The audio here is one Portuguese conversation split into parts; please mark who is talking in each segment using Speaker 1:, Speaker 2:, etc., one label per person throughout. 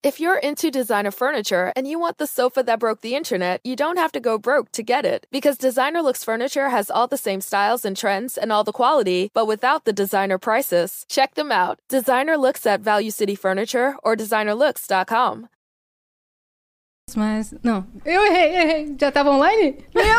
Speaker 1: If you're into designer furniture and you want the sofa that broke the internet, you don't have to go broke to get it. Because Designer Looks Furniture has all the same styles and trends and all the quality, but without the designer prices. Check them out. Designer Looks at Value City Furniture or designerlooks.com.
Speaker 2: Mas, não. Eu errei, errei. Já tava online? Meu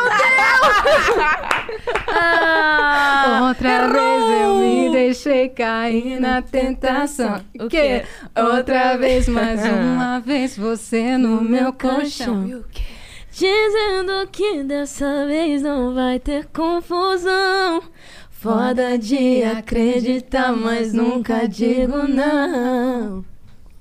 Speaker 3: Ah!
Speaker 2: Deus! Outra vez eu me deixei cair na tentação. O quê? Outra vez, mais uma vez, você no meu colchão.
Speaker 4: Dizendo que dessa vez não vai ter confusão. Foda de acreditar, mas nunca digo não.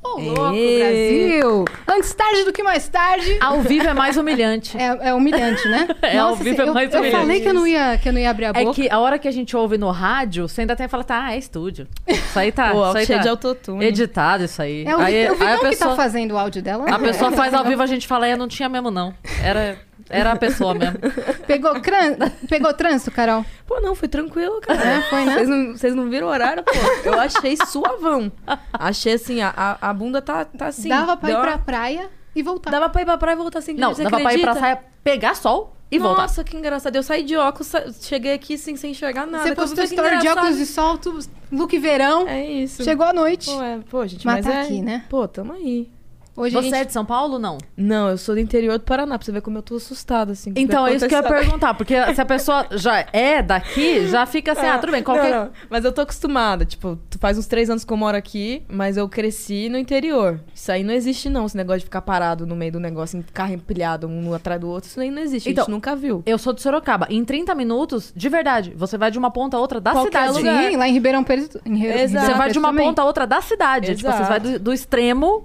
Speaker 2: Ô, louco, Brasil! Antes tarde do que mais tarde.
Speaker 3: Ao vivo é mais humilhante.
Speaker 2: É, é humilhante, né?
Speaker 3: É, ao vivo é
Speaker 2: eu,
Speaker 3: mais
Speaker 2: Eu falei
Speaker 3: humilhante.
Speaker 2: que eu, não ia, que eu não ia abrir a
Speaker 3: É
Speaker 2: boca.
Speaker 3: que a hora que a gente ouve no rádio, você ainda até fala, tá, é estúdio. Isso aí tá.
Speaker 5: Pô,
Speaker 3: isso aí
Speaker 5: cheio
Speaker 3: tá
Speaker 5: de autotune.
Speaker 3: Editado isso aí.
Speaker 2: É o,
Speaker 3: aí,
Speaker 2: é o
Speaker 3: aí
Speaker 2: Vitão
Speaker 3: a
Speaker 2: que tá
Speaker 3: pessoa,
Speaker 2: fazendo o áudio dela.
Speaker 3: a
Speaker 2: né?
Speaker 3: pessoa faz ao vivo, a gente fala, é, não tinha mesmo, não. Era, era a pessoa mesmo.
Speaker 2: É. Pegou, cran... Pegou trânsito, Carol?
Speaker 5: Pô, não, foi tranquilo, cara.
Speaker 2: É, foi, né?
Speaker 5: Vocês não, vocês não viram o horário, pô. Eu achei suavão. Achei assim, a, a- a bunda tá, tá assim.
Speaker 2: Dava pra ir
Speaker 5: deu
Speaker 2: pra
Speaker 5: uma-
Speaker 2: praia e voltar.
Speaker 5: Dava pra ir pra praia e voltar sem
Speaker 3: Não,
Speaker 5: você
Speaker 3: dava pra ir pra
Speaker 5: acredita?
Speaker 3: saia, pegar sol e
Speaker 5: Nossa,
Speaker 3: voltar.
Speaker 5: que engraçado. Eu saí de óculos, sa- cheguei aqui sem, sem enxergar nada.
Speaker 2: Você
Speaker 5: que eu
Speaker 2: postou
Speaker 5: falei, que
Speaker 2: história de
Speaker 5: engraçado.
Speaker 2: óculos de sol, tu- look verão.
Speaker 5: É isso.
Speaker 2: Chegou à noite.
Speaker 5: Pô, é- pô, gente,
Speaker 2: Mas
Speaker 5: mas,
Speaker 2: tá
Speaker 5: é...
Speaker 2: aqui, né?
Speaker 5: Pô, tamo aí.
Speaker 2: Hoje a
Speaker 3: Você é
Speaker 2: gente...
Speaker 3: de São Paulo não?
Speaker 5: Não, eu sou do interior do Paraná, pra você ver como eu tô assustada, assim.
Speaker 3: Então, é isso que eu ia
Speaker 5: pergunto.
Speaker 3: perguntar, porque se a pessoa já é daqui, já
Speaker 2: É.
Speaker 3: fica assim, ah, tudo bem, qualquer...
Speaker 5: É. Não, não. Mas eu tô acostumada. Tipo, tu faz uns três anos que eu moro aqui, mas eu cresci no interior. Isso aí não existe, não. Esse negócio de ficar parado no meio do negócio, em carro empilhado um atrás do outro, isso aí não existe.
Speaker 3: Então,
Speaker 5: a gente nunca viu.
Speaker 3: Eu sou de Sorocaba. Em 30 minutos, de verdade, você vai de uma ponta a outra da
Speaker 5: Qualquer
Speaker 3: cidade.
Speaker 5: lugar.
Speaker 2: Sim, lá em Ribeirão Preto. Em Ribeirão
Speaker 5: Exato.
Speaker 3: Você
Speaker 2: Preto
Speaker 3: vai de uma
Speaker 2: também.
Speaker 3: ponta a outra da cidade. Tipo, você
Speaker 5: Exato.
Speaker 3: vai do, do extremo,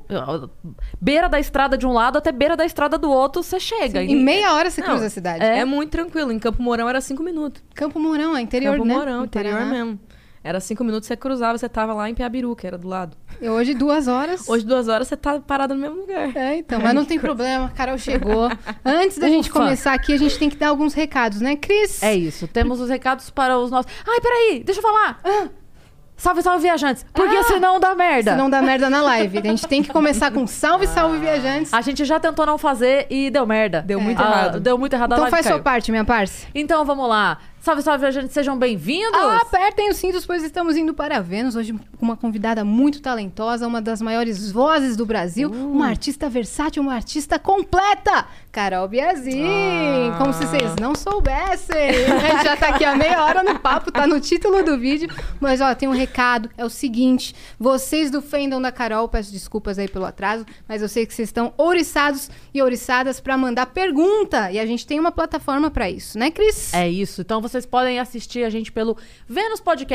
Speaker 3: beira da estrada de um lado até beira da estrada do outro, você chega.
Speaker 2: Em meia hora você
Speaker 5: Não,
Speaker 2: cruza a cidade.
Speaker 5: É. muito tranquilo. Em Campo Mourão era cinco minutos.
Speaker 2: Campo Mourão, é interior,
Speaker 5: Campo
Speaker 2: né?
Speaker 5: Mourão,
Speaker 2: No
Speaker 5: interior
Speaker 2: Paraná.
Speaker 5: mesmo. Era cinco minutos, você cruzava, você tava lá em Piabiru, que era do lado.
Speaker 2: E hoje duas horas.
Speaker 5: Hoje, duas horas, você tá parada no mesmo lugar.
Speaker 2: É, então, mas não tem problema, a Carol chegou. Antes da gente
Speaker 3: Ufa.
Speaker 2: começar aqui, a gente tem que dar alguns recados, né, Cris?
Speaker 3: É isso. Temos os recados para os nossos. Ai, peraí, deixa eu falar. Ah, Salve, salve, viajantes. Porque Ah! senão dá merda.
Speaker 2: Se não dá merda na live. A gente tem que começar com salve,
Speaker 3: Ah.
Speaker 2: salve, viajantes.
Speaker 3: A gente já tentou não fazer e deu merda.
Speaker 5: Deu muito
Speaker 3: Ah,
Speaker 5: errado.
Speaker 3: Deu muito errado a
Speaker 2: Então
Speaker 3: live
Speaker 2: faz
Speaker 3: caiu.
Speaker 2: sua parte, minha parça.
Speaker 3: Então vamos lá. Salve, salve, viajantes. Sejam bem-vindos.
Speaker 2: Ah, apertem os cintos, pois estamos indo para Vênus hoje com uma convidada muito talentosa, uma das maiores vozes do Brasil, uma artista versátil, uma artista completa, Carol Biazin.
Speaker 5: Ah.
Speaker 2: Como se vocês não soubessem. A gente já tá aqui há meia hora no papo, tá no título do vídeo. Mas, ó, tem um recado, é o seguinte, vocês do fandom da Carol, peço desculpas aí pelo atraso, mas eu sei que vocês estão ouriçados e ouriçadas para mandar pergunta, e a gente tem uma plataforma para isso, né, Cris?
Speaker 3: É isso. Então vocês podem assistir a gente pelo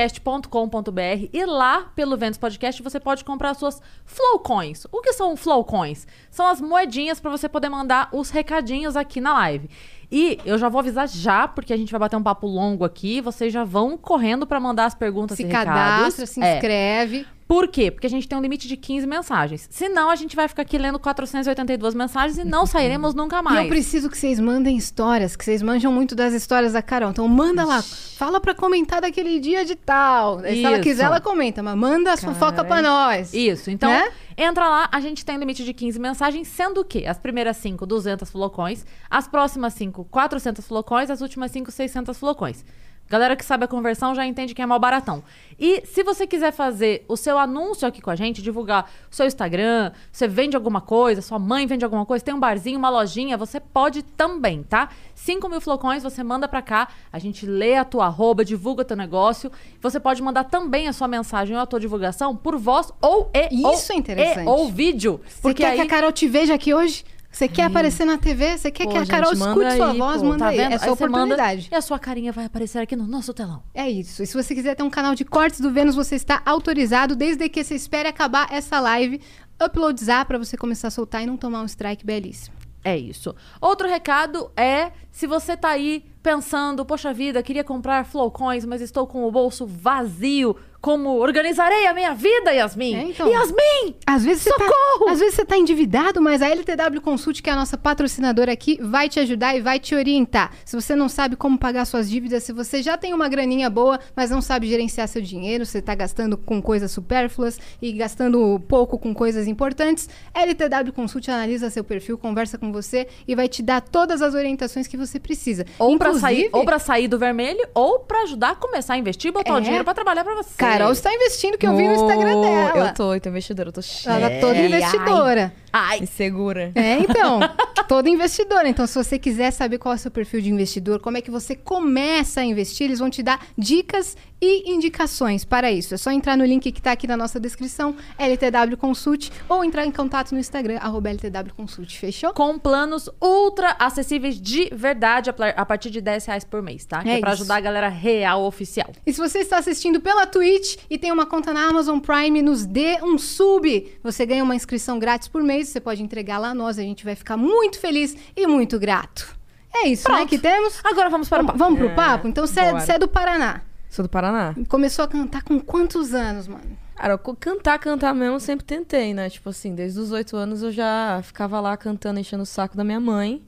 Speaker 3: venuspodcast.com.br e lá pelo Venus Podcast você pode comprar as suas Flowcoins. O que são Flowcoins? São as moedinhas para você poder mandar os recadinhos aqui na live. E eu já vou avisar já, porque a gente vai bater um papo longo aqui. Vocês já vão correndo para mandar as perguntas
Speaker 2: Se
Speaker 3: e
Speaker 2: cadastra,
Speaker 3: recados.
Speaker 2: se
Speaker 3: É.
Speaker 2: inscreve.
Speaker 3: Por quê? Porque a gente tem um limite de 15 mensagens. Senão a gente vai ficar aqui lendo 482 mensagens e não sairemos nunca
Speaker 2: E
Speaker 3: mais.
Speaker 2: eu preciso que vocês mandem histórias, que vocês manjam muito das histórias da Carol. Então manda lá, fala pra comentar daquele dia de tal. Daí, Se ela
Speaker 3: Isso.
Speaker 2: quiser, ela comenta, mas manda as fofocas pra nós.
Speaker 3: Isso, então
Speaker 2: Né?
Speaker 3: entra lá, a gente tem limite de 15 mensagens, sendo que as primeiras 5, 200 flocões, as próximas 5, 400 flocões, as últimas 5, 600 flocões. Galera que sabe a conversão já entende que é mal baratão. E se você quiser fazer o seu anúncio aqui com a gente, divulgar o seu Instagram, você vende alguma coisa, sua mãe vende alguma coisa, tem um barzinho, uma lojinha, você pode também, tá? 5 mil flocões você manda pra cá, a gente lê a tua arroba, divulga teu negócio. Você pode mandar também a sua mensagem ou a tua divulgação por voz ou e
Speaker 2: Isso
Speaker 3: ou,
Speaker 2: é interessante.
Speaker 3: e- ou vídeo.
Speaker 2: Você
Speaker 3: porque
Speaker 2: quer que
Speaker 3: aí,
Speaker 2: a Carol te veja aqui hoje? Você quer aparecer na TV? Você quer
Speaker 5: Pô,
Speaker 2: que a
Speaker 5: gente,
Speaker 2: Carol
Speaker 5: manda
Speaker 2: escute sua
Speaker 5: aí,
Speaker 2: voz?
Speaker 5: pô,
Speaker 2: Manda
Speaker 3: tá
Speaker 2: aí.
Speaker 3: vendo?
Speaker 2: É sua
Speaker 3: Aí você manda
Speaker 2: oportunidade.
Speaker 3: e a sua carinha vai aparecer aqui no nosso telão.
Speaker 2: É isso. E se você quiser ter um canal de cortes do Vênus, você está autorizado desde que você espere acabar essa live, uploadizar pra você começar a soltar e não tomar um strike belíssimo.
Speaker 3: É isso. Outro recado é, se você tá aí pensando, poxa vida, queria comprar flowcoins, mas estou com o bolso vazio. Como organizarei a minha vida, Yasmin?
Speaker 2: É, então.
Speaker 3: Yasmin!
Speaker 2: Às vezes você
Speaker 3: Socorro!
Speaker 2: Tá, às vezes você tá endividado, mas a LTW Consult, que é a nossa patrocinadora aqui, vai te ajudar e vai te orientar. Se você não sabe como pagar suas dívidas, se você já tem uma graninha boa, mas não sabe gerenciar seu dinheiro, você tá gastando com coisas supérfluas e gastando pouco com coisas importantes, LTW Consult analisa seu perfil, conversa com você e vai te dar todas as orientações que você precisa.
Speaker 3: Ou pra, sair,
Speaker 2: Inclusive-
Speaker 3: ou pra sair do vermelho, ou pra ajudar a começar a investir, botar o
Speaker 2: É.
Speaker 3: dinheiro pra trabalhar pra você.
Speaker 2: Carol está investindo, que eu vi no Instagram
Speaker 5: Oh,
Speaker 2: dela.
Speaker 5: Eu tô, eu tô investidora, eu tô cheia.
Speaker 2: Ela tá
Speaker 3: É.
Speaker 2: toda investidora.
Speaker 3: Ai,
Speaker 5: Insegura.
Speaker 2: É, então, todo investidor. Então, se você quiser saber qual é o seu perfil de investidor, como é que você começa a investir, eles vão te dar dicas e indicações para isso. É só entrar no link que está aqui na nossa descrição, LTW Consult, ou entrar em contato no Instagram, arroba LTW Consult. Fechou?
Speaker 3: com planos ultra acessíveis de verdade a pla- a partir de 10 reais por mês, tá? Que
Speaker 2: É
Speaker 3: é pra
Speaker 2: isso.
Speaker 3: ajudar a galera real oficial.
Speaker 2: E se você está assistindo pela Twitch e tem uma conta na Amazon Prime, nos dê um sub. Você ganha uma inscrição grátis por mês, você pode entregar lá a nós, a gente vai ficar muito feliz e muito grato. É isso, né,
Speaker 3: Pronto.
Speaker 2: que temos.
Speaker 3: Agora vamos para o
Speaker 2: Vamos-
Speaker 3: papo.
Speaker 2: Vamos pro papo? Então você é,
Speaker 5: bora.
Speaker 2: você é do Paraná.
Speaker 5: Sou do Paraná.
Speaker 2: Começou a cantar com quantos anos, mano?
Speaker 5: Cara, eu co- cantar, cantar mesmo, eu sempre tentei, né? Tipo assim, desde os oito anos eu já ficava lá cantando, enchendo o saco da minha mãe.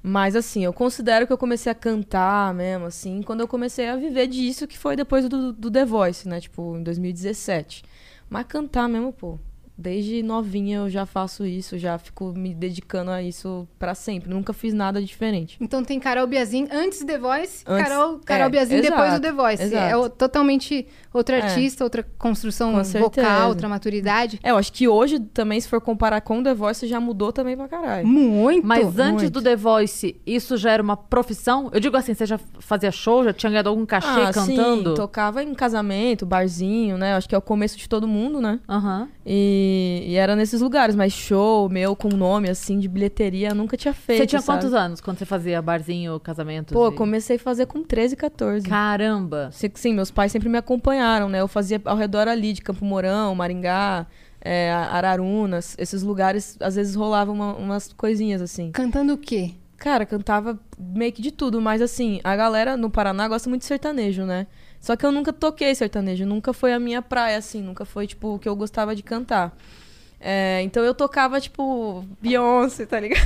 Speaker 5: Mas assim, eu considero que eu comecei a cantar mesmo, assim, quando eu comecei a viver disso, que foi depois do, do The Voice, né? Tipo, em 2017. Mas cantar mesmo, pô. Desde novinha eu já faço isso, já fico me dedicando a isso pra sempre. Nunca fiz nada diferente.
Speaker 2: Então tem Carol Biazin antes The Voice,
Speaker 5: Antes-
Speaker 2: Carol, Carol
Speaker 5: é,
Speaker 2: Biazin depois do
Speaker 5: exato,
Speaker 2: The Voice. É
Speaker 5: exato.
Speaker 2: o- totalmente outro
Speaker 5: É.
Speaker 2: artista, outra construção
Speaker 5: Com certeza.
Speaker 2: vocal, outra maturidade.
Speaker 5: É, eu acho que hoje também, se for comparar com o The Voice, já mudou também pra caralho.
Speaker 2: Muito!
Speaker 3: Mas antes
Speaker 5: muito.
Speaker 3: do The Voice, isso já era uma profissão? Eu digo assim, você já fazia show, já tinha ganhado algum cachê
Speaker 5: Ah,
Speaker 3: cantando?
Speaker 5: Sim, tocava em casamento, barzinho, né? Acho que é o começo de todo mundo, né?
Speaker 3: Aham.
Speaker 5: E, e era nesses lugares, mas show meu com nome assim de bilheteria eu nunca tinha feito.
Speaker 3: Você tinha
Speaker 5: sabe?
Speaker 3: quantos anos quando você fazia barzinho, casamento?
Speaker 5: Pô, comecei a fazer com 13, 14.
Speaker 3: Caramba!
Speaker 5: Sim, sim, meus pais sempre me acompanharam, né? Eu fazia ao redor ali de Campo Mourão, Maringá, é, Araruna, esses lugares às vezes rolavam uma- umas coisinhas assim.
Speaker 2: Cantando o quê?
Speaker 5: Cara, cantava meio que de tudo, mas assim, a galera no Paraná gosta muito de sertanejo, né? Só que eu nunca toquei sertanejo, nunca foi a minha praia, assim, nunca foi, tipo, o que eu gostava de cantar. É, então eu tocava, tipo, Beyoncé, tá ligado?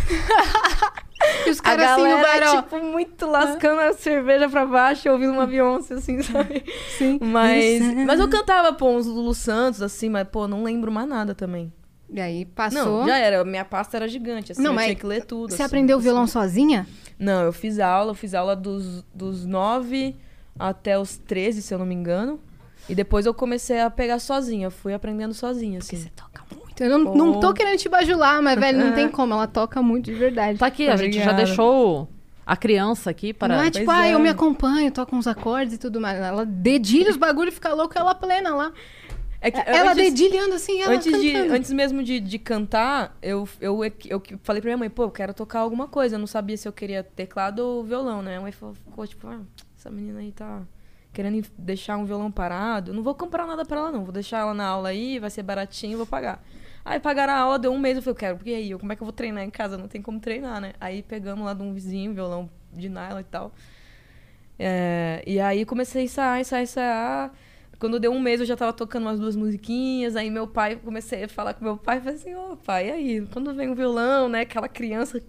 Speaker 2: E os
Speaker 5: A
Speaker 2: caras assim no
Speaker 5: galera,
Speaker 2: barão.
Speaker 5: tipo, muito lascando a cerveja pra baixo, ouvindo uma Beyoncé, assim, sabe?
Speaker 2: Sim.
Speaker 5: Mas, mas eu cantava, pô, uns Lulu Santos, assim, mas, pô, não lembro mais nada também.
Speaker 2: E aí passou.
Speaker 5: Não, já era, minha pasta era gigante, assim,
Speaker 2: Não,
Speaker 5: eu
Speaker 2: mas
Speaker 5: tinha que ler tudo.
Speaker 2: Você
Speaker 5: assim,
Speaker 2: aprendeu o
Speaker 5: assim.
Speaker 2: violão sozinha?
Speaker 5: Não, eu fiz aula, eu fiz aula dos, dos 9 até os 13, se eu não me engano. E depois eu comecei a pegar sozinha, eu fui aprendendo sozinha, assim.
Speaker 2: Toca muito. Eu não, não tô
Speaker 5: Pô.
Speaker 2: querendo te bajular, mas, velho, não tem como. Ela toca muito de verdade.
Speaker 3: Tá aqui, a gente já
Speaker 5: Obrigada.
Speaker 3: deixou a criança aqui para...
Speaker 2: Não é tipo,
Speaker 5: Pois
Speaker 2: ah,
Speaker 5: é.
Speaker 2: eu me acompanho, toco uns acordes e tudo mais. Ela dedilha os bagulho e fica louca, ela plena lá.
Speaker 5: É que
Speaker 2: Ela
Speaker 5: antes-
Speaker 2: dedilhando assim, ela
Speaker 5: antes, de,
Speaker 2: cantando.
Speaker 5: antes mesmo de, de cantar, eu, eu, eu falei pra minha mãe, pô, eu quero tocar alguma coisa. Eu não sabia se eu queria teclado ou violão, né? A mãe falou- ficou tipo, ah, essa menina aí tá querendo enf- deixar um violão parado. Não vou comprar nada pra ela, não. Vou deixar ela na aula aí, vai ser baratinho, vou pagar. Aí pagaram a aula, deu um mês, eu falei, eu quero, porque aí, eu- como é que eu vou treinar em casa? Não tem como treinar, né? Aí pegamos lá de um vizinho, violão de nylon e tal. É, e aí comecei a ensaiar, ensaiar, ensaiar. Quando deu um mês, eu já tava tocando umas duas musiquinhas. Aí meu pai, comecei a falar com meu pai. Falei assim, ô pai, e aí? Quando vem o violão, né? Aquela criança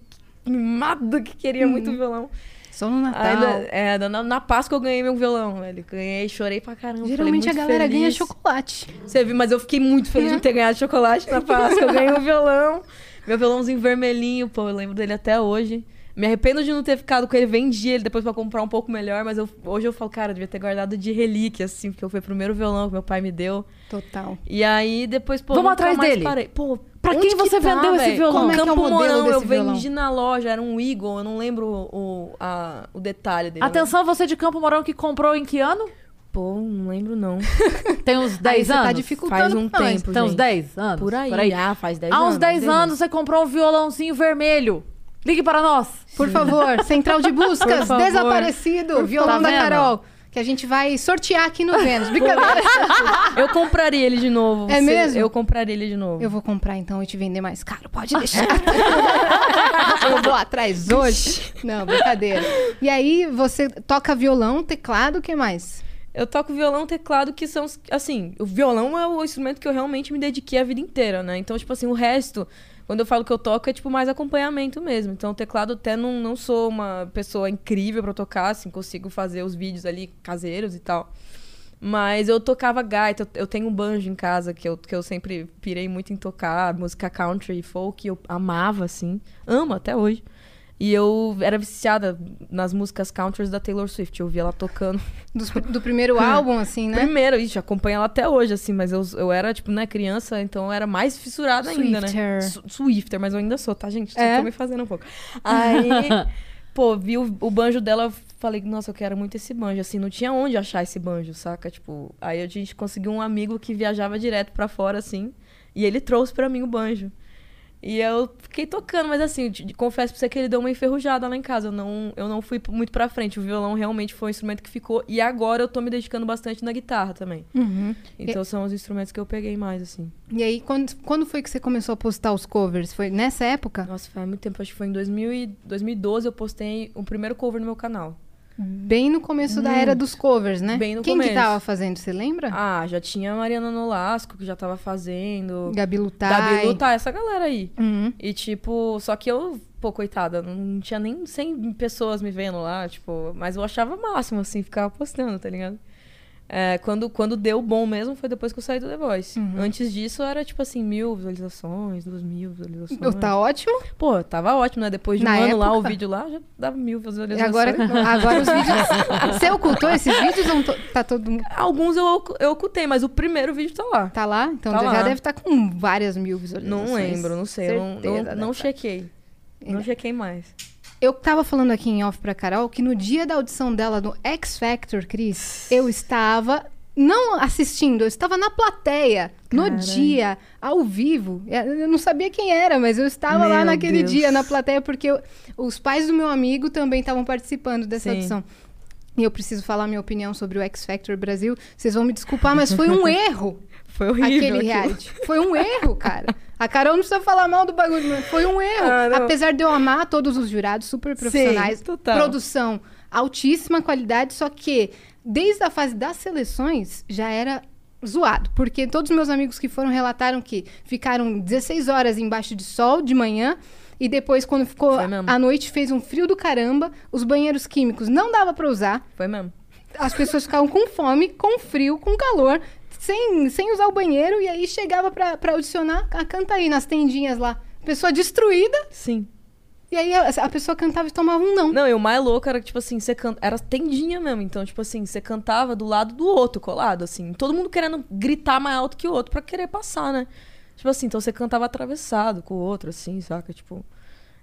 Speaker 5: mimada que queria muito
Speaker 2: Uhum.
Speaker 5: violão.
Speaker 2: Só no Natal.
Speaker 5: Aí, na, é, na, na Páscoa eu ganhei meu violão, velho. Ganhei, chorei pra caramba. falei,
Speaker 2: Geralmente a
Speaker 5: muito
Speaker 2: galera ganha
Speaker 5: feliz.
Speaker 2: chocolate.
Speaker 5: Você viu, mas eu fiquei muito feliz de ter ganhado chocolate na Páscoa. Eu ganhei um violão. Meu violãozinho vermelhinho, pô, eu lembro dele até hoje. Me arrependo de não ter ficado com ele, vendi ele depois pra comprar um pouco melhor, mas eu- hoje eu falo, cara, eu devia ter guardado de relíquia, assim, porque foi o primeiro violão que meu pai me deu.
Speaker 2: Total.
Speaker 5: E aí depois, pô,
Speaker 3: Vamos
Speaker 5: nunca
Speaker 3: atrás
Speaker 5: mais
Speaker 3: dele.
Speaker 5: Parei. Pô,
Speaker 3: Pra
Speaker 5: onde
Speaker 3: quem
Speaker 5: que
Speaker 3: você
Speaker 5: tá,
Speaker 3: vendeu esse
Speaker 5: velho?
Speaker 3: violão?
Speaker 2: Como é que é o
Speaker 5: Campo
Speaker 2: modelo
Speaker 5: Mourão, eu
Speaker 2: desse violão?
Speaker 5: vendi na loja, era um Eagle, eu não lembro o, a- o detalhe dele. né?
Speaker 3: Atenção, você de Campo Mourão que comprou em que ano?
Speaker 5: Pô, não lembro não.
Speaker 3: Tem uns 10
Speaker 2: você tá
Speaker 3: anos?
Speaker 2: dificultando
Speaker 5: Faz um
Speaker 2: pra nós.
Speaker 5: tempo,
Speaker 3: Tem uns
Speaker 5: gente.
Speaker 3: 10 anos?
Speaker 5: Por aí. Ah, faz 10
Speaker 3: Há
Speaker 5: anos.
Speaker 3: uns 10 anos você comprou um violãozinho vermelho. Ligue para nós.
Speaker 2: Por favor, central de buscas,
Speaker 5: Por favor.
Speaker 2: desaparecido, violão da
Speaker 3: Tá vendo?
Speaker 2: Carol. que a gente vai sortear aqui no Vênus. Brincadeira.
Speaker 5: Eu compraria ele de novo.
Speaker 2: É
Speaker 5: Você-
Speaker 2: mesmo?
Speaker 5: Eu compraria ele de novo.
Speaker 2: Eu vou comprar então e te vender mais caro, pode deixar. eu vou atrás hoje. Não, brincadeira. E aí você toca violão, teclado, o que mais?
Speaker 5: Eu toco violão, teclado, que são. os- Assim, o violão é o instrumento que eu realmente me dediquei a vida inteira, né? Então, tipo assim, o resto, quando eu falo que eu toco, é tipo mais acompanhamento mesmo. Então, o teclado até não, não sou uma pessoa incrível pra tocar, assim, consigo fazer os vídeos ali caseiros e tal. Mas eu tocava gaita, eu eu tenho um banjo em casa que eu, que eu sempre pirei muito em tocar, música country, folk, eu amava, assim, amo até hoje. E eu era viciada nas músicas country da Taylor Swift, eu via ela tocando
Speaker 2: Dos- Do, primeiro álbum, assim, né?
Speaker 5: Primeiro, ixi, acompanha ela até hoje, assim, mas eu, eu era, tipo, né, criança, então eu era mais fissurada ainda, né?
Speaker 2: Swifter.
Speaker 5: Su- Swifter, mas eu ainda sou, tá, gente? Vocês
Speaker 2: É?
Speaker 5: estão me fazendo um pouco. Aí, pô, vi o, o banjo dela, eu falei, nossa, eu quero muito esse banjo, assim, não tinha onde achar esse banjo, saca? Tipo, aí a gente conseguiu um amigo que viajava direto pra fora, assim, e ele trouxe pra mim o banjo. E eu fiquei tocando, mas assim, de- de- confesso pra você que ele deu uma enferrujada lá em casa. Eu não, eu não fui muito pra frente. O violão realmente foi um instrumento que ficou. E agora eu tô me dedicando bastante na guitarra também.
Speaker 2: Uhum.
Speaker 5: Então são os instrumentos que eu peguei mais, assim.
Speaker 2: E aí, quando, quando foi que você começou a postar os covers? Foi nessa época?
Speaker 5: Nossa, faz muito tempo. Acho que foi em 2000 e 2012 eu postei o primeiro cover no meu canal.
Speaker 2: Bem no começo da era dos covers, né?
Speaker 5: Bem no
Speaker 2: Quem que
Speaker 5: começo.
Speaker 2: tava fazendo, você lembra?
Speaker 5: Ah, já tinha a Mariana Nolasco, que já tava fazendo.
Speaker 2: Gabi Lutai.
Speaker 5: Gabi Lu, tá, essa galera aí.
Speaker 2: Uhum.
Speaker 5: E, tipo, só que eu, pô, coitada, não tinha nem 100 pessoas me vendo lá, tipo, mas eu achava máximo, assim, ficava postando, tá ligado? É, quando, quando deu bom mesmo foi depois que eu saí do The Voice.
Speaker 2: Uhum.
Speaker 5: Antes disso era, tipo assim, mil visualizações, duas mil visualizações.
Speaker 2: Oh, Tá ótimo.
Speaker 5: Pô, tava ótimo, né? Depois de um
Speaker 2: Na
Speaker 5: ano lá, o
Speaker 2: época?
Speaker 5: vídeo lá já dava mil
Speaker 2: E
Speaker 5: visualizações.
Speaker 2: agora, agora os vídeos. Você ocultou esses vídeos ou não to- tá todo mundo.
Speaker 5: Alguns eu, ocu- eu ocultei, mas o primeiro vídeo tá lá.
Speaker 2: Tá lá? Então
Speaker 5: Tá
Speaker 2: já
Speaker 5: lá.
Speaker 2: deve estar com várias mil visualizações.
Speaker 5: Não lembro, não sei, eu não,
Speaker 2: Certeza
Speaker 5: não,
Speaker 2: deve
Speaker 5: não
Speaker 2: tá.
Speaker 5: chequei. Não chequei mais.
Speaker 2: Eu tava falando aqui em off pra Carol que no dia da audição dela no X Factor, Cris, eu estava não assistindo, eu estava na plateia, no dia, ao vivo. É, Eu não sabia quem era, mas eu estava lá
Speaker 5: Meu
Speaker 2: naquele
Speaker 5: Deus.
Speaker 2: dia na plateia porque eu- os pais do meu amigo também estavam participando dessa
Speaker 5: Sim.
Speaker 2: audição. E eu preciso falar minha opinião sobre o X Factor Brasil. Vocês vão me desculpar, mas foi um erro
Speaker 5: Foi horrível.
Speaker 2: aquele
Speaker 5: aquilo.
Speaker 2: reality. Foi um erro, cara. A Carol não precisa falar mal do bagulho, mas foi um erro.
Speaker 5: Ah, não.
Speaker 2: Apesar de eu amar todos os jurados, super profissionais,
Speaker 5: Sim, total.
Speaker 2: produção altíssima qualidade, só que desde a fase das seleções já era zoado, porque todos os meus amigos que foram relataram que ficaram 16 horas embaixo de sol de manhã. E depois, quando ficou
Speaker 5: Foi mesmo.
Speaker 2: à noite, fez um frio do caramba. Os banheiros químicos não dava pra usar
Speaker 5: Foi mesmo.
Speaker 2: as pessoas ficavam com fome, com frio, com calor, sem, sem usar o banheiro, e aí chegava pra, pra audicionar, a canta aí nas tendinhas lá. Pessoa destruída,
Speaker 5: Sim.
Speaker 2: e aí a, a pessoa cantava e tomava um não.
Speaker 5: Não, e o mais louco era que, tipo assim, você canta... Era tendinha mesmo. Então, tipo assim, você cantava do lado do outro, colado, assim. Todo mundo querendo gritar mais alto que o outro pra querer passar, né? Tipo assim, então você cantava atravessado com o outro, assim, saca? Tipo...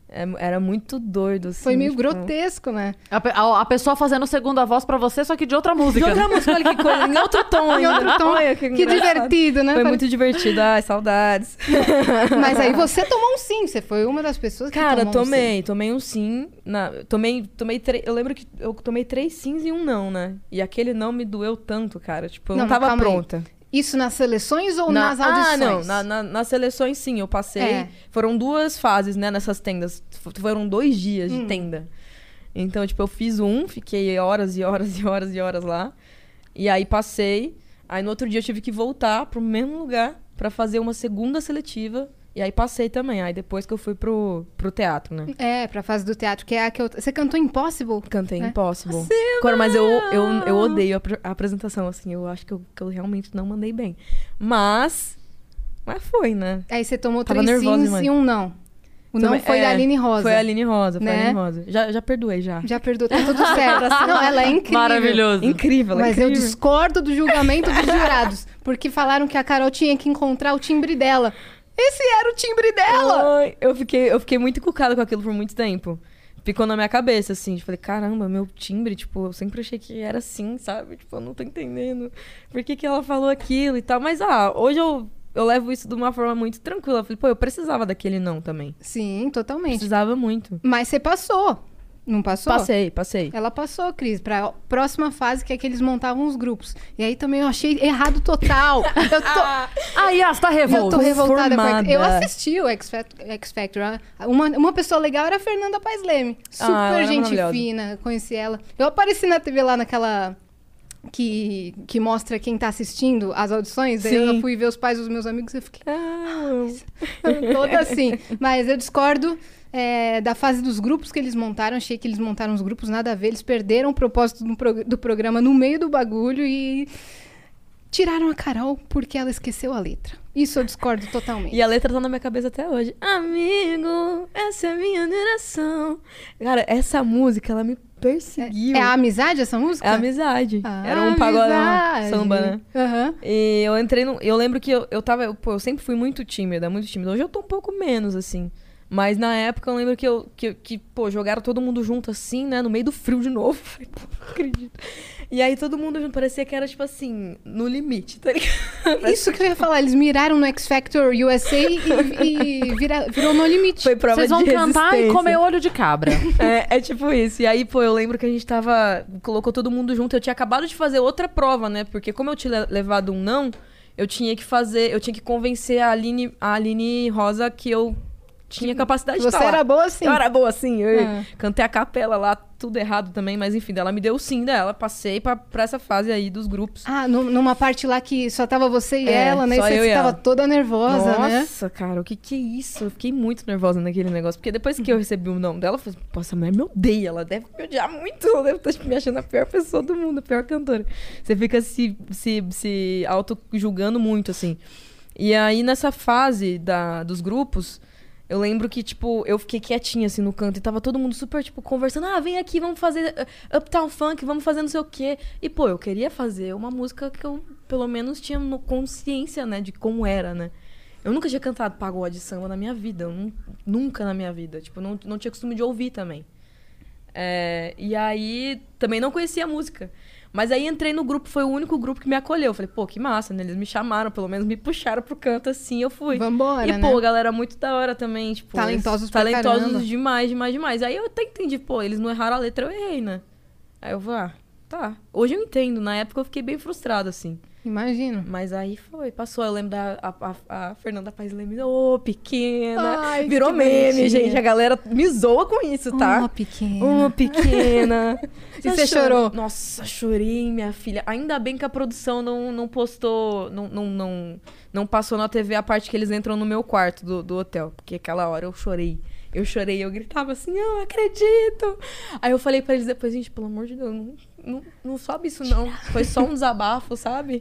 Speaker 5: é- era muito doido, assim.
Speaker 2: Foi meio
Speaker 5: tipo,
Speaker 2: grotesco, né?
Speaker 3: A, pe- a- a pessoa fazendo segunda voz pra você, só que de outra música.
Speaker 5: De outra música, olha que coisa. Em outro tom
Speaker 2: Em
Speaker 5: ainda.
Speaker 2: outro tom,
Speaker 5: Olha
Speaker 2: que,
Speaker 5: engraçado.
Speaker 2: divertido, né?
Speaker 5: Foi muito divertido. Ai, saudades.
Speaker 2: Mas aí você tomou um sim, você foi uma das pessoas que
Speaker 5: Cara,
Speaker 2: tomou um sim.
Speaker 5: tomei, tomei um sim. Na, tomei, tomei tre- Eu lembro que eu tomei três sims e um não, né? E aquele não me doeu tanto, cara. Tipo, eu não,
Speaker 2: Não, mas
Speaker 5: tava
Speaker 2: calma aí.
Speaker 5: pronta.
Speaker 2: Isso nas seleções ou
Speaker 5: Na-
Speaker 2: nas audições?
Speaker 5: Ah, não. na- na- nas seleções, sim, eu passei.
Speaker 2: É.
Speaker 5: Foram duas fases, né, nessas tendas. F- Foram dois dias
Speaker 2: Hum.
Speaker 5: de tenda. Então, tipo, eu fiz um, fiquei horas e horas e horas e horas lá. E aí passei. Aí no outro dia eu tive que voltar pro mesmo lugar pra fazer uma segunda seletiva. E aí passei também. Aí depois que eu fui pro, pro teatro, né?
Speaker 2: É, pra fase do teatro, que é a que eu... Você cantou Impossible?
Speaker 5: Cantei
Speaker 2: né?
Speaker 5: Impossible. Cara, mas eu, eu, eu odeio a, apre- a apresentação, assim. Eu acho que eu, que eu realmente não mandei bem. Mas. Mas foi, né?
Speaker 2: Aí você tomou
Speaker 5: Tava
Speaker 2: três
Speaker 5: nervosa
Speaker 2: sims
Speaker 5: demais.
Speaker 2: e um não. O não
Speaker 5: Também-
Speaker 2: foi da
Speaker 5: é,
Speaker 2: Aline Rosa.
Speaker 5: Foi a Aline Rosa, foi
Speaker 2: Né?
Speaker 5: a Aline Rosa. Já, já perdoei, já.
Speaker 2: Já perdoou, tá tudo certo. não, ela é incrível.
Speaker 3: Maravilhoso.
Speaker 5: Incrível, ela é
Speaker 2: Mas eu
Speaker 5: incrível.
Speaker 2: discordo do julgamento dos jurados, porque falaram que a Carol tinha que encontrar o timbre dela. Esse era o timbre dela!
Speaker 5: Ai, Eu fiquei, eu fiquei muito encucada com aquilo por muito tempo. Ficou na minha cabeça, assim. Eu falei, caramba, meu timbre, tipo, eu sempre achei que era assim, sabe? Tipo, eu não tô entendendo por que, que ela falou aquilo e tal. Mas, ah, hoje eu, eu levo isso de uma forma muito tranquila. Eu falei, pô, eu precisava daquele não também.
Speaker 2: Sim, totalmente.
Speaker 5: Precisava muito.
Speaker 2: Mas você passou. Não passou?
Speaker 5: Passei, passei.
Speaker 2: Ela passou, Cris, pra próxima fase, que é que eles montavam os grupos. E aí também eu achei errado total. Eu tô,
Speaker 4: Ah, Yas, tá
Speaker 2: eu tô
Speaker 4: revolta.
Speaker 2: revoltada com a
Speaker 5: Formada.
Speaker 2: Eu assisti o X Fac- X Factor. Uma, uma pessoa legal era a Fernanda Paes Leme.
Speaker 5: Ah,
Speaker 2: Super
Speaker 5: ela era
Speaker 2: gente
Speaker 5: maravilhosa.
Speaker 2: fina, conheci ela. Eu apareci na TV lá naquela. Que, que mostra quem tá assistindo as audições. Daí eu
Speaker 5: Sim.
Speaker 2: fui ver os pais dos meus amigos e eu fiquei
Speaker 5: Ah,
Speaker 2: toda assim. Mas eu discordo é, da fase dos grupos que eles montaram. Achei que eles montaram os grupos nada a ver. Eles perderam o propósito do, prog- do programa no meio do bagulho e tiraram a Carol porque ela esqueceu a letra. Isso eu discordo totalmente.
Speaker 5: E a letra tá na minha cabeça até hoje. Amigo, essa é a minha direção. Cara, essa música, ela me perseguiu.
Speaker 2: É a amizade essa música?
Speaker 5: É a amizade.
Speaker 2: Ah,
Speaker 5: Era um pagode, um
Speaker 2: amizade.
Speaker 5: samba, né?
Speaker 2: Aham.
Speaker 5: E eu entrei num. Eu lembro que eu, eu tava. Eu, pô, eu sempre fui muito tímida, muito tímida. Hoje eu tô um pouco menos, assim. Mas na época eu lembro que eu. Que, que, pô, jogaram todo mundo junto assim, né? No meio do frio de novo. Falei, pô, não acredito. E aí todo mundo junto. Parecia que era, tipo assim, no limite, tá ligado?
Speaker 2: Isso que eu ia falar, eles miraram no X Factor USA e, e vira- virou no limite.
Speaker 5: Foi prova
Speaker 3: Vocês vão
Speaker 5: de
Speaker 3: cantar e
Speaker 5: resistência.
Speaker 3: comer olho de cabra.
Speaker 5: É, é tipo isso. E aí, pô, eu lembro que a gente tava. Colocou todo mundo junto. Eu tinha acabado de fazer outra prova, né? Porque como eu tinha le- levado um não, eu tinha que fazer. Eu tinha que convencer a Aline, a Aline Rosa que eu tinha capacidade de
Speaker 2: Você
Speaker 5: falar.
Speaker 2: era boa assim.
Speaker 5: Eu era boa, sim. Eu
Speaker 2: Ah.
Speaker 5: cantei a capela lá, tudo errado também, mas enfim, ela me deu o sim dela. Passei pra, pra essa fase aí dos grupos.
Speaker 2: Ah, nu- numa parte lá que só tava você e
Speaker 5: É,
Speaker 2: ela, né? E
Speaker 5: só
Speaker 2: você
Speaker 5: eu e
Speaker 2: tava
Speaker 5: ela.
Speaker 2: toda nervosa, né?
Speaker 5: Nossa, cara, o que que é isso? Eu fiquei muito nervosa naquele negócio. Porque depois que eu recebi o nome dela, eu falei, assim, pô, essa mulher me odeia. Ela deve me odiar muito. Ela deve estar me achando a pior pessoa do mundo, a pior cantora. Você fica se, se, se auto-julgando muito, assim. E aí, nessa fase da, dos grupos, eu lembro que, tipo, eu fiquei quietinha, assim, no canto. E tava todo mundo super, tipo, conversando. Ah, vem aqui, vamos fazer uh, Uptown Funk, vamos fazer não sei o quê. E, pô, eu queria fazer uma música que eu, pelo menos, tinha no- consciência, né? De como era, né? Eu nunca tinha cantado pagode e samba na minha vida. eu nun- Nunca na minha vida. Tipo, não, não tinha costume de ouvir também. É, e aí, também não conhecia a música. Mas aí entrei no grupo, foi o único grupo que me acolheu. Eu Falei, pô, que massa, né? Eles me chamaram, pelo menos me puxaram pro canto assim, eu fui.
Speaker 2: Vambora,
Speaker 5: E, pô,
Speaker 2: né?
Speaker 5: galera muito da hora também, tipo...
Speaker 2: Talentosos
Speaker 5: eles-
Speaker 2: pra
Speaker 5: Talentosos
Speaker 2: caramba.
Speaker 5: demais, demais, demais. Aí eu até entendi, pô, eles não erraram a letra, eu errei, né? Aí eu falei, ah, tá. Hoje eu entendo, na época eu fiquei bem frustrada, assim.
Speaker 2: Imagino.
Speaker 5: Mas aí foi, passou. Eu lembro da a, a- a Fernanda Paes Leme, ô, pequena.
Speaker 2: Ai,
Speaker 5: Virou
Speaker 2: que
Speaker 5: meme,
Speaker 2: bonitinha.
Speaker 5: gente. A galera me zoa com isso,
Speaker 2: Uma
Speaker 5: tá?
Speaker 2: pequena.
Speaker 5: Ô, pequena.
Speaker 2: E você
Speaker 5: chora-
Speaker 2: chorou?
Speaker 5: Nossa, chorei, minha filha. Ainda bem que a produção não, não postou, não, não, não, não passou na TV a parte que eles entram no meu quarto do, do hotel. Porque aquela hora eu chorei. Eu chorei, eu gritava assim, eu não acredito. Aí eu falei pra eles depois, gente, pelo amor de Deus, não, não, não sobe isso não. Foi só um desabafo, sabe?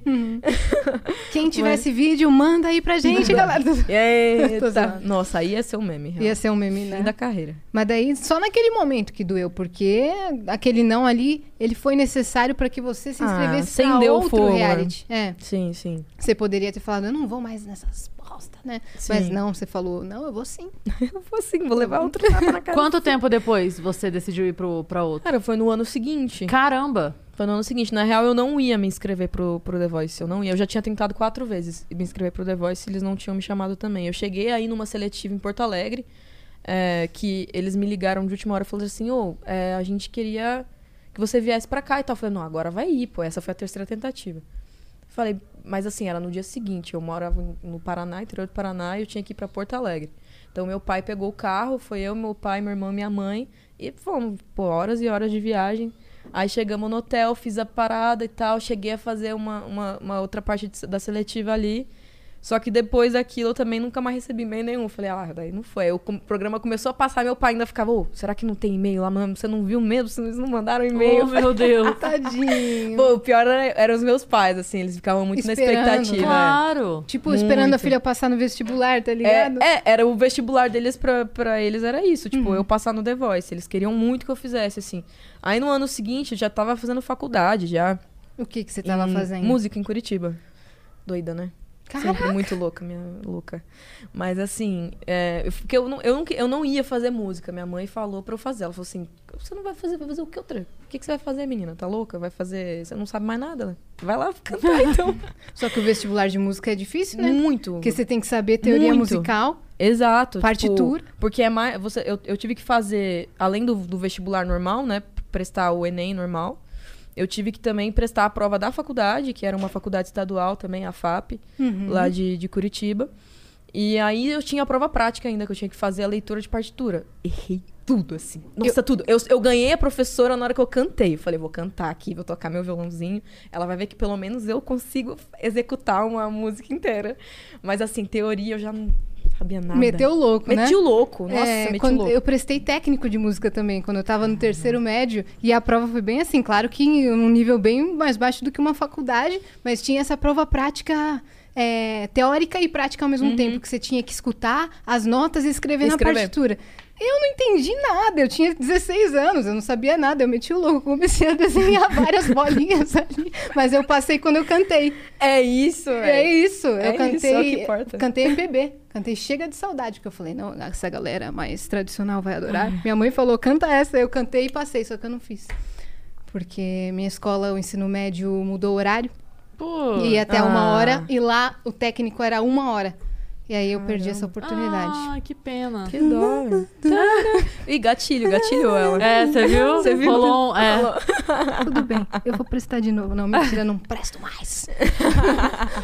Speaker 2: Quem tiver esse vídeo, manda aí pra gente, galera. Tô
Speaker 5: Eita.
Speaker 2: zoando.
Speaker 5: Nossa, aí ia ser um meme.
Speaker 2: Ia
Speaker 5: realmente.
Speaker 2: ser um meme,
Speaker 5: Fim
Speaker 2: né?
Speaker 5: da carreira.
Speaker 2: Mas daí, só naquele momento que doeu, porque aquele não ali, ele foi necessário pra que você se
Speaker 5: Ah,
Speaker 2: inscrevesse pra
Speaker 5: acendeu o
Speaker 2: outro
Speaker 5: fogo, né?
Speaker 2: reality. É,
Speaker 5: Sim, sim.
Speaker 2: você poderia ter falado, eu não vou mais nessas bosta, né?
Speaker 5: Sim.
Speaker 2: Mas não, você falou, não, eu vou sim.
Speaker 5: Eu vou assim, vou levar outro tapa na cara.
Speaker 3: Quanto tempo depois você decidiu ir pro, pra outro?
Speaker 5: Cara, foi no ano seguinte.
Speaker 3: Caramba!
Speaker 5: Foi no ano seguinte. Na real, eu não ia me inscrever pro, pro The Voice. Eu não ia. Eu já tinha tentado quatro vezes me inscrever pro The Voice eles não tinham me chamado também. Eu cheguei aí numa seletiva em Porto Alegre, é, que eles me ligaram de última hora e falaram assim, ô, é, a gente queria que você viesse pra cá e tal. Eu falei, não, agora vai ir, pô. Essa foi a terceira tentativa. Falei, mas assim, era no dia seguinte. Eu morava em- no Paraná, interior do Paraná, e eu tinha que ir pra Porto Alegre. Então, meu pai pegou o carro, foi eu, meu pai, minha irmã, minha mãe. E fomos, pô, horas e horas de viagem. Aí chegamos no hotel, fiz a parada e tal. Cheguei a fazer uma, uma, uma outra parte de- da seletiva ali. Só que depois daquilo eu também nunca mais recebi e-mail nenhum. Falei, ah, daí não foi. Aí o com- programa começou a passar, meu pai ainda ficava, ô, será que não tem e-mail lá mesmo? Você não viu mesmo? Vocês não mandaram e-mail?
Speaker 3: Oh, meu Deus!
Speaker 2: Tadinho.
Speaker 5: Pô, o pior era- eram os meus pais, assim, eles ficavam muito na
Speaker 2: Esperando.
Speaker 5: expectativa. é.
Speaker 3: Claro!
Speaker 2: Tipo, esperando a
Speaker 5: Muito.
Speaker 2: filha passar no vestibular, tá
Speaker 5: É,
Speaker 2: ligado? Uhum.
Speaker 5: é, era o vestibular deles pra, pra eles, era isso. Tipo, eu passar no The Voice. Eles queriam muito que eu fizesse, assim. Aí no ano seguinte, eu já tava fazendo faculdade, já.
Speaker 2: O que, que você tava
Speaker 5: em
Speaker 2: fazendo?
Speaker 5: Música em Curitiba. Doida, né?
Speaker 2: Caraca.
Speaker 5: Sempre muito louca, minha louca. Mas assim, é, eu- porque eu não, eu, não, que- eu não ia fazer música. Minha mãe falou pra eu fazer. Ela falou assim: você não vai fazer, vai fazer o que outra? O que, que você vai fazer, menina? Tá louca? Vai fazer. Você não sabe mais nada. né? Vai lá cantar então.
Speaker 2: Só que o vestibular de música é difícil, né?
Speaker 5: Muito.
Speaker 2: Porque você tem que saber teoria
Speaker 5: Muito.
Speaker 2: musical,
Speaker 5: Exato. tipo,
Speaker 2: Partitura.
Speaker 5: porque é mais. Você, eu, eu tive que fazer, além do, do vestibular normal, né? Prestar o Enem normal. Eu tive que também prestar a prova da faculdade, que era uma faculdade estadual também, a FAP, lá de, de Curitiba. E aí eu tinha a prova prática ainda, que eu tinha que fazer a leitura de partitura. Errei tudo, assim. Nossa, tudo. Eu, eu ganhei a professora na hora que eu cantei. Eu falei, vou cantar aqui, vou tocar meu violãozinho. Ela vai ver que pelo menos eu consigo executar uma música inteira. Mas assim, teoria eu já não sabia nada.
Speaker 2: Meteu o louco, né?
Speaker 5: Meti o louco. Nossa,
Speaker 2: É,
Speaker 5: meti o
Speaker 2: quando-
Speaker 5: louco.
Speaker 2: Eu prestei técnico de música também, quando eu tava no terceiro médio, e a prova foi bem assim, claro que em um nível bem mais baixo do que uma faculdade, mas tinha essa prova prática. é, teórica e prática ao mesmo tempo, que você tinha que escutar as notas e escrever,
Speaker 5: Uhum. Escrever.
Speaker 2: na partitura. Eu não entendi nada, eu tinha 16 anos, eu não sabia nada, eu meti o louco, comecei a desenhar várias bolinhas ali, mas eu passei quando eu cantei.
Speaker 5: É isso,
Speaker 2: É
Speaker 5: velho.
Speaker 2: isso,
Speaker 5: É
Speaker 2: eu
Speaker 5: isso, é o
Speaker 2: cantei,
Speaker 5: que importa.
Speaker 2: cantei MPB, cantei Chega de Saudade, que eu falei, não, essa galera mais tradicional vai adorar. Minha mãe falou, canta essa, eu cantei e passei, só que eu não fiz. Porque minha escola, o ensino médio mudou o horário,
Speaker 3: Pô.
Speaker 2: e ia até uma
Speaker 5: ah.
Speaker 2: hora, e lá o técnico era uma hora. E aí eu perdi essa oportunidade. Uhum.
Speaker 3: Ah, que pena.
Speaker 5: Que dó. velho. Ih, gatilho, gatilhou ela.
Speaker 3: É, você viu? Você
Speaker 5: viu?
Speaker 3: Rolou, um- é.
Speaker 2: Tudo bem, eu vou prestar de novo. Não, mentira, não presto mais.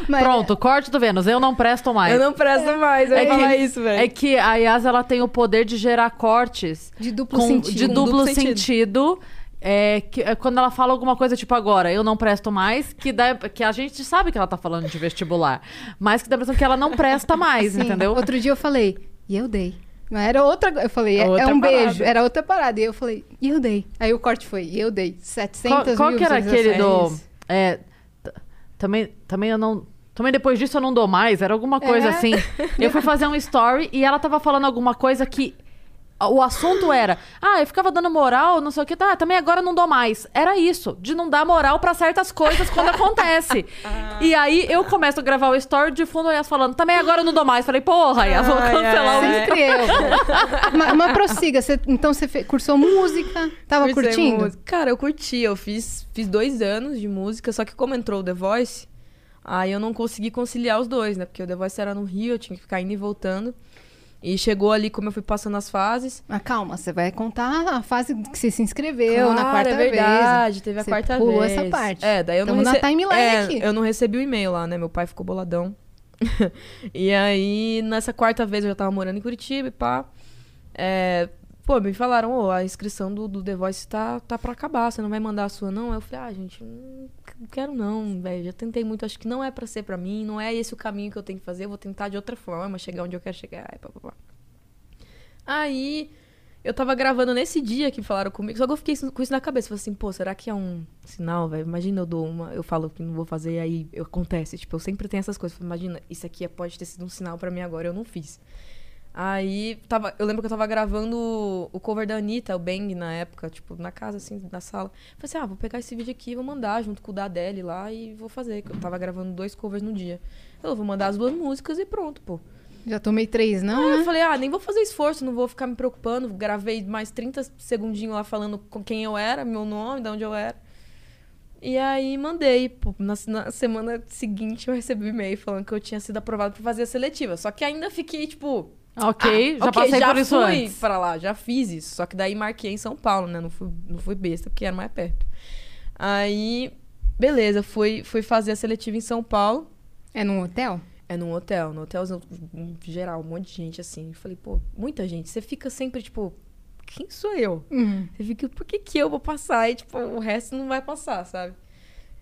Speaker 2: Mas-
Speaker 3: Pronto, corte do Vênus. Eu não presto mais.
Speaker 5: Eu não presto mais, eu
Speaker 3: É
Speaker 5: ia
Speaker 3: que-
Speaker 5: falar isso, velho.
Speaker 3: É que a Yas, ela tem o poder de gerar cortes
Speaker 2: De duplo
Speaker 3: com,
Speaker 2: sentido.
Speaker 3: de
Speaker 5: Com
Speaker 3: duplo,
Speaker 5: duplo
Speaker 3: sentido.
Speaker 5: sentido.
Speaker 3: é, que, é quando ela fala alguma coisa tipo agora, eu não presto mais, que, dá, que a gente sabe que ela tá falando de vestibular, mas que dá a impressão que ela não presta mais,
Speaker 2: Sim.
Speaker 3: entendeu?
Speaker 2: Outro dia eu falei, e eu dei. Não era outra. Eu falei, é,
Speaker 5: Outra
Speaker 2: é um
Speaker 5: parada.
Speaker 2: beijo, era outra parada. E eu falei, e eu dei. Aí o corte foi, e eu dei. 700
Speaker 3: Qual, qual
Speaker 2: mil
Speaker 3: que era aquele do.
Speaker 2: visualizações.
Speaker 3: é, t- também, também eu não. Também depois disso eu não dou mais, era alguma coisa
Speaker 2: É.
Speaker 3: assim. Eu fui fazer um story e ela tava falando alguma coisa que. O assunto era, ah, eu ficava dando moral, não sei o que, tá, também agora eu não dou mais. Era isso, de não dar moral pra certas coisas quando acontece.
Speaker 5: Ah.
Speaker 3: E aí eu começo a gravar o story de fundo e falando, também agora eu não dou mais. Falei, porra, Yas, vou
Speaker 5: Ai,
Speaker 3: cancelar o
Speaker 5: ai.
Speaker 2: Sempre eu. mas, mas prossiga. você- então você fe- cursou música, tava
Speaker 5: Cursei
Speaker 2: curtindo?
Speaker 5: música. Cara, eu curti. Eu fiz, fiz dois anos de música, só que como entrou o The Voice, aí eu não consegui conciliar os dois, né? Porque o The Voice era no Rio, eu tinha que ficar indo e voltando. E chegou ali, como eu fui passando as fases.
Speaker 2: Mas Ah, calma, você vai contar a fase que você se inscreveu na
Speaker 5: Claro,
Speaker 2: quarta
Speaker 5: é verdade,
Speaker 2: vez.
Speaker 5: teve a
Speaker 2: Você
Speaker 5: quarta
Speaker 2: pulou
Speaker 5: vez.
Speaker 2: essa parte.
Speaker 5: É, daí eu
Speaker 2: Tamo
Speaker 5: não
Speaker 2: na
Speaker 5: rece-
Speaker 2: timeline
Speaker 5: é,
Speaker 2: aqui.
Speaker 5: Eu não recebi o e-mail lá, né? Meu pai ficou boladão. e aí, nessa quarta vez, eu já tava morando em Curitiba e pá. É, Pô, me falaram, ô, a inscrição do, do The Voice tá, tá pra acabar, você não vai mandar a sua, não? Aí Eu falei, ah, gente, não quero não, velho. Já tentei muito, acho que não é pra ser pra mim, não é esse o caminho que eu tenho que fazer, eu vou tentar de outra forma, chegar onde eu quero chegar, e pá, pá, pá. Aí eu tava gravando nesse dia que falaram comigo, só que eu fiquei isso- com isso na cabeça. Falei assim, pô, será que é um sinal, velho? Imagina eu dou uma, eu falo que não vou fazer e aí eu- acontece. Tipo, eu sempre tenho essas coisas. Falei, imagina, isso aqui é- pode ter sido um sinal pra mim agora, eu não fiz. Aí, tava, eu lembro que eu tava gravando o- o cover da Anitta, o Bang, na época, tipo, na casa, assim, na sala. Falei assim, ah, vou pegar esse vídeo aqui, vou mandar junto com o da Adele lá e vou fazer. que Eu tava gravando dois covers no dia. Eu vou mandar as duas músicas e pronto, pô.
Speaker 2: Já tomei três, não?
Speaker 5: Aí
Speaker 3: Uhum.
Speaker 2: né?
Speaker 5: eu falei, ah, nem vou fazer esforço, não vou ficar me preocupando. Gravei mais 30 segundinhos lá falando com quem eu era, meu nome, de onde eu era. E aí mandei. Pô, na, na semana seguinte eu recebi um e-mail falando que eu tinha sido aprovado pra fazer a seletiva. Só que ainda fiquei, tipo.
Speaker 3: Ok, já
Speaker 5: ok,
Speaker 3: passei
Speaker 5: já
Speaker 3: por isso
Speaker 5: fui
Speaker 3: antes.
Speaker 5: pra lá, já fiz isso. Só que daí marquei em São Paulo, né? Não fui, não fui besta, porque era mais perto. Aí, beleza, fui, fui fazer a seletiva em São Paulo.
Speaker 2: É num hotel?
Speaker 5: É num hotel, no hotel geral, um monte de gente assim. Eu falei, pô, muita gente. Você fica sempre tipo, quem sou eu?
Speaker 2: Uhum.
Speaker 5: Você fica, por que, que eu vou passar? E tipo, o resto não vai passar, sabe?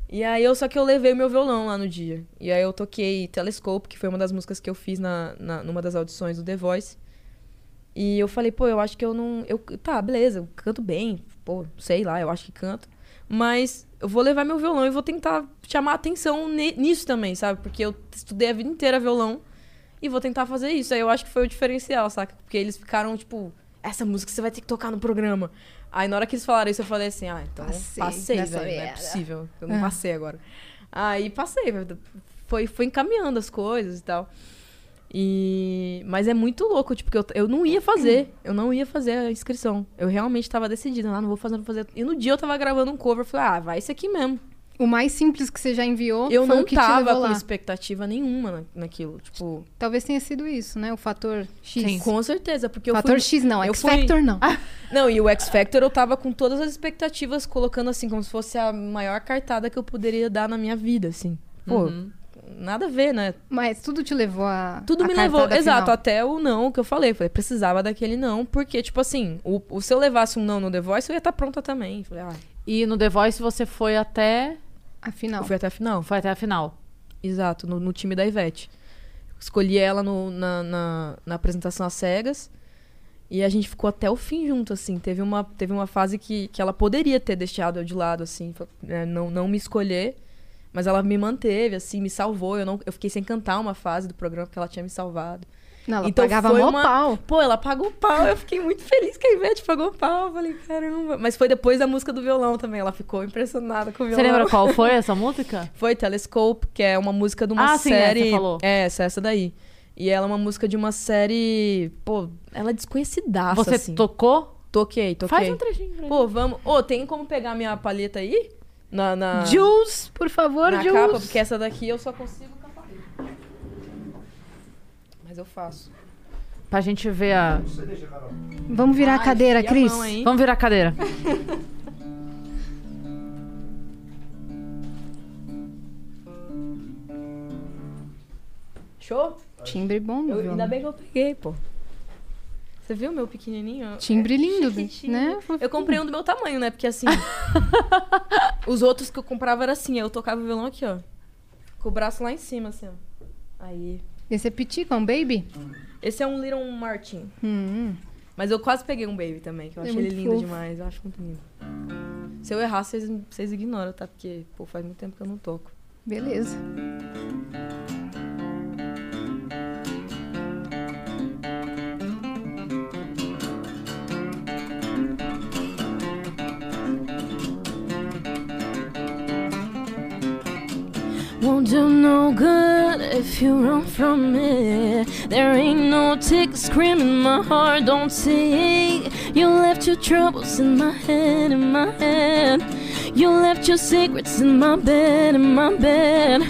Speaker 5: E aí eu só que eu levei meu violão lá no dia. E aí eu toquei Telescope, que foi uma das músicas que eu fiz na, na- numa das audições do The Voice. E eu falei, pô, eu acho que eu não. Eu, tá, beleza, eu canto bem, pô, sei lá, eu acho que canto. Mas eu vou levar meu violão e vou tentar chamar atenção ni- nisso também, sabe? Porque eu estudei a vida inteira violão e vou tentar fazer isso. Aí eu acho que foi o diferencial, saca? Porque eles ficaram, tipo, essa música você vai ter que tocar no programa. Aí na hora que eles falaram isso, eu falei assim, ah, então
Speaker 2: Passei
Speaker 5: passei,
Speaker 2: nessa
Speaker 5: velho, não é
Speaker 2: merda.
Speaker 5: possível. Eu não passei agora. Aí passei, velho. Foi, foi encaminhando as coisas e tal. E... Mas é muito louco, tipo, que eu, eu não ia fazer. Eu não ia fazer a inscrição. Eu realmente tava decidida, ah, não vou fazer, não vou fazer. E no dia eu tava gravando um cover, eu falei, ah, vai isso aqui mesmo.
Speaker 2: o mais simples que você já enviou
Speaker 5: Eu
Speaker 2: foi
Speaker 5: não
Speaker 2: o que te
Speaker 5: tava
Speaker 2: levou
Speaker 5: com
Speaker 2: lá.
Speaker 5: expectativa nenhuma na- naquilo. Tipo,
Speaker 2: Talvez tenha sido isso, né? O fator X.
Speaker 3: Sim.
Speaker 5: com certeza, porque eu
Speaker 2: fator
Speaker 5: fui...
Speaker 2: X não,
Speaker 5: eu
Speaker 2: X
Speaker 5: fui-
Speaker 2: Factor não.
Speaker 5: Não, e o X Factor eu tava com todas as expectativas colocando assim, como se fosse a maior cartada que eu poderia dar na minha vida, assim. Pô, nada a ver, né?
Speaker 2: Mas tudo te levou a.
Speaker 5: Tudo
Speaker 2: a
Speaker 5: me levou,
Speaker 2: cartada
Speaker 5: exato,
Speaker 2: final.
Speaker 5: até o não que eu falei. Falei, precisava daquele não, porque, tipo assim, o, o- se eu levasse um não no The Voice, eu ia estar pronta também. Falei, ah,
Speaker 3: E no The Voice você foi até.
Speaker 2: Afinal.
Speaker 5: eu fui até a final.
Speaker 3: Foi até a final.
Speaker 5: Exato, no, no time da Ivete. Escolhi ela no- na, na, na apresentação às cegas. E a gente ficou até o fim junto, assim. Teve uma, teve uma fase que, que ela poderia ter deixado eu de lado, assim, fa- né, não, não me escolher. Mas ela me manteve, assim, me salvou. Eu, não, eu fiquei sem cantar uma fase do programa, porque ela tinha me salvado.
Speaker 2: Não, ela
Speaker 5: Então
Speaker 2: pagava
Speaker 5: foi
Speaker 2: mó
Speaker 5: uma-
Speaker 2: pau.
Speaker 5: Pô, ela pagou pau. Eu fiquei muito feliz que a Ivete pagou pau. Eu Falei, caramba. Mas foi depois da música do violão também. Ela ficou impressionada com o
Speaker 3: Você
Speaker 5: violão.
Speaker 3: lembra qual foi essa música?
Speaker 5: Foi Telescope, que é uma música de uma
Speaker 3: Ah, sim, é,
Speaker 5: série.
Speaker 3: você falou.
Speaker 5: É, essa, essa daí. E ela é uma música de uma série. Pô, ela é desconhecidaça.
Speaker 3: você
Speaker 5: assim.
Speaker 3: tocou?
Speaker 5: Toquei, toquei.
Speaker 3: Faz um trechinho pra mim.
Speaker 5: Pô, vamos. Ô, tem como pegar minha palheta aí? Na.
Speaker 3: Ah.
Speaker 5: na...
Speaker 2: Jules, por favor,
Speaker 5: na
Speaker 2: Jules.
Speaker 5: capa, porque essa daqui eu só consigo com a palheta. Mas eu faço.
Speaker 3: Pra gente ver a.
Speaker 2: Vamos virar Tá a
Speaker 5: Ai,
Speaker 2: cadeira,
Speaker 5: e a
Speaker 2: Cris.
Speaker 5: mão, hein?
Speaker 3: Vamos virar a cadeira.
Speaker 5: Show?
Speaker 2: Timbre bom,
Speaker 5: Eu-
Speaker 2: viu?
Speaker 5: ainda bem que eu peguei, pô. Você viu o meu pequenininho?
Speaker 2: Timbre lindo, né?
Speaker 5: Eu comprei um do meu tamanho, né? Porque assim. os outros que eu comprava era assim, eu tocava o violão aqui, ó. Com o braço lá em cima, assim, ó. Aí.
Speaker 2: Esse é pitica, um baby?
Speaker 5: Esse é um Little Martin.
Speaker 2: Hum.
Speaker 5: Mas eu quase peguei um baby também, que eu
Speaker 2: É
Speaker 5: achei ele
Speaker 2: muito
Speaker 5: lindo
Speaker 2: fofo.
Speaker 5: demais. Eu acho muito lindo. Se eu errar, vocês, vocês ignoram, tá? Porque, pô, faz muito tempo que eu não toco.
Speaker 2: Beleza.
Speaker 4: Won't do no good if you run from me. There ain't no tick screaming, my heart don't see. You left your troubles in my head, in my head. You left your secrets in my bed, in my bed.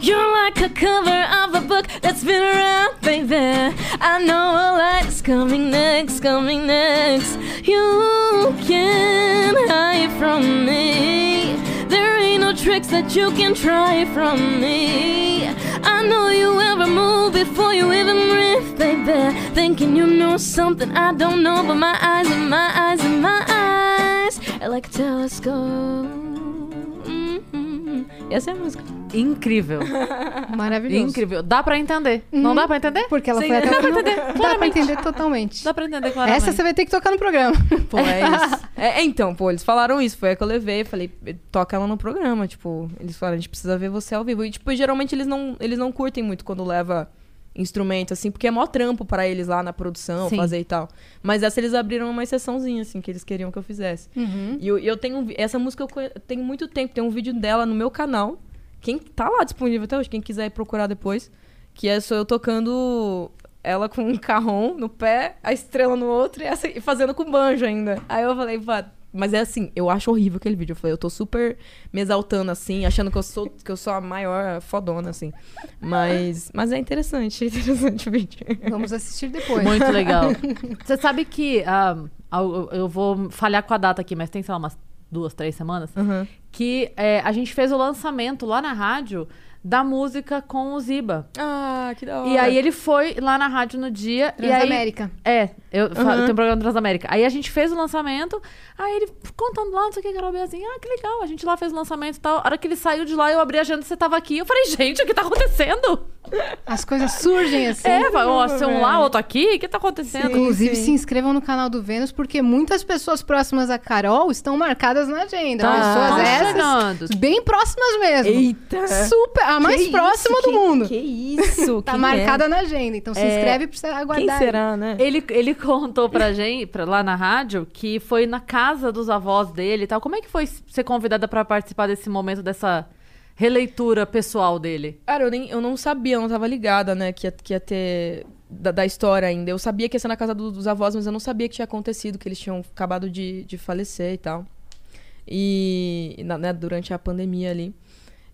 Speaker 4: You're like a cover of a book that's been around, baby. I know a light's coming next, coming next. You can hide from me. There ain't no tricks that you can try from me. I know you ever move before you even riff, baby. Thinking you know something I don't know, but my eyes and my eyes and my eyes are like a telescope. Mhm. Essa é a música.
Speaker 3: Incrível.
Speaker 2: Maravilhoso.
Speaker 3: Incrível. Dá pra entender. Não
Speaker 2: Uhum.
Speaker 3: dá pra entender?
Speaker 2: Porque ela foi até o final. Dá pra entender totalmente.
Speaker 3: Dá pra entender claramente.
Speaker 2: Essa você vai ter que tocar no programa.
Speaker 5: Pô, é isso. É, é, então, pô, eles falaram isso, foi a que eu levei, falei, toca ela no programa, tipo, eles falaram, a gente precisa ver você ao vivo. E, tipo, geralmente eles não, eles não curtem muito quando leva instrumento, assim, porque é mó trampo pra eles lá na produção,
Speaker 3: Sim.
Speaker 5: fazer e tal. Mas essa eles abriram uma exceçãozinha, assim, que eles queriam que eu fizesse. E eu, e eu tenho, um vi- essa música eu conhe- eu tenho muito tempo, tem um vídeo dela no meu canal, quem tá lá disponível até hoje, quem quiser ir procurar depois, que é só eu tocando ela com um carrom no pé, a estrela no outro e, essa- e fazendo com banjo ainda. Aí eu falei, pá, mas é assim, eu acho horrível aquele vídeo. Eu falei, eu tô super me exaltando assim, achando que eu sou que eu sou a maior fodona assim. Mas mas é interessante, é interessante o vídeo.
Speaker 2: Vamos assistir depois.
Speaker 3: Muito legal. Você sabe que. ah, eu- eu vou falhar com a data aqui, mas tem, sei lá, umas duas, três semanas. Que eh, a gente fez o lançamento lá na rádio da música com o Ziba.
Speaker 5: Ah, que da hora.
Speaker 3: E aí ele foi lá na rádio no dia. e aí-
Speaker 2: Transamérica.
Speaker 3: é, eu falo, tem um programa do Transamérica. Aí a gente fez o lançamento, aí ele contando lá, não sei o que, Carol Beazinha, ah, que legal, a gente lá fez o lançamento e tal. A hora que ele saiu de lá, eu abri a agenda, você tava aqui. Eu falei, gente, o que tá acontecendo?
Speaker 2: As coisas surgem assim.
Speaker 3: é, vai, ó, ser um lá, outro aqui, o que tá acontecendo?
Speaker 2: Inclusive, se inscrevam no canal do Vênus, porque muitas pessoas próximas a Carol estão marcadas na agenda.
Speaker 3: Tá,
Speaker 2: pessoas
Speaker 3: tão
Speaker 2: essas,
Speaker 3: chegando.
Speaker 2: bem próximas mesmo.
Speaker 5: Eita.
Speaker 2: Super, a mais
Speaker 5: um É. Que
Speaker 2: próxima
Speaker 5: isso,
Speaker 2: do
Speaker 5: que-
Speaker 2: mundo.
Speaker 5: Que isso?
Speaker 2: tá
Speaker 5: Quem é?
Speaker 2: marcada na agenda. Então se
Speaker 5: É,
Speaker 2: inscreve pra você aguardar.
Speaker 5: Quem será, né?
Speaker 3: Ele, ele contou pra gente, pra, lá na rádio, que foi na casa dos avós dele e tal. Como é que foi ser convidada pra participar desse momento, dessa releitura pessoal dele?
Speaker 5: Cara, eu, nem, eu não sabia, eu não tava ligada, né, que ia, que ia ter da, da história ainda. Eu sabia que ia ser na casa do- dos avós, mas eu não sabia que tinha acontecido, que eles tinham acabado de, de falecer e tal. E na- né, durante a pandemia ali.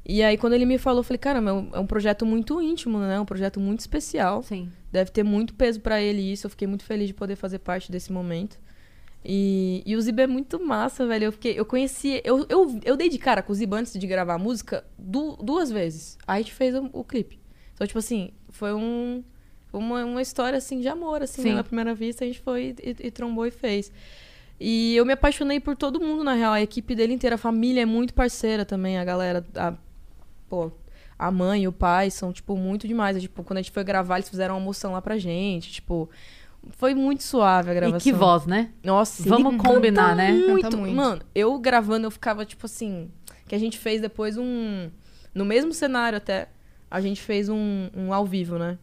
Speaker 5: E aí quando ele me falou, eu falei, cara, é um, é um projeto muito íntimo, né? É um projeto muito especial.
Speaker 3: Sim.
Speaker 5: Deve ter muito peso pra ele isso. Eu fiquei muito feliz de poder fazer parte desse momento. E, e o Ziba é muito massa, velho. Eu, fiquei, eu conheci. Eu, eu, eu dei de cara com o Ziba antes de gravar a música du- duas vezes. Aí a gente fez o, o clipe. Então, tipo assim, foi um, uma, uma história assim de amor, assim,
Speaker 3: Sim.
Speaker 5: né? na primeira vista. A gente foi e, e trombou e fez. E eu me apaixonei por todo mundo, na real. A equipe dele inteira, a família é muito parceira também, a galera. A, pô, a mãe e o pai são, tipo, muito demais. É, tipo, quando a gente foi gravar, eles fizeram uma moção lá pra gente. Tipo, foi muito suave a gravação.
Speaker 3: E que voz, né?
Speaker 5: Nossa,
Speaker 3: Vamos
Speaker 5: ele
Speaker 3: combinar,
Speaker 5: canta
Speaker 3: né?
Speaker 2: Canta
Speaker 5: Muito.
Speaker 2: Tá muito.
Speaker 5: Mano, eu gravando, eu ficava, tipo assim. Que a gente fez depois um. No mesmo cenário até. A gente fez um, um ao vivo, né?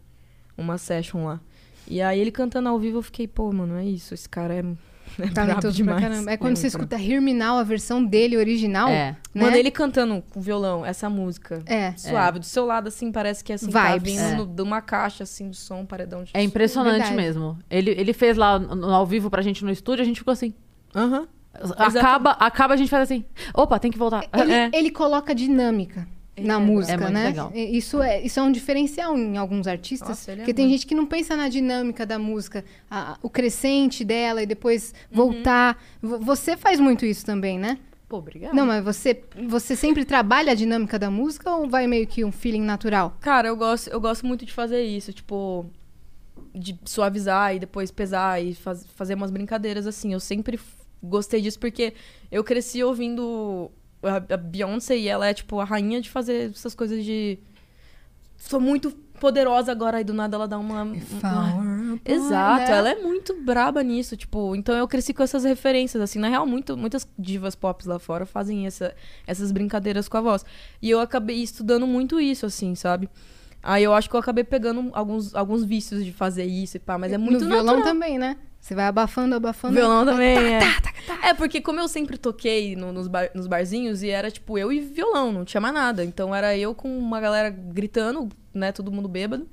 Speaker 5: Uma session lá. E aí ele cantando ao vivo, eu fiquei, pô, mano, é isso. Esse cara é. É brabo
Speaker 2: Talentoso Tá pra
Speaker 5: demais.
Speaker 2: caramba. É quando
Speaker 5: Ele
Speaker 2: você
Speaker 5: brabo.
Speaker 2: escuta Herminal, a versão dele original.
Speaker 3: É.
Speaker 2: né?
Speaker 5: Mano, ele cantando com violão, essa música.
Speaker 2: É.
Speaker 5: Suave. Do seu lado, assim, parece que é assim, tá
Speaker 2: Vibes.
Speaker 5: vindo
Speaker 2: É.
Speaker 5: no- de uma caixa, assim, do som, um paredão de
Speaker 3: É impressionante
Speaker 2: Verdade.
Speaker 3: mesmo. Ele, ele fez lá no- ao vivo pra gente no estúdio, a gente ficou assim.
Speaker 5: Aham.
Speaker 3: Acaba, acaba, a gente faz assim. Opa, tem que voltar.
Speaker 2: Ele,
Speaker 3: É.
Speaker 2: ele coloca dinâmica na música,
Speaker 3: É muito
Speaker 2: né?
Speaker 3: legal.
Speaker 2: E- Isso é, isso é um diferencial em alguns artistas,
Speaker 5: Nossa, ele é
Speaker 2: porque tem
Speaker 5: muito.
Speaker 2: gente que não pensa na dinâmica da música, a- o crescente dela e depois
Speaker 5: Uhum.
Speaker 2: voltar. Vo- Você faz muito isso também, né?
Speaker 5: Pô, obrigada.
Speaker 2: Não, mas você, você sempre trabalha a dinâmica da música ou vai meio que um feeling natural?
Speaker 5: Cara, eu gosto, eu gosto muito de fazer isso, tipo, de suavizar e depois pesar e faz- fazer umas brincadeiras assim. Eu sempre f- gostei disso porque eu cresci ouvindo a, a Beyoncé e ela é, tipo, a rainha de fazer essas coisas de. Sou muito poderosa agora e do nada ela dá uma. um uma- Exato,
Speaker 2: né?
Speaker 5: ela é muito braba nisso, tipo, então eu cresci com essas referências, assim, na real, muito, muitas divas pop lá fora fazem essa, essas brincadeiras com a voz. E eu acabei estudando muito isso, assim, sabe? Aí eu acho que eu acabei pegando alguns, alguns vícios de fazer isso e pá, mas é muito
Speaker 2: no violão
Speaker 5: natural.
Speaker 2: também, né? Você vai abafando, abafando.
Speaker 5: Violão também,
Speaker 2: tá,
Speaker 5: é. É, porque como eu sempre toquei no- nos, bar- nos barzinhos, e era tipo eu e violão, não tinha mais nada. Então era eu com uma galera gritando, né, todo mundo bêbado.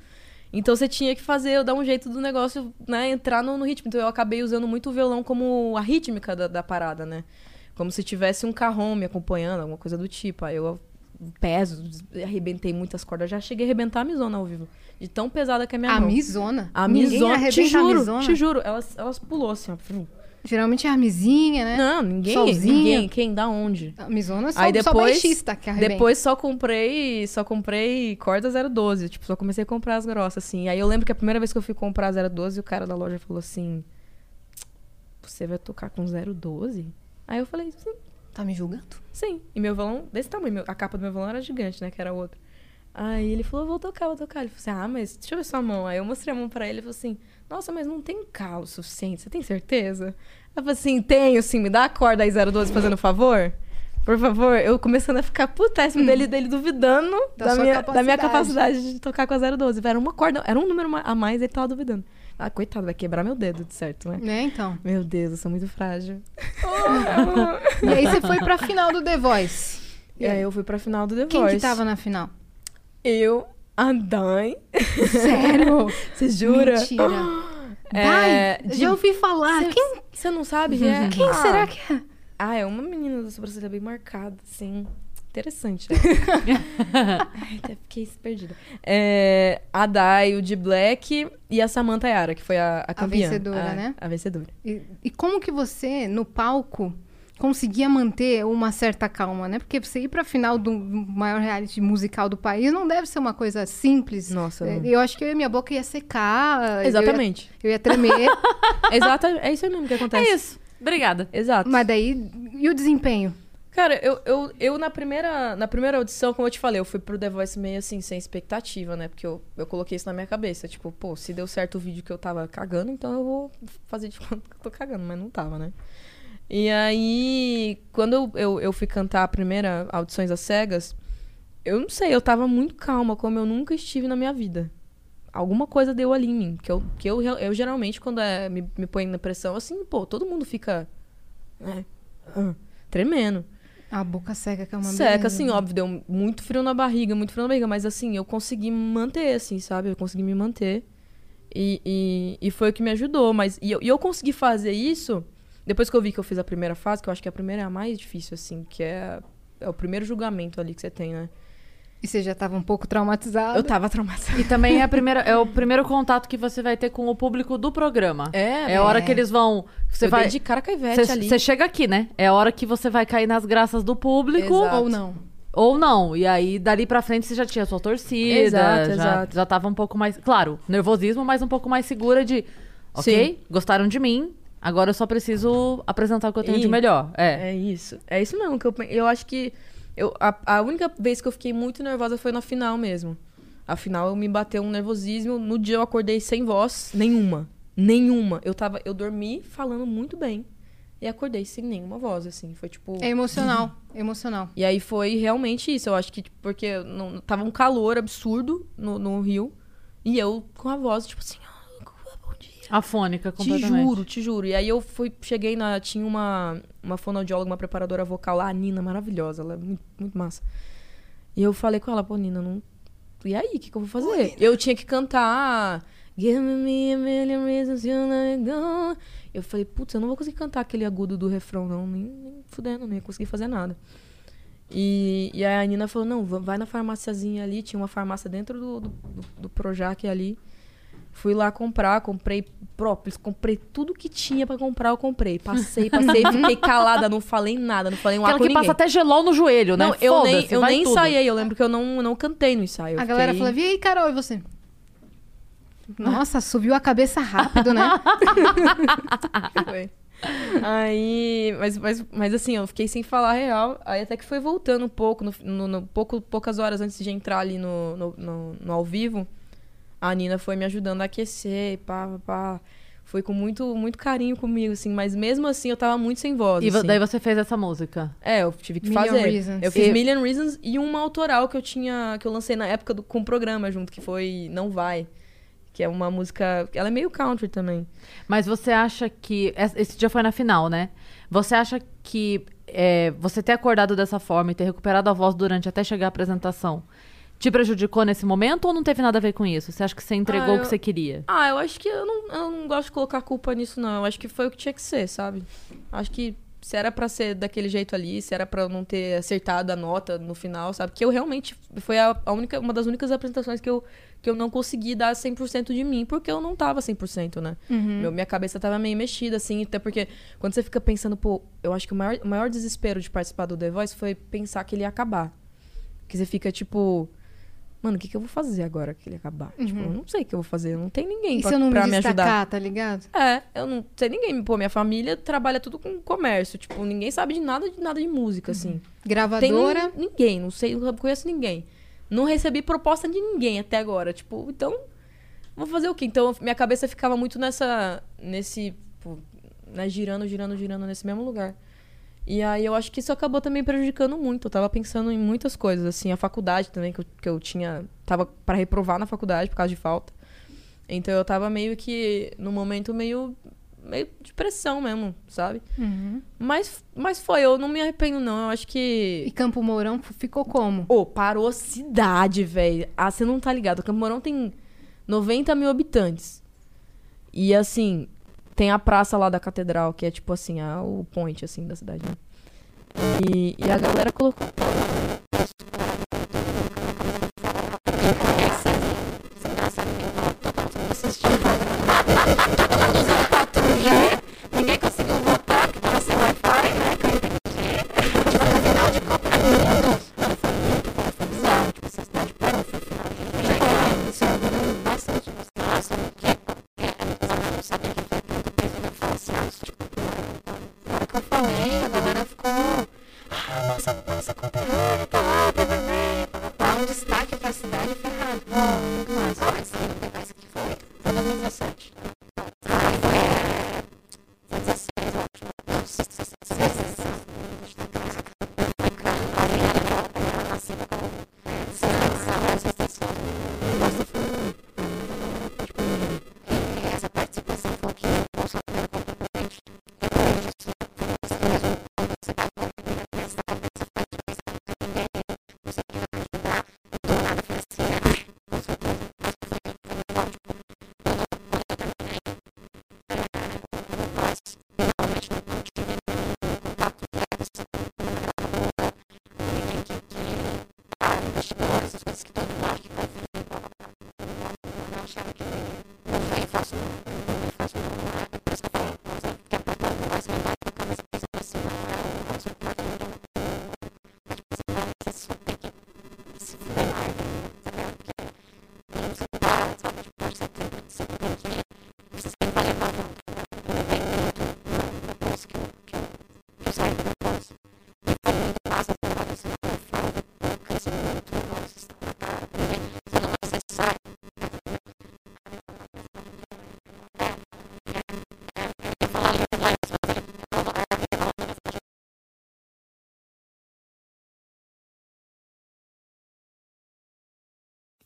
Speaker 5: Então você tinha que fazer, eu dar um jeito do negócio, né, entrar no, no ritmo. Então eu acabei usando muito o violão como a rítmica da, da parada, né? Como se tivesse um carrom me acompanhando, alguma coisa do tipo. Aí eu peso, arrebentei muitas cordas. Já cheguei a arrebentar a misona ao vivo. De tão pesada que é a minha
Speaker 2: A
Speaker 5: mão.
Speaker 2: misona.
Speaker 5: A
Speaker 2: Ninguém
Speaker 5: misona,
Speaker 2: arrebenta
Speaker 5: te
Speaker 2: a
Speaker 5: juro,
Speaker 2: misona.
Speaker 5: te juro. Elas, elas pulou assim, ó. frum.
Speaker 2: Geralmente é a misinha, né?
Speaker 5: Não, ninguém,
Speaker 2: Solzinho.
Speaker 5: ninguém, quem, da onde?
Speaker 2: A misona é só,
Speaker 5: Aí
Speaker 2: só
Speaker 5: depois-
Speaker 2: baixista que arrebenta.
Speaker 5: Depois só comprei, só comprei corda 012, tipo, só comecei a comprar as grossas assim. Aí eu lembro que a primeira vez que eu fui comprar 012, o cara da loja falou assim: "Você vai tocar com 012?" Aí eu falei: "Sim,
Speaker 2: Tá me julgando?
Speaker 5: sim". E meu violão desse tamanho, meu- a capa do meu violão era gigante, né, que era outra. Aí ele falou: "Vou tocar, vou tocar". Ele falou assim: "Ah, mas deixa eu ver sua mão". Aí eu mostrei a mão pra ele, ele falou assim: "Nossa, mas não tem calo suficiente, você tem certeza?" Eu falei assim, tenho sim, me dá a corda aí 012 fazendo um favor. Por favor, eu começando a ficar putéssimo dele, dele duvidando
Speaker 2: Da
Speaker 5: da,
Speaker 2: sua
Speaker 5: minha, da minha
Speaker 2: capacidade.
Speaker 5: capacidade de tocar com a 012. Era uma corda, era um número ma- a mais, ele tava duvidando. Ah, coitado, vai quebrar meu dedo, de certo, né?
Speaker 2: Né, então.
Speaker 5: Meu Deus, eu sou muito frágil.
Speaker 2: E aí você foi pra final do The Voice.
Speaker 5: E aí eu fui pra final do The
Speaker 2: Quem
Speaker 5: Voice.
Speaker 2: que tava na final?
Speaker 5: Eu, a Dai.
Speaker 2: Sério?
Speaker 5: Você jura?
Speaker 2: Mentira.
Speaker 5: É,
Speaker 2: Dai,
Speaker 5: de-
Speaker 2: já ouvi falar. Quem,
Speaker 5: Você não sabe? É.
Speaker 2: quem
Speaker 5: Ah.
Speaker 2: será que é?
Speaker 5: Ah, é uma menina da sobrancelha bem marcada, assim. Interessante. né? Ai, até fiquei perdida. É, a Dai, o de Black e a Samantha Yara, que foi a, a campeã.
Speaker 2: vencedora,
Speaker 5: a-
Speaker 2: né?
Speaker 5: A vencedora.
Speaker 2: E, e como que você, no palco, conseguia manter uma certa calma, né? Porque você ir pra final do maior reality musical do país não deve ser uma coisa simples.
Speaker 5: Nossa,
Speaker 2: É,
Speaker 5: não.
Speaker 2: Eu acho que eu, minha boca ia secar. eu ia-
Speaker 5: Exatamente.
Speaker 2: Eu ia, tremer.
Speaker 5: Exata, é isso aí mesmo que acontece.
Speaker 3: É isso. Obrigada.
Speaker 5: Exato.
Speaker 2: mas daí, e o desempenho?
Speaker 5: Cara, eu, eu, eu na, primeira, na primeira audição, como eu te falei, eu fui pro The Voice meio assim, sem expectativa, né? Porque eu, eu coloquei isso na minha cabeça. Tipo, pô, se deu certo o vídeo que eu tava cagando, então eu vou fazer de conta que eu tô cagando, mas não tava, né? E aí, quando eu, eu, eu fui cantar a primeira Audições às Cegas, eu não sei, eu tava muito calma, como eu nunca estive na minha vida. Alguma coisa deu ali em mim. Que eu, que eu, real- eu geralmente, quando é, me, me põe na pressão, assim, pô, todo mundo fica. né, ah, tremendo.
Speaker 2: A boca seca que é uma
Speaker 5: Seca,
Speaker 2: beleza.
Speaker 5: assim, óbvio, deu muito frio na barriga, muito frio na barriga, mas assim, eu consegui me manter, assim, sabe? Eu consegui me manter. E, e, e foi o que me ajudou, mas. E eu, e eu consegui fazer isso Depois que eu vi que eu fiz a primeira fase, que eu acho que a primeira é a mais difícil, assim, que é, é o primeiro julgamento ali que você tem, né?
Speaker 2: E você já tava um pouco traumatizada.
Speaker 5: Eu tava traumatizada.
Speaker 3: E também é, a primeira, é o primeiro contato que você vai ter com o público do programa.
Speaker 5: É,
Speaker 3: É a hora que eles vão. Você
Speaker 5: eu
Speaker 3: vai.
Speaker 5: dei de cara com a Ivete ali.
Speaker 3: Você chega aqui, né? É a hora que você vai cair nas graças do público
Speaker 5: Exato.
Speaker 2: Ou não.
Speaker 3: ou não. E aí, dali pra frente, você já tinha sua torcida.
Speaker 5: Exato,
Speaker 3: já,
Speaker 5: exato.
Speaker 3: já tava um pouco mais. Claro, nervosismo, mas um pouco mais segura de. Ok, gostaram de mim. Agora eu só preciso apresentar o que eu tenho
Speaker 5: Ih.
Speaker 3: de melhor. É.
Speaker 5: É isso. É isso mesmo que eu, pe- eu acho que eu, a, a única vez que eu fiquei muito nervosa foi na final mesmo. A final eu me bateu um nervosismo. No dia eu acordei sem voz nenhuma. Nenhuma. Eu tava eu dormi falando muito bem e acordei sem nenhuma voz assim. Foi tipo
Speaker 2: É emocional. Emocional.
Speaker 5: E aí foi realmente isso. Eu acho que tipo, porque não tava um calor absurdo no, no Rio e eu com a voz tipo assim, "Ah, bom dia.
Speaker 3: Afônica
Speaker 5: Te
Speaker 3: completamente.
Speaker 5: juro, te juro. E aí eu fui, cheguei na. Tinha uma, uma fonoaudióloga, uma preparadora vocal lá, a Nina, maravilhosa, ela é muito, muito massa. E eu falei com ela, pô, Nina, não. E aí, o que, que eu vou fazer? eu tinha que cantar. Give me a million reasons you let go. Eu falei, putz, eu não vou conseguir cantar aquele agudo do refrão, não. Nem, nem fudendo, não ia conseguir fazer nada. E, e aí a Nina falou, não, va- vai na farmáciazinha ali. Tinha uma farmácia dentro do, do, do, do Projac ali. Fui lá comprar, comprei própolis, comprei tudo que tinha pra comprar, eu comprei. Passei, passei, fiquei calada, não falei nada, não falei um ar
Speaker 3: Aquela
Speaker 5: com
Speaker 3: que
Speaker 5: ninguém.
Speaker 3: passa até gelol no joelho, né?
Speaker 5: Não, eu nem,
Speaker 3: Foda-se,
Speaker 5: eu
Speaker 3: vai
Speaker 5: nem
Speaker 3: tudo.
Speaker 5: ensaiei, eu lembro que eu não, não cantei no ensaio. eu
Speaker 2: A galera
Speaker 5: fiquei- Ah.
Speaker 2: falava, e aí, Carol, e você? Nossa, subiu a cabeça rápido, né?
Speaker 5: Foi. Aí, mas, mas, mas assim, eu fiquei sem falar a real. Aí até que foi voltando um pouco, no, no- no- pouco poucas horas antes de entrar ali no, no, no- no ao vivo, a Nina foi me ajudando a aquecer, pá, pá, pá. Foi com muito, muito carinho comigo, assim, mas mesmo assim eu tava muito sem voz.
Speaker 3: E vo-
Speaker 5: assim.
Speaker 3: daí você fez essa música.
Speaker 5: É, eu tive que
Speaker 2: Million
Speaker 5: fazer.
Speaker 2: Reasons.
Speaker 5: Eu fiz
Speaker 3: E-
Speaker 5: Million Reasons e uma autoral que eu tinha, que eu lancei na época do, com o programa junto, que foi Não Vai. Que é uma música. Ela é meio country também.
Speaker 3: Mas você acha que. es- Esse dia foi na final, né? Você acha que é, você ter acordado dessa forma e ter recuperado a voz durante até chegar à apresentação te prejudicou nesse momento ou não teve nada a ver com isso? Você acha que você entregou
Speaker 5: Ah,
Speaker 3: o que
Speaker 5: eu-
Speaker 3: você queria?
Speaker 5: Ah, eu acho que eu não, eu não gosto de colocar culpa nisso, não. Eu acho que foi o que tinha que ser, sabe? Acho que se era pra ser daquele jeito ali, se era pra eu não ter acertado a nota no final, sabe? Que eu realmente. Foi a, a única, uma das únicas apresentações que eu, que eu não consegui dar 100% de mim, porque eu não tava 100%, né?
Speaker 2: Uhum.
Speaker 5: Meu- minha cabeça tava meio mexida, assim. Até porque quando você fica pensando, pô, eu acho que o maior, o maior desespero de participar do The Voice foi pensar que ele ia acabar. Que você fica tipo. Mano, o que, que eu vou fazer agora que ele acabar? Tipo, eu não sei o que eu vou fazer. Não tem ninguém
Speaker 2: Uhum. E
Speaker 5: pra,
Speaker 2: se eu não me
Speaker 5: pra me
Speaker 2: destacar,
Speaker 5: ajudar.
Speaker 2: tá ligado?
Speaker 5: É, eu não sei ninguém. Pô, minha família trabalha tudo com comércio. Tipo, ninguém sabe de nada de nada de
Speaker 2: Uhum.
Speaker 5: música, assim. Tem
Speaker 2: Gravadora.
Speaker 5: nin- ninguém, não sei, não conheço ninguém. Não recebi proposta de ninguém até agora. Tipo, então. Vou fazer o quê? Então, minha cabeça ficava muito nessa. nesse. pô, né, girando, girando, girando nesse mesmo lugar. E aí eu acho que isso acabou também prejudicando muito. Eu tava pensando em muitas coisas, assim, a faculdade também, que eu, que eu tinha. Tava pra reprovar na faculdade por causa de falta. Então eu tava meio que. num momento meio. meio de pressão mesmo, sabe?
Speaker 2: Uhum.
Speaker 5: Mas, mas foi, eu não me arrependo, não. Eu acho que.
Speaker 2: E Campo Mourão f- ficou como?
Speaker 5: Ô, parou cidade, velho. Ah, você não tá ligado. O Campo Mourão tem 90 mil habitantes. E, assim, tem a praça lá da catedral, que é, tipo assim, a, o point, assim, da cidade. né? E, e a galera colocou...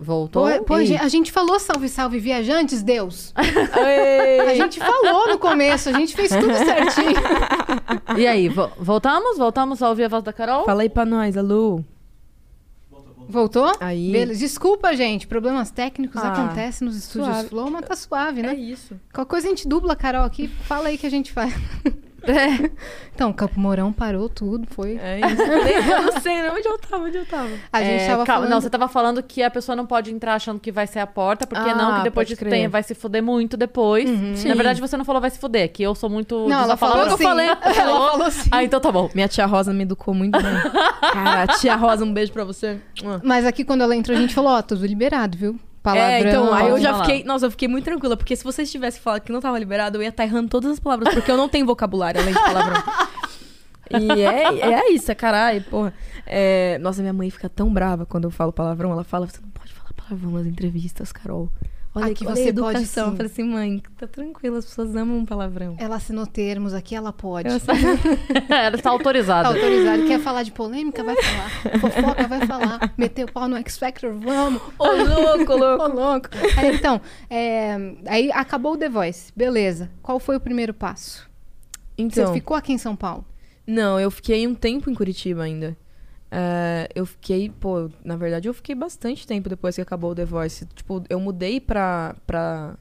Speaker 3: Voltou.
Speaker 2: Pô, pô, a
Speaker 3: Ih.
Speaker 2: gen- a gente falou salve, salve, viajantes, Deus. A
Speaker 5: Ei,
Speaker 2: gente falou no começo, a gente fez tudo certinho.
Speaker 3: E aí, vo- voltamos? Voltamos a ouvir a voz da Carol?
Speaker 5: Fala aí pra nós, Alu.
Speaker 2: Voltou?
Speaker 5: Aí.
Speaker 2: Beleza. Desculpa, gente. Problemas técnicos
Speaker 5: Ah,
Speaker 2: acontecem nos estúdios
Speaker 5: suave.
Speaker 2: Flow, mas tá suave, né?
Speaker 5: É isso.
Speaker 2: Qualquer coisa a gente dubla a Carol aqui, fala aí que a gente faz. Então, Campo Mourão parou tudo, foi.
Speaker 5: É isso. Eu não sei, né? Onde eu tava? Onde eu tava?
Speaker 2: A gente
Speaker 3: É,
Speaker 2: tava
Speaker 3: calma,
Speaker 2: falando.
Speaker 3: Não, você tava falando que a pessoa não pode entrar achando que vai ser a porta, porque não, que
Speaker 5: Ah,
Speaker 3: depois
Speaker 5: pode
Speaker 3: disso
Speaker 5: crer.
Speaker 3: tem, vai se fuder muito depois. Na verdade, você não falou vai se fuder, que eu sou muito.
Speaker 2: Uhum, Não, ela falou
Speaker 3: desapalavrada.
Speaker 2: sim. Ela falou sim.
Speaker 3: Ah, então tá bom.
Speaker 5: Minha tia Rosa me educou muito bem. Cara, tia Rosa, um beijo pra você.
Speaker 2: Mas aqui quando ela entrou, a gente falou, ó, tudo liberado, viu? Palavrão.
Speaker 5: é, então, aí eu
Speaker 3: pode
Speaker 5: já
Speaker 3: falar.
Speaker 5: fiquei. Nossa, eu fiquei muito tranquila, porque se vocês tivessem falado que não tava liberado, eu ia estar errando todas as palavras, porque eu não tenho vocabulário além de palavrão. e é, é isso, é caralho, porra. É, nossa, minha mãe fica tão brava quando eu falo palavrão. Ela fala, você não pode falar palavrão nas entrevistas, Carol. Olha
Speaker 2: Aqui
Speaker 5: que olha a
Speaker 2: você
Speaker 5: educação.
Speaker 2: pode, sim.
Speaker 5: Eu falei assim, mãe, tá tranquila, as pessoas amam um palavrão.
Speaker 2: Ela assinou termos aqui, ela pode.
Speaker 5: Eu
Speaker 2: Tá
Speaker 3: Ela está autorizada.
Speaker 2: autorizado. Quer falar de polêmica? Vai falar. Fofoca? Vai falar. Meter o pau no X Factor? Vamos.
Speaker 5: Ô, louco, louco.
Speaker 2: Ô, louco. Aí, então, é, aí acabou o The Voice. Beleza. Qual foi o primeiro passo? Você
Speaker 5: Então,
Speaker 2: ficou aqui em São Paulo?
Speaker 5: Não, eu fiquei um tempo em Curitiba ainda. É, eu fiquei, pô, na verdade eu fiquei bastante tempo depois que acabou o The Voice. Tipo, eu mudei pra, pra,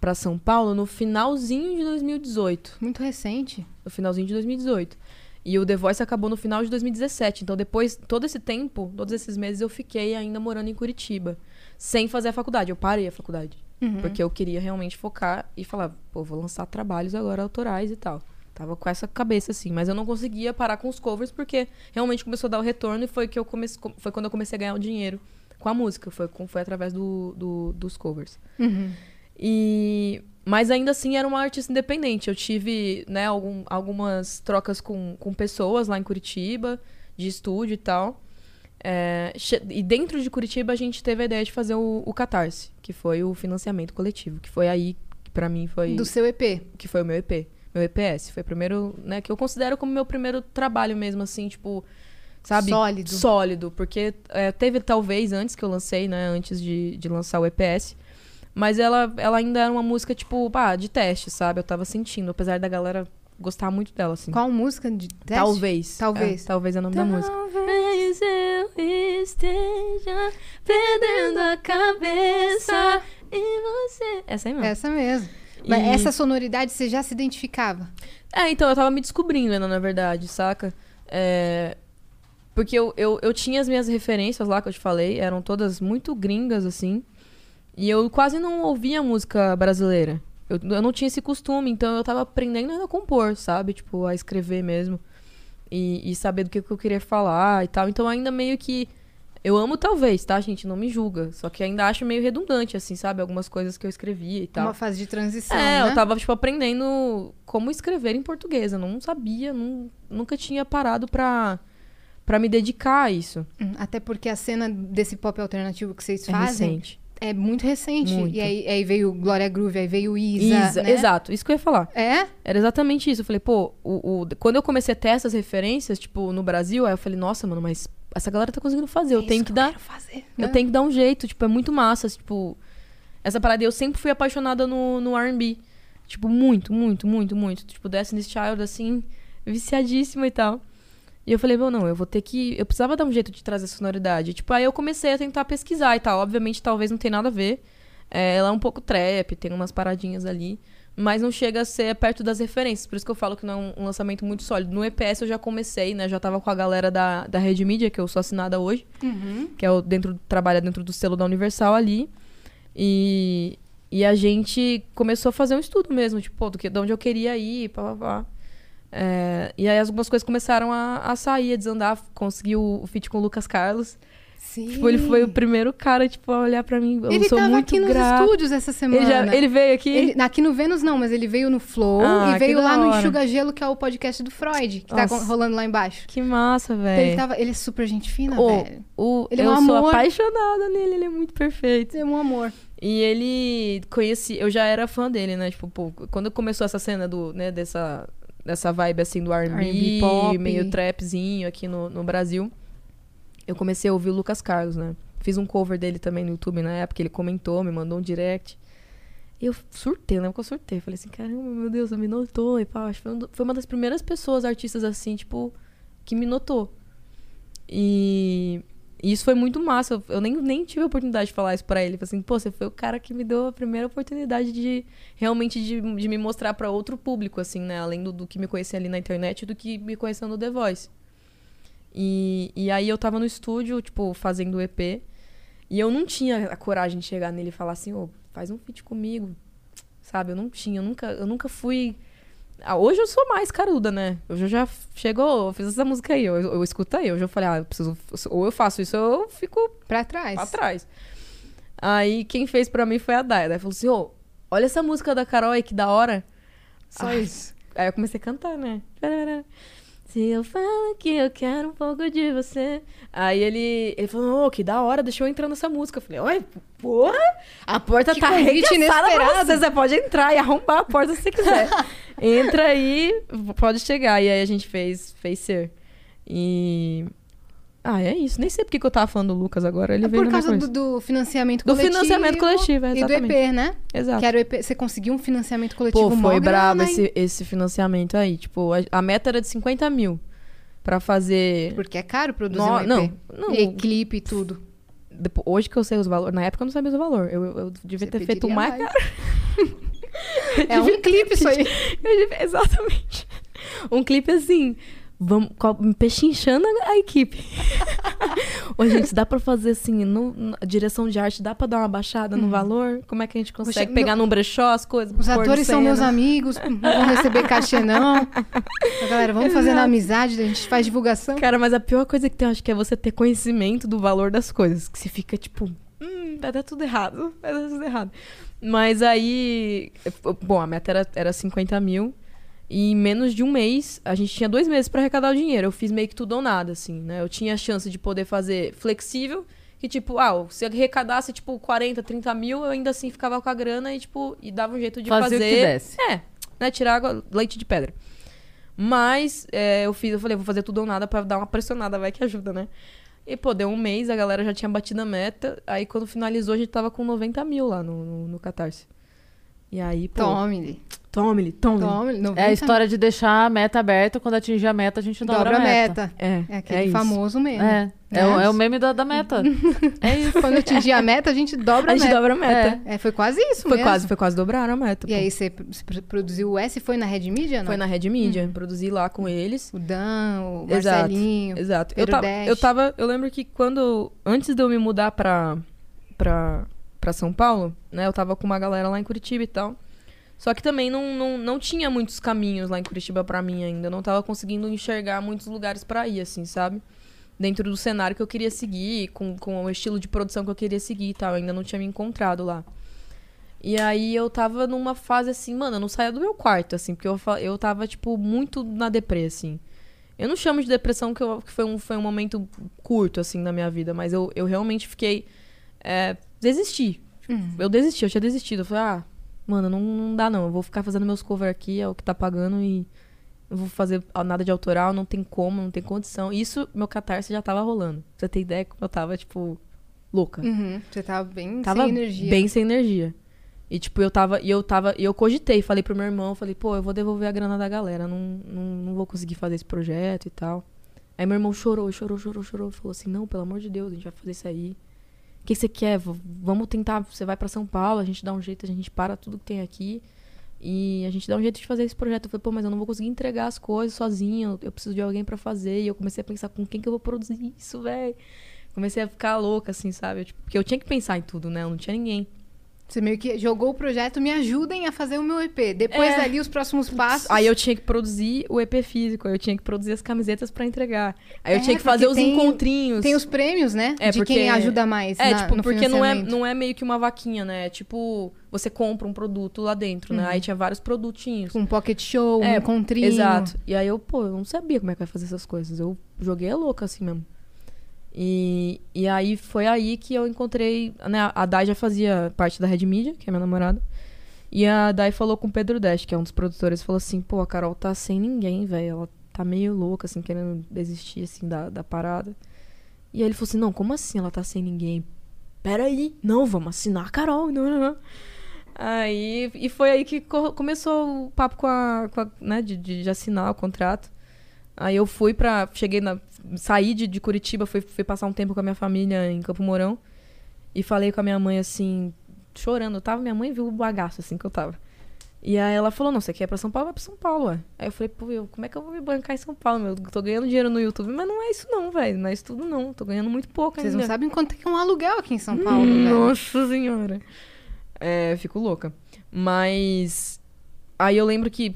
Speaker 5: pra São Paulo no finalzinho de 2018.
Speaker 2: Muito recente.
Speaker 5: No finalzinho de 2018. E o The Voice acabou no final de 2017. Então, depois, todo esse tempo, todos esses meses, eu fiquei ainda morando em Curitiba. Sem fazer a faculdade. Eu parei a faculdade. Porque eu queria realmente focar e falar, pô, vou lançar trabalhos agora autorais e tal. Tava com essa cabeça, assim. Mas eu não conseguia parar com os covers porque realmente começou a dar o retorno e foi, que eu comece... co- foi quando eu comecei a ganhar o dinheiro com a música. Foi, com- foi através do, do- dos covers. E... Mas ainda assim era uma artista independente. Eu tive né, algum- algumas trocas com, com pessoas lá em Curitiba, de estúdio e tal. É, che- e dentro de Curitiba a gente teve a ideia de fazer o, o Catarse, que foi o financiamento coletivo, que foi aí que pra mim foi
Speaker 2: Do seu EP.
Speaker 5: que foi o meu EP, meu EPS, foi o primeiro, né, que eu considero como meu primeiro trabalho mesmo assim, tipo, sabe,
Speaker 2: Sólido.
Speaker 5: sólido, porque é, teve talvez antes que eu lancei, né, antes de, de lançar o EPS, mas ela, ela ainda era uma música tipo, pá, de teste, sabe? Eu tava sentindo, apesar da galera gostar muito dela assim.
Speaker 2: Qual música de teste?
Speaker 5: Talvez.
Speaker 2: Talvez.
Speaker 5: É, talvez é o nome da música.
Speaker 4: Talvez eu esteja perdendo a cabeça e você.
Speaker 5: Essa aí mesmo.
Speaker 2: Essa mesmo. Mas
Speaker 5: E-
Speaker 2: essa sonoridade você já se identificava?
Speaker 5: É, então, eu tava me descobrindo ainda, na verdade, saca? É, Porque eu, eu, eu tinha as minhas referências lá que eu te falei, eram todas muito gringas, assim. E eu quase não ouvia música brasileira. Eu, eu não tinha esse costume, então eu tava aprendendo ainda a compor, sabe? Tipo, a escrever mesmo. E, e saber do que, que eu queria falar e tal. Então ainda meio que. Eu amo talvez, tá, gente? Não me julga. Só que ainda acho meio redundante, assim, sabe? Algumas coisas que eu escrevia e tal.
Speaker 2: Uma fase de transição,
Speaker 5: Tá. É,
Speaker 2: né?
Speaker 5: eu tava, tipo, aprendendo como escrever em português. Eu não sabia, nun- nunca tinha parado pra, pra me dedicar a isso.
Speaker 2: Hum, Até porque a cena desse pop alternativo que vocês
Speaker 5: É
Speaker 2: fazem
Speaker 5: recente.
Speaker 2: é, muito recente.
Speaker 5: Muito.
Speaker 2: E aí, aí veio Glória Groove, aí veio Isa,
Speaker 5: Isa,
Speaker 2: né?
Speaker 5: Exato, isso que eu ia falar.
Speaker 2: É?
Speaker 5: Era exatamente isso. Eu falei, pô, o, o- quando eu comecei a ter essas referências, tipo, no Brasil, aí eu falei, nossa, mano, mas essa galera tá conseguindo fazer. Eu
Speaker 2: É
Speaker 5: tenho
Speaker 2: isso
Speaker 5: que, dar.
Speaker 2: quero fazer,
Speaker 5: Eu
Speaker 2: né?
Speaker 5: tenho que dar um jeito, tipo, é muito massa, tipo... Essa parada, eu sempre fui apaixonada no, no R&B. Tipo, muito, muito, muito, muito. Tipo, Destiny's Child, assim, viciadíssima e tal. E eu falei, bom, não, eu vou ter que... Eu precisava dar um jeito de trazer sonoridade. Tipo, aí eu comecei a tentar pesquisar e tal. Obviamente, talvez não tenha nada a ver. É, ela é um pouco trap, tem umas paradinhas ali. Mas não chega a ser perto das referências. Por isso que eu falo que não é um- um lançamento muito sólido. No EPS eu já comecei, né? Já tava com a galera da, da Rede Mídia, que eu sou assinada hoje que é o dentro trabalha dentro do selo da Universal ali. E, e a gente começou a fazer um estudo mesmo, tipo, pô, do que, de onde eu queria ir, pá, pá, pá. É, e aí algumas coisas começaram a, a sair, a desandar. Consegui o, o feat com o Lucas Carlos,
Speaker 2: Sim.
Speaker 5: Tipo, ele foi o primeiro cara, tipo, a olhar pra mim. Eu
Speaker 2: Ele
Speaker 5: sou
Speaker 2: tava
Speaker 5: muito
Speaker 2: aqui nos
Speaker 5: grata.
Speaker 2: estúdios essa semana.
Speaker 5: Ele, já, ele veio aqui.
Speaker 2: Ele- aqui no Vênus não, mas ele veio no Flow
Speaker 5: Ah,
Speaker 2: e
Speaker 5: que
Speaker 2: veio
Speaker 5: da
Speaker 2: lá no
Speaker 5: hora.
Speaker 2: Enxuga Gelo, que é o podcast do Freud, que tá
Speaker 5: Nossa.
Speaker 2: rolando lá embaixo.
Speaker 5: Que massa,
Speaker 2: Ele,
Speaker 5: velho.
Speaker 2: tava, ele é super gente fina,
Speaker 5: Ô,
Speaker 2: velho.
Speaker 5: O-
Speaker 2: Ele é
Speaker 5: eu
Speaker 2: um
Speaker 5: sou
Speaker 2: amor.
Speaker 5: apaixonada nele, ele é muito perfeito.
Speaker 2: É um amor.
Speaker 5: E ele conheci, eu já era fã dele, né? Tipo, pô, quando começou essa cena do, né, dessa, dessa vibe assim do
Speaker 2: R&B,
Speaker 5: R&B,
Speaker 2: pop.
Speaker 5: meio trapzinho aqui no, no Brasil, eu comecei a ouvir o Lucas Carlos, né? Fiz um cover dele também no YouTube na época, ele comentou, me mandou um direct. E eu surtei, eu lembro que eu surtei. Falei assim, caramba, meu Deus, eu me notou e pá. Acho que foi um do- foi uma das primeiras pessoas, artistas assim, tipo, que me notou. E e isso foi muito massa. Eu- Eu nem, nem tive a oportunidade de falar isso pra ele. Falei assim, pô, você foi o cara que me deu a primeira oportunidade de realmente de, de me mostrar pra outro público, assim, né? Além do, do que me conhecia ali na internet e do que me conheceu no The Voice. E, e aí eu tava no estúdio, tipo, fazendo o EP. E eu não tinha a coragem de chegar nele e falar assim, ô, faz um feat comigo. Sabe? Eu não tinha, eu nunca, eu nunca fui. Ah, hoje eu sou mais caruda, né? Hoje eu já chegou, eu fiz essa música aí, eu, eu escuto aí. Hoje eu falei, ah, eu preciso. Ou eu faço isso, ou eu fico
Speaker 2: Pra trás.
Speaker 5: pra trás. Aí quem fez pra mim foi a Daya. Daí falou assim: ô, olha essa música da Carol aí, que da hora.
Speaker 2: Só
Speaker 5: Ai,
Speaker 2: isso.
Speaker 5: Aí eu comecei a cantar, né? Tarará. Se eu falo que eu quero um pouco de você. Aí ele, ele falou, ô, que da hora, deixa eu entrar nessa música. Eu falei, oi, porra, a porta
Speaker 2: Que
Speaker 5: tá
Speaker 2: convite
Speaker 5: arregaçada pra
Speaker 2: inesperado.
Speaker 5: você, você pode entrar e arrombar a porta se você quiser. Entra aí, pode chegar. E aí a gente fez, fez ser. E... Ah, é isso. Nem sei porque que eu tava falando do Lucas agora, ele
Speaker 2: É
Speaker 5: veio
Speaker 2: por
Speaker 5: na
Speaker 2: causa do,
Speaker 5: minha coisa.
Speaker 2: do financiamento
Speaker 5: Do
Speaker 2: coletivo.
Speaker 5: financiamento coletivo,
Speaker 2: E do
Speaker 5: exatamente.
Speaker 2: EP, né?
Speaker 5: Exato.
Speaker 2: Que era o EP. Você conseguiu um financiamento coletivo
Speaker 5: Pô,
Speaker 2: mó
Speaker 5: foi
Speaker 2: grana,
Speaker 5: brabo
Speaker 2: hein?
Speaker 5: esse, esse financiamento aí. Tipo, a, a meta era de 50 mil pra fazer.
Speaker 2: Porque é caro produzir
Speaker 5: No-
Speaker 2: um EP.
Speaker 5: não, não.
Speaker 2: E clipe e tudo.
Speaker 5: Depo- hoje que eu sei os valores. Na época eu não sabia os valores. Eu, eu- eu devia
Speaker 2: Você
Speaker 5: ter feito um
Speaker 2: pediria
Speaker 5: mais.
Speaker 2: mais.
Speaker 5: caro.
Speaker 2: É um clipe isso aí.
Speaker 5: Eu devia- Exatamente. Um clipe assim. Vamos, co- pechinchando a, a equipe. Ô, gente, dá pra fazer assim, no, na direção de arte, dá pra dar uma baixada no valor? Como é que a gente consegue
Speaker 2: meu-
Speaker 5: pegar num brechó as coisas?
Speaker 2: Hum. Os
Speaker 5: pôr no
Speaker 2: atores são
Speaker 5: cena?
Speaker 2: meus amigos, não vão receber cachê, não. Então, galera, vamos fazer na amizade, a gente faz divulgação.
Speaker 5: Cara, mas a pior coisa que tem, eu acho que é você ter conhecimento do valor das coisas. Que você fica tipo, hum, vai dar tudo errado, vai dar tudo errado. Mas aí, eu- bom, a meta era, era 50 mil. E em menos de um mês, a gente tinha dois meses pra arrecadar o dinheiro. Eu fiz meio que tudo ou nada, assim, né? Eu tinha a chance de poder fazer flexível. Que tipo, ah, se eu arrecadasse, tipo, 40, 30 mil, eu ainda assim ficava com a grana e, tipo, e dava um jeito de
Speaker 3: Fazia o
Speaker 5: fazer.
Speaker 3: que desse.
Speaker 5: É, né? Tirar água, leite de pedra. Mas é, eu fiz, eu falei, vou fazer tudo ou nada pra dar uma pressionada, vai que ajuda, né? E, pô, deu um mês, a galera já tinha batido a meta. Aí, quando finalizou, a gente tava com 90 mil lá no, no, no Catarse. E aí, pô...
Speaker 2: Tome-lhe.
Speaker 5: Tome-lhe, tome-lhe.
Speaker 2: Tome-lhe.
Speaker 3: É a história de deixar a meta aberta, quando atingir a meta, a gente dobra,
Speaker 2: Dobra a meta.
Speaker 5: É,
Speaker 2: É
Speaker 5: é
Speaker 2: aquele
Speaker 5: isso.
Speaker 2: famoso mesmo.
Speaker 3: É, é, o, é o meme da, da meta. é isso.
Speaker 2: Quando atingir a meta, a gente dobra
Speaker 5: A
Speaker 2: a,
Speaker 5: gente
Speaker 2: meta.
Speaker 5: dobra a meta.
Speaker 2: É, foi quase isso
Speaker 5: Foi,
Speaker 2: mesmo.
Speaker 5: quase, foi quase dobrar a meta.
Speaker 2: E
Speaker 5: pô.
Speaker 2: aí você pr- você pr- produziu o S, foi na Red Media, não? Uhum.
Speaker 5: Foi na Red Media, produzi lá com eles.
Speaker 2: O Dan, o
Speaker 5: Exato,
Speaker 2: Marcelinho.
Speaker 5: Exato. Eu
Speaker 2: Pedro
Speaker 5: tava,
Speaker 2: Dash.
Speaker 5: eu tava. Eu lembro que quando. Antes de eu me mudar pra, pra, pra São Paulo, né? Eu tava com uma galera lá em Curitiba e tal. Só que também não, não, não tinha muitos caminhos lá em Curitiba pra mim ainda. Eu não tava conseguindo enxergar muitos lugares pra ir, assim, sabe? Dentro do cenário que eu queria seguir, com, com o estilo de produção que eu queria seguir e tal. Eu ainda não tinha me encontrado lá. E aí eu tava numa fase assim, mano, eu não saía do meu quarto, assim, porque eu, fa- eu tava, tipo, muito na deprê, assim. Eu não chamo de depressão que, eu- que foi, um, foi um momento curto, assim, na minha vida, mas eu, eu realmente fiquei. É, desisti. Eu desisti, eu tinha desistido. Eu falei, ah, mano, não, não dá não. Eu vou ficar fazendo meus covers aqui, é o que tá pagando e. Não vou fazer nada de autoral, não tem como, não tem condição. Isso, meu catarse já tava rolando. Pra você ter ideia como eu tava, tipo, louca
Speaker 2: Uhum, Você tava bem
Speaker 5: tava
Speaker 2: sem energia.
Speaker 5: bem sem energia. E tipo, eu tava, e eu tava, e eu cogitei, falei pro meu irmão, falei, pô, eu vou devolver a grana da galera, não, não, não vou conseguir fazer esse projeto e tal. Aí meu irmão chorou, chorou, chorou, chorou, falou assim: "Não, pelo amor de Deus, a gente vai fazer isso aí. O que que você quer? V- Vamos tentar, você vai pra São Paulo, a gente dá um jeito, a gente para tudo que tem aqui e a gente dá um jeito de fazer esse projeto". Eu falei: "Pô, mas eu não vou conseguir entregar as coisas sozinha, eu- eu preciso de alguém pra fazer". E eu comecei a pensar com quem que eu vou produzir isso, véi? Comecei a ficar louca, assim, sabe? Eu, tipo, porque eu tinha que pensar em tudo, né? Eu não tinha ninguém.
Speaker 2: Você meio que jogou o projeto, me ajudem a fazer o meu EP. Depois
Speaker 5: É.
Speaker 2: dali, os próximos passos.
Speaker 5: Aí eu tinha que produzir o EP físico, aí eu tinha que produzir as camisetas pra entregar. Aí eu
Speaker 2: É,
Speaker 5: tinha que fazer
Speaker 2: porque
Speaker 5: os
Speaker 2: tem-
Speaker 5: encontrinhos.
Speaker 2: Tem os prêmios, né?
Speaker 5: É,
Speaker 2: de
Speaker 5: porque-
Speaker 2: quem ajuda mais.
Speaker 5: É,
Speaker 2: na-
Speaker 5: tipo,
Speaker 2: no
Speaker 5: porque não é,
Speaker 2: financiamento.
Speaker 5: não é meio que uma vaquinha, né? É tipo, você compra um produto lá dentro,
Speaker 2: Uhum.
Speaker 5: né? Aí tinha vários produtinhos.
Speaker 2: Um pocket show, um
Speaker 5: É,
Speaker 2: encontrinho.
Speaker 5: Exato. E aí eu, pô, eu não sabia como é que vai fazer essas coisas. Eu joguei a louca assim mesmo. E, e aí foi aí que eu encontrei. Né, a Dai já fazia parte da Red Media, que é minha namorada. E a Dai falou com o Pedro Dash, que é um dos produtores, falou assim: pô, a Carol tá sem ninguém, velho. Ela tá meio louca, assim, querendo desistir, assim, da, da parada. E aí ele falou assim: não, como assim ela tá sem ninguém? Peraí, não, vamos assinar a Carol. Não, não, não. Aí, e foi aí que co- começou o papo com a, com a- né, de, de, de assinar o contrato. Aí eu fui pra, cheguei na, saí de, de Curitiba, fui, fui passar um tempo com a minha família em Campo Mourão. E falei com a minha mãe, assim, chorando, eu tava, minha mãe viu o bagaço, assim, que eu tava. E aí ela falou, não, você quer ir pra São Paulo? Vai pra São Paulo, ué. Aí eu falei, pô, eu, como é que eu vou me bancar em São Paulo, meu? Tô ganhando dinheiro no YouTube, mas não é isso não, velho, não é isso tudo não, tô ganhando muito pouco
Speaker 2: Vocês
Speaker 5: ainda.
Speaker 2: não sabem quanto é que é um aluguel aqui em São Paulo, velho.
Speaker 5: Nossa senhora. É, fico louca. Mas. Aí eu lembro que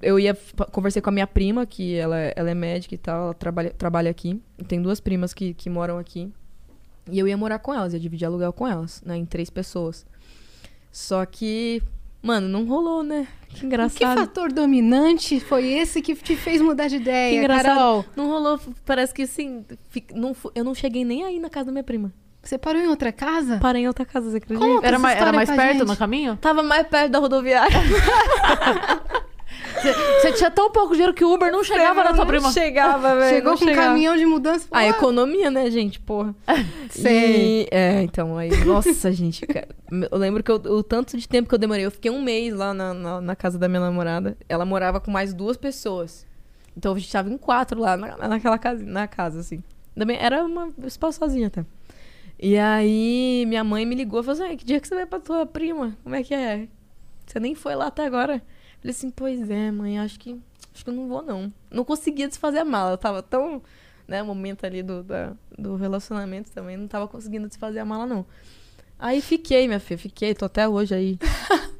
Speaker 5: eu ia. fa- Conversei com a minha prima, que ela, ela é médica e tal, ela trabalha, trabalha aqui. Tem duas primas que, que moram aqui. E eu ia morar com elas, ia dividir aluguel com elas, né? Em três pessoas. Só que. Mano, não rolou, né? Que
Speaker 2: Que
Speaker 5: engraçado.
Speaker 2: fator dominante foi esse que te fez mudar de ideia,
Speaker 5: Que engraçado.
Speaker 2: Carol?
Speaker 5: Não rolou, parece que assim. fi- não fu- eu não cheguei nem aí na casa da minha prima.
Speaker 2: Você parou em outra casa?
Speaker 5: Parei em outra casa, você acredita?
Speaker 2: Conta
Speaker 3: Era,
Speaker 2: essa
Speaker 3: mais- era
Speaker 2: história
Speaker 3: mais
Speaker 2: pra
Speaker 3: perto
Speaker 2: gente.
Speaker 3: no caminho?
Speaker 5: Tava mais perto da rodoviária.
Speaker 3: Você tinha tão pouco dinheiro que o Uber não chegava na
Speaker 5: Não
Speaker 3: tua prima.
Speaker 5: Chegava, velho.
Speaker 2: Chegou
Speaker 5: não
Speaker 2: com um
Speaker 5: chegava.
Speaker 2: caminhão de mudança.
Speaker 5: A
Speaker 2: falou,
Speaker 5: economia, né, gente? Porra.
Speaker 2: "Ah, Sei.
Speaker 5: E- é, então, aí, nossa, gente, cara, eu lembro que eu- o tanto de tempo que eu demorei, eu fiquei um mês lá na, na, na casa da minha namorada. Ela morava com mais duas pessoas. Então a gente tava em quatro lá na, naquela casa, na casa, assim. Também era uma um espaço sozinha até. E aí minha mãe me ligou e falou assim: "Ai, que dia que você vai pra tua prima? Como é que é? Você nem foi lá até agora. Eu falei assim, pois é, mãe, acho que. Acho que eu não vou, não. Não conseguia desfazer a mala. Eu tava tão né, momento ali do, da- do relacionamento também, não tava conseguindo desfazer a mala, não. Aí fiquei, minha filha, fiquei, tô até hoje aí.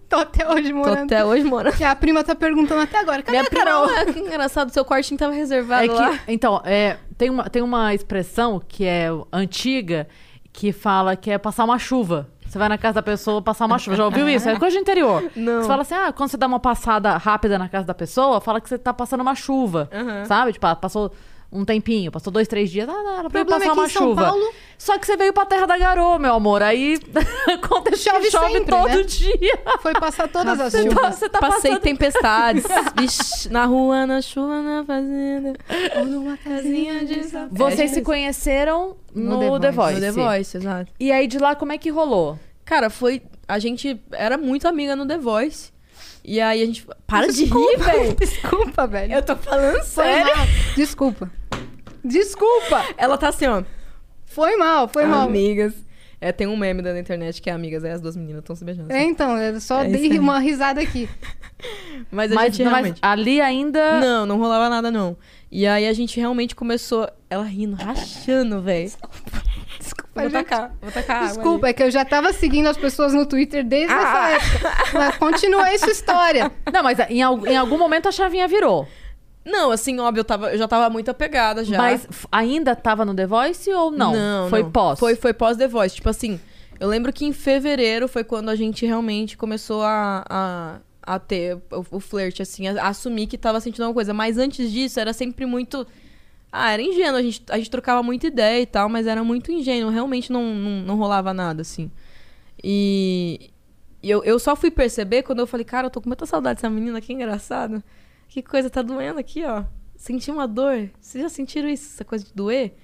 Speaker 2: Tô até hoje
Speaker 5: Tô
Speaker 2: morando.
Speaker 5: até hoje morando.
Speaker 2: E a prima tá perguntando até agora. Cadê
Speaker 5: minha
Speaker 2: a Carol?
Speaker 5: prima, olha que engraçado, seu quartinho tava reservado
Speaker 2: Tá
Speaker 3: É
Speaker 5: lá.
Speaker 3: que, então, é, tem, uma, tem uma expressão que é antiga que fala que é passar uma chuva. Você vai na casa da pessoa passar uma chuva. Já ouviu isso? É coisa de interior.
Speaker 5: Não.
Speaker 3: Você fala assim, ah, quando você dá uma passada rápida na casa da pessoa, fala que você tá passando uma chuva. Sabe? Tipo, ah, passou um tempinho, passou dois, três dias. Ah, não, ela
Speaker 2: O
Speaker 3: veio
Speaker 2: problema
Speaker 3: passar
Speaker 2: é que
Speaker 3: uma
Speaker 2: em São
Speaker 3: chuva.
Speaker 2: Paulo-
Speaker 3: Só que você veio pra terra da garoa, meu amor. Aí acontece que
Speaker 2: Chove
Speaker 3: chove,
Speaker 2: sempre,
Speaker 3: todo
Speaker 2: né?
Speaker 3: dia.
Speaker 2: Foi passar todas as
Speaker 3: Você tá,
Speaker 2: chuvas.
Speaker 3: você tá
Speaker 5: Passei
Speaker 3: passando...
Speaker 5: tempestades. Ixi, na rua, na chuva, na fazenda.
Speaker 2: Ou numa casinha de sap-
Speaker 3: Vocês se conheceram no, The, Voice.
Speaker 5: No The Voice, exato.
Speaker 3: E aí de lá, como é que rolou?
Speaker 5: Cara, foi. A gente era muito amiga no The Voice. E aí a gente. Para de rir, velho!
Speaker 2: Desculpa, velho.
Speaker 5: Eu tô falando
Speaker 2: Foi
Speaker 5: sério.
Speaker 2: mal. Desculpa. Desculpa.
Speaker 5: Ela tá assim, ó.
Speaker 2: Foi mal, foi mal.
Speaker 5: Amigas. É, tem um meme da internet que é amigas, é as duas meninas estão se beijando.
Speaker 2: É,
Speaker 5: assim.
Speaker 2: então, eu só
Speaker 5: É isso
Speaker 2: dei
Speaker 5: aí.
Speaker 2: uma risada aqui.
Speaker 5: Mas Ah. a
Speaker 3: Mas,
Speaker 5: gente
Speaker 3: mas
Speaker 5: realmente.
Speaker 3: ali ainda.
Speaker 5: Não, não rolava nada, não. E aí a gente realmente começou. Ela rindo, rachando, velho.
Speaker 2: Desculpa,
Speaker 5: Vou
Speaker 2: gente.
Speaker 5: tacar, vou tacar água
Speaker 2: Desculpa, é que eu já tava seguindo as pessoas no Twitter desde
Speaker 5: Ah.
Speaker 2: essa época. Mas continua aí sua história.
Speaker 3: Não, mas em, al- em algum momento a chavinha virou.
Speaker 5: ali. Não, assim, óbvio, eu, tava, eu já tava muito apegada já.
Speaker 3: Mas f- ainda tava no The Voice ou não? Foi pós.
Speaker 5: Foi, foi pós The Voice. Tipo assim, eu lembro que em fevereiro foi quando a gente realmente começou a, a, a ter o, o flerte, assim, a, a assumir que tava sentindo alguma coisa. Mas antes disso, era sempre muito. Ah, era ingênuo, a gente, a gente trocava muita ideia e tal, mas era muito ingênuo, realmente não, não, não rolava nada, assim. E e eu, eu só fui perceber quando eu falei, cara, eu tô com muita saudade dessa menina, que engraçado. Que coisa, tá doendo aqui, ó. Senti uma dor. Vocês já sentiram isso, essa coisa de doer?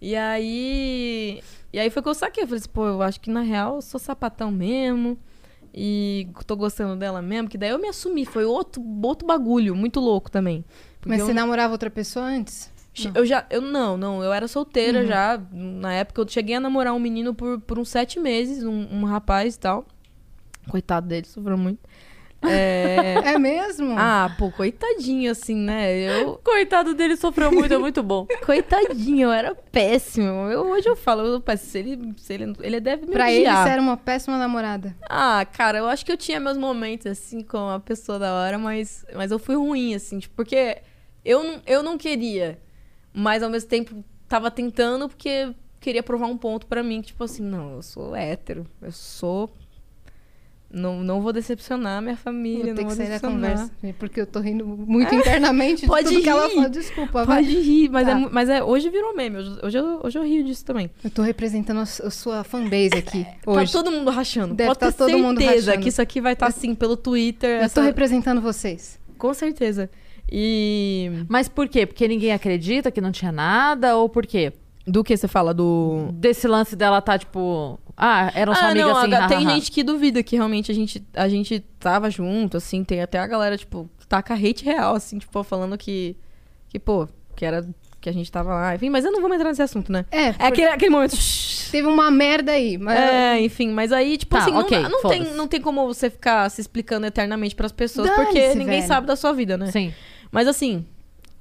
Speaker 5: E aí. E aí foi que eu saquei. Eu falei assim, pô, eu acho que na real eu sou sapatão mesmo. E tô gostando dela mesmo. Que daí eu me assumi. Foi outro, outro bagulho, muito louco também. Porque
Speaker 2: Mas
Speaker 5: eu
Speaker 2: você namorava outra pessoa antes?
Speaker 5: Che- Eu já. Eu não, não. Eu era solteira
Speaker 2: Uhum.
Speaker 5: já. Na época eu cheguei a namorar um menino por, por uns sete meses, um, um rapaz e tal. Coitado dele, sofreu muito. É...
Speaker 2: É mesmo?
Speaker 5: ah, pô, coitadinho, assim, né? Eu.
Speaker 3: Coitado dele, sofreu muito, é muito bom.
Speaker 5: Coitadinho, eu era péssimo. Eu, hoje eu falo, eu, péssimo. se ele, se ele, ele deve me
Speaker 2: Pra ele,
Speaker 5: odiar.
Speaker 2: você era uma péssima namorada.
Speaker 5: Ah, cara, eu acho que eu tinha meus momentos, assim, com a pessoa da hora, mas, mas eu fui ruim, assim, tipo, porque eu, não- eu não queria, mas ao mesmo tempo tava tentando porque queria provar um ponto pra mim, que, tipo assim, não, eu sou hétero, eu sou. Não, não vou decepcionar minha
Speaker 2: Vou
Speaker 5: família,
Speaker 2: ter
Speaker 5: não
Speaker 2: que
Speaker 5: vou
Speaker 2: sair da
Speaker 5: decepcionar.
Speaker 2: conversa. Porque eu tô rindo muito internamente de
Speaker 5: Pode
Speaker 2: tudo que ela
Speaker 5: rir.
Speaker 2: falou. Desculpa, vai.
Speaker 5: Pode rir, mas,
Speaker 2: Tá.
Speaker 5: é, mu- mas é, hoje virou meme, hoje, hoje, eu, hoje eu rio disso também.
Speaker 2: Eu tô representando a, su- a sua fanbase aqui hoje.
Speaker 5: Tá todo mundo rachando.
Speaker 2: Deve
Speaker 5: Pode
Speaker 2: tá
Speaker 5: ter
Speaker 2: todo
Speaker 5: certeza
Speaker 2: mundo rachando.
Speaker 5: que isso aqui vai estar assim pelo Twitter.
Speaker 2: Eu
Speaker 5: essa-
Speaker 2: tô representando vocês.
Speaker 5: Com certeza. E.
Speaker 3: Mas por quê? Porque ninguém acredita que não tinha nada? Ou por quê?
Speaker 5: Do que você fala? Do.
Speaker 3: Desse lance dela tá tipo. Ah, eram só
Speaker 5: Ah,
Speaker 3: amigas
Speaker 5: não,
Speaker 3: assim.
Speaker 5: a- tem
Speaker 3: hahaha.
Speaker 5: gente que duvida que realmente a gente, a gente tava junto, assim, tem até a galera, tipo, que taca hate real, assim, tipo, falando que. Que, pô, que era. Que a gente tava lá, enfim, mas eu não vou entrar nesse assunto, né?
Speaker 2: É,
Speaker 5: É aquele, aquele momento.
Speaker 2: teve uma merda aí, mas
Speaker 5: É, enfim, mas aí, tipo
Speaker 3: Tá,
Speaker 5: assim, não-
Speaker 3: ok,
Speaker 5: não, tem,
Speaker 3: foda-se.
Speaker 5: não tem como você ficar se explicando eternamente pras pessoas,
Speaker 2: Dane-se,
Speaker 5: porque ninguém
Speaker 2: velho.
Speaker 5: sabe da sua vida, né?
Speaker 3: Sim.
Speaker 5: Mas assim,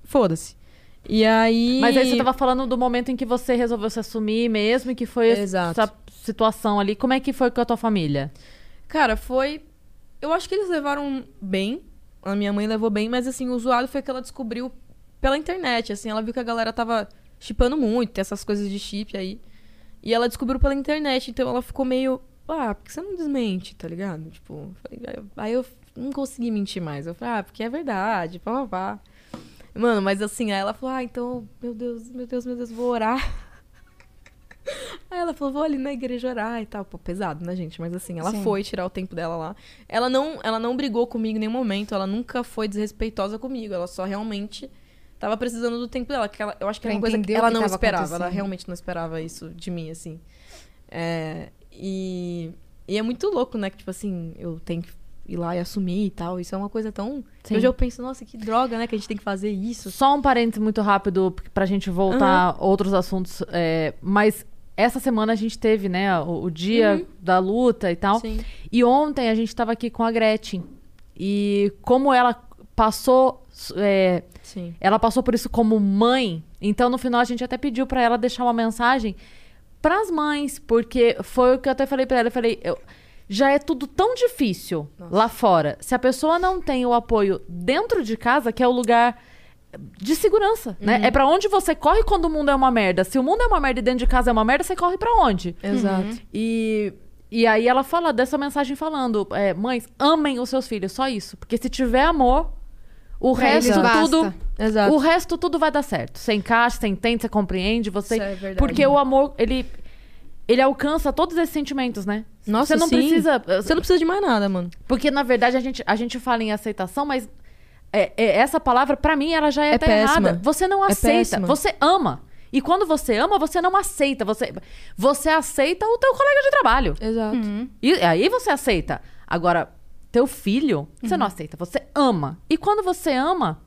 Speaker 5: foda-se. E aí.
Speaker 3: Mas aí você tava falando do momento em que você resolveu se assumir mesmo e que foi
Speaker 5: Exato.
Speaker 3: essa situação ali. Como é que foi com a tua família?
Speaker 5: Cara, foi. Eu acho que eles levaram bem. A minha mãe levou bem, mas assim, o zoado foi que ela descobriu pela internet. Assim, ela viu que a galera tava chipando muito, tem essas coisas de chip aí. E ela descobriu pela internet, então ela ficou meio. Ah, por que você não desmente, tá ligado? Tipo, eu falei, aí eu- aí eu não consegui mentir mais. Eu falei, ah, porque é verdade, pá, pá, pá. Mano, mas assim, aí ela falou, ah, então, meu Deus, meu Deus, meu Deus, vou orar. Aí ela falou, vou ali na igreja orar e tal. Pô, pesado, né, gente? Mas assim, ela
Speaker 2: Sim.
Speaker 5: foi tirar o tempo dela lá. Ela não, ela não brigou comigo em nenhum momento, ela nunca foi desrespeitosa comigo. Ela só realmente tava precisando do tempo dela. Que ela, eu acho que era
Speaker 2: Pra
Speaker 5: uma coisa que
Speaker 2: entender o
Speaker 5: ela
Speaker 2: que
Speaker 5: não
Speaker 2: tava
Speaker 5: esperava. Ela
Speaker 2: acontecendo.
Speaker 5: realmente não esperava isso de mim, assim. É, e, e é muito louco, né? Que, tipo assim, eu tenho que ir lá e assumir e tal. Isso é uma coisa tão.
Speaker 3: Sim.
Speaker 5: Hoje eu penso, nossa, que droga, né? Que a gente tem que fazer isso.
Speaker 3: Só um parênteses muito rápido p- pra gente voltar a outros assuntos. é, mas essa semana a gente teve, né, o, o dia da luta e tal.
Speaker 5: Sim.
Speaker 3: E ontem a gente tava aqui com a Gretchen. E como ela passou. é,
Speaker 5: Sim.
Speaker 3: ela passou por isso como mãe. Então, no final, a gente até pediu pra ela deixar uma mensagem pras mães, porque foi o que eu até falei pra ela. Eu falei, eu- já é tudo tão difícil lá fora. Se a pessoa não tem o apoio dentro de casa, que é o lugar de segurança, né?
Speaker 2: Uhum.
Speaker 3: É pra onde você corre quando o mundo é uma merda. Se o mundo é uma merda e dentro de casa é uma merda, você corre pra onde?
Speaker 5: Exato.
Speaker 3: E, e aí ela fala dessa mensagem falando: é, mães, amem os seus filhos, só isso. Porque se tiver amor, o
Speaker 2: Pra
Speaker 3: resto
Speaker 2: eles basta.
Speaker 3: tudo.
Speaker 5: Exato.
Speaker 3: O resto tudo vai dar certo. Você encaixa, você entende, você compreende, você.
Speaker 5: Isso é verdade.
Speaker 3: Porque o amor, ele. Ele alcança todos esses sentimentos, né?
Speaker 5: Nossa,
Speaker 3: você não
Speaker 5: sim.
Speaker 3: precisa.
Speaker 5: Você não precisa de mais nada, mano.
Speaker 3: Porque, na verdade, a gente, a gente fala em aceitação, mas é- é- essa palavra, pra mim, ela já é,
Speaker 5: É
Speaker 3: até
Speaker 5: péssima.
Speaker 3: errada. Você não
Speaker 5: É
Speaker 3: aceita,
Speaker 5: péssima.
Speaker 3: você ama. E quando você ama, você não aceita. Você, você aceita o teu colega de trabalho.
Speaker 5: Exato.
Speaker 3: E aí você aceita. Agora, teu filho,
Speaker 5: Uhum.
Speaker 3: você não aceita, você ama. E quando você ama,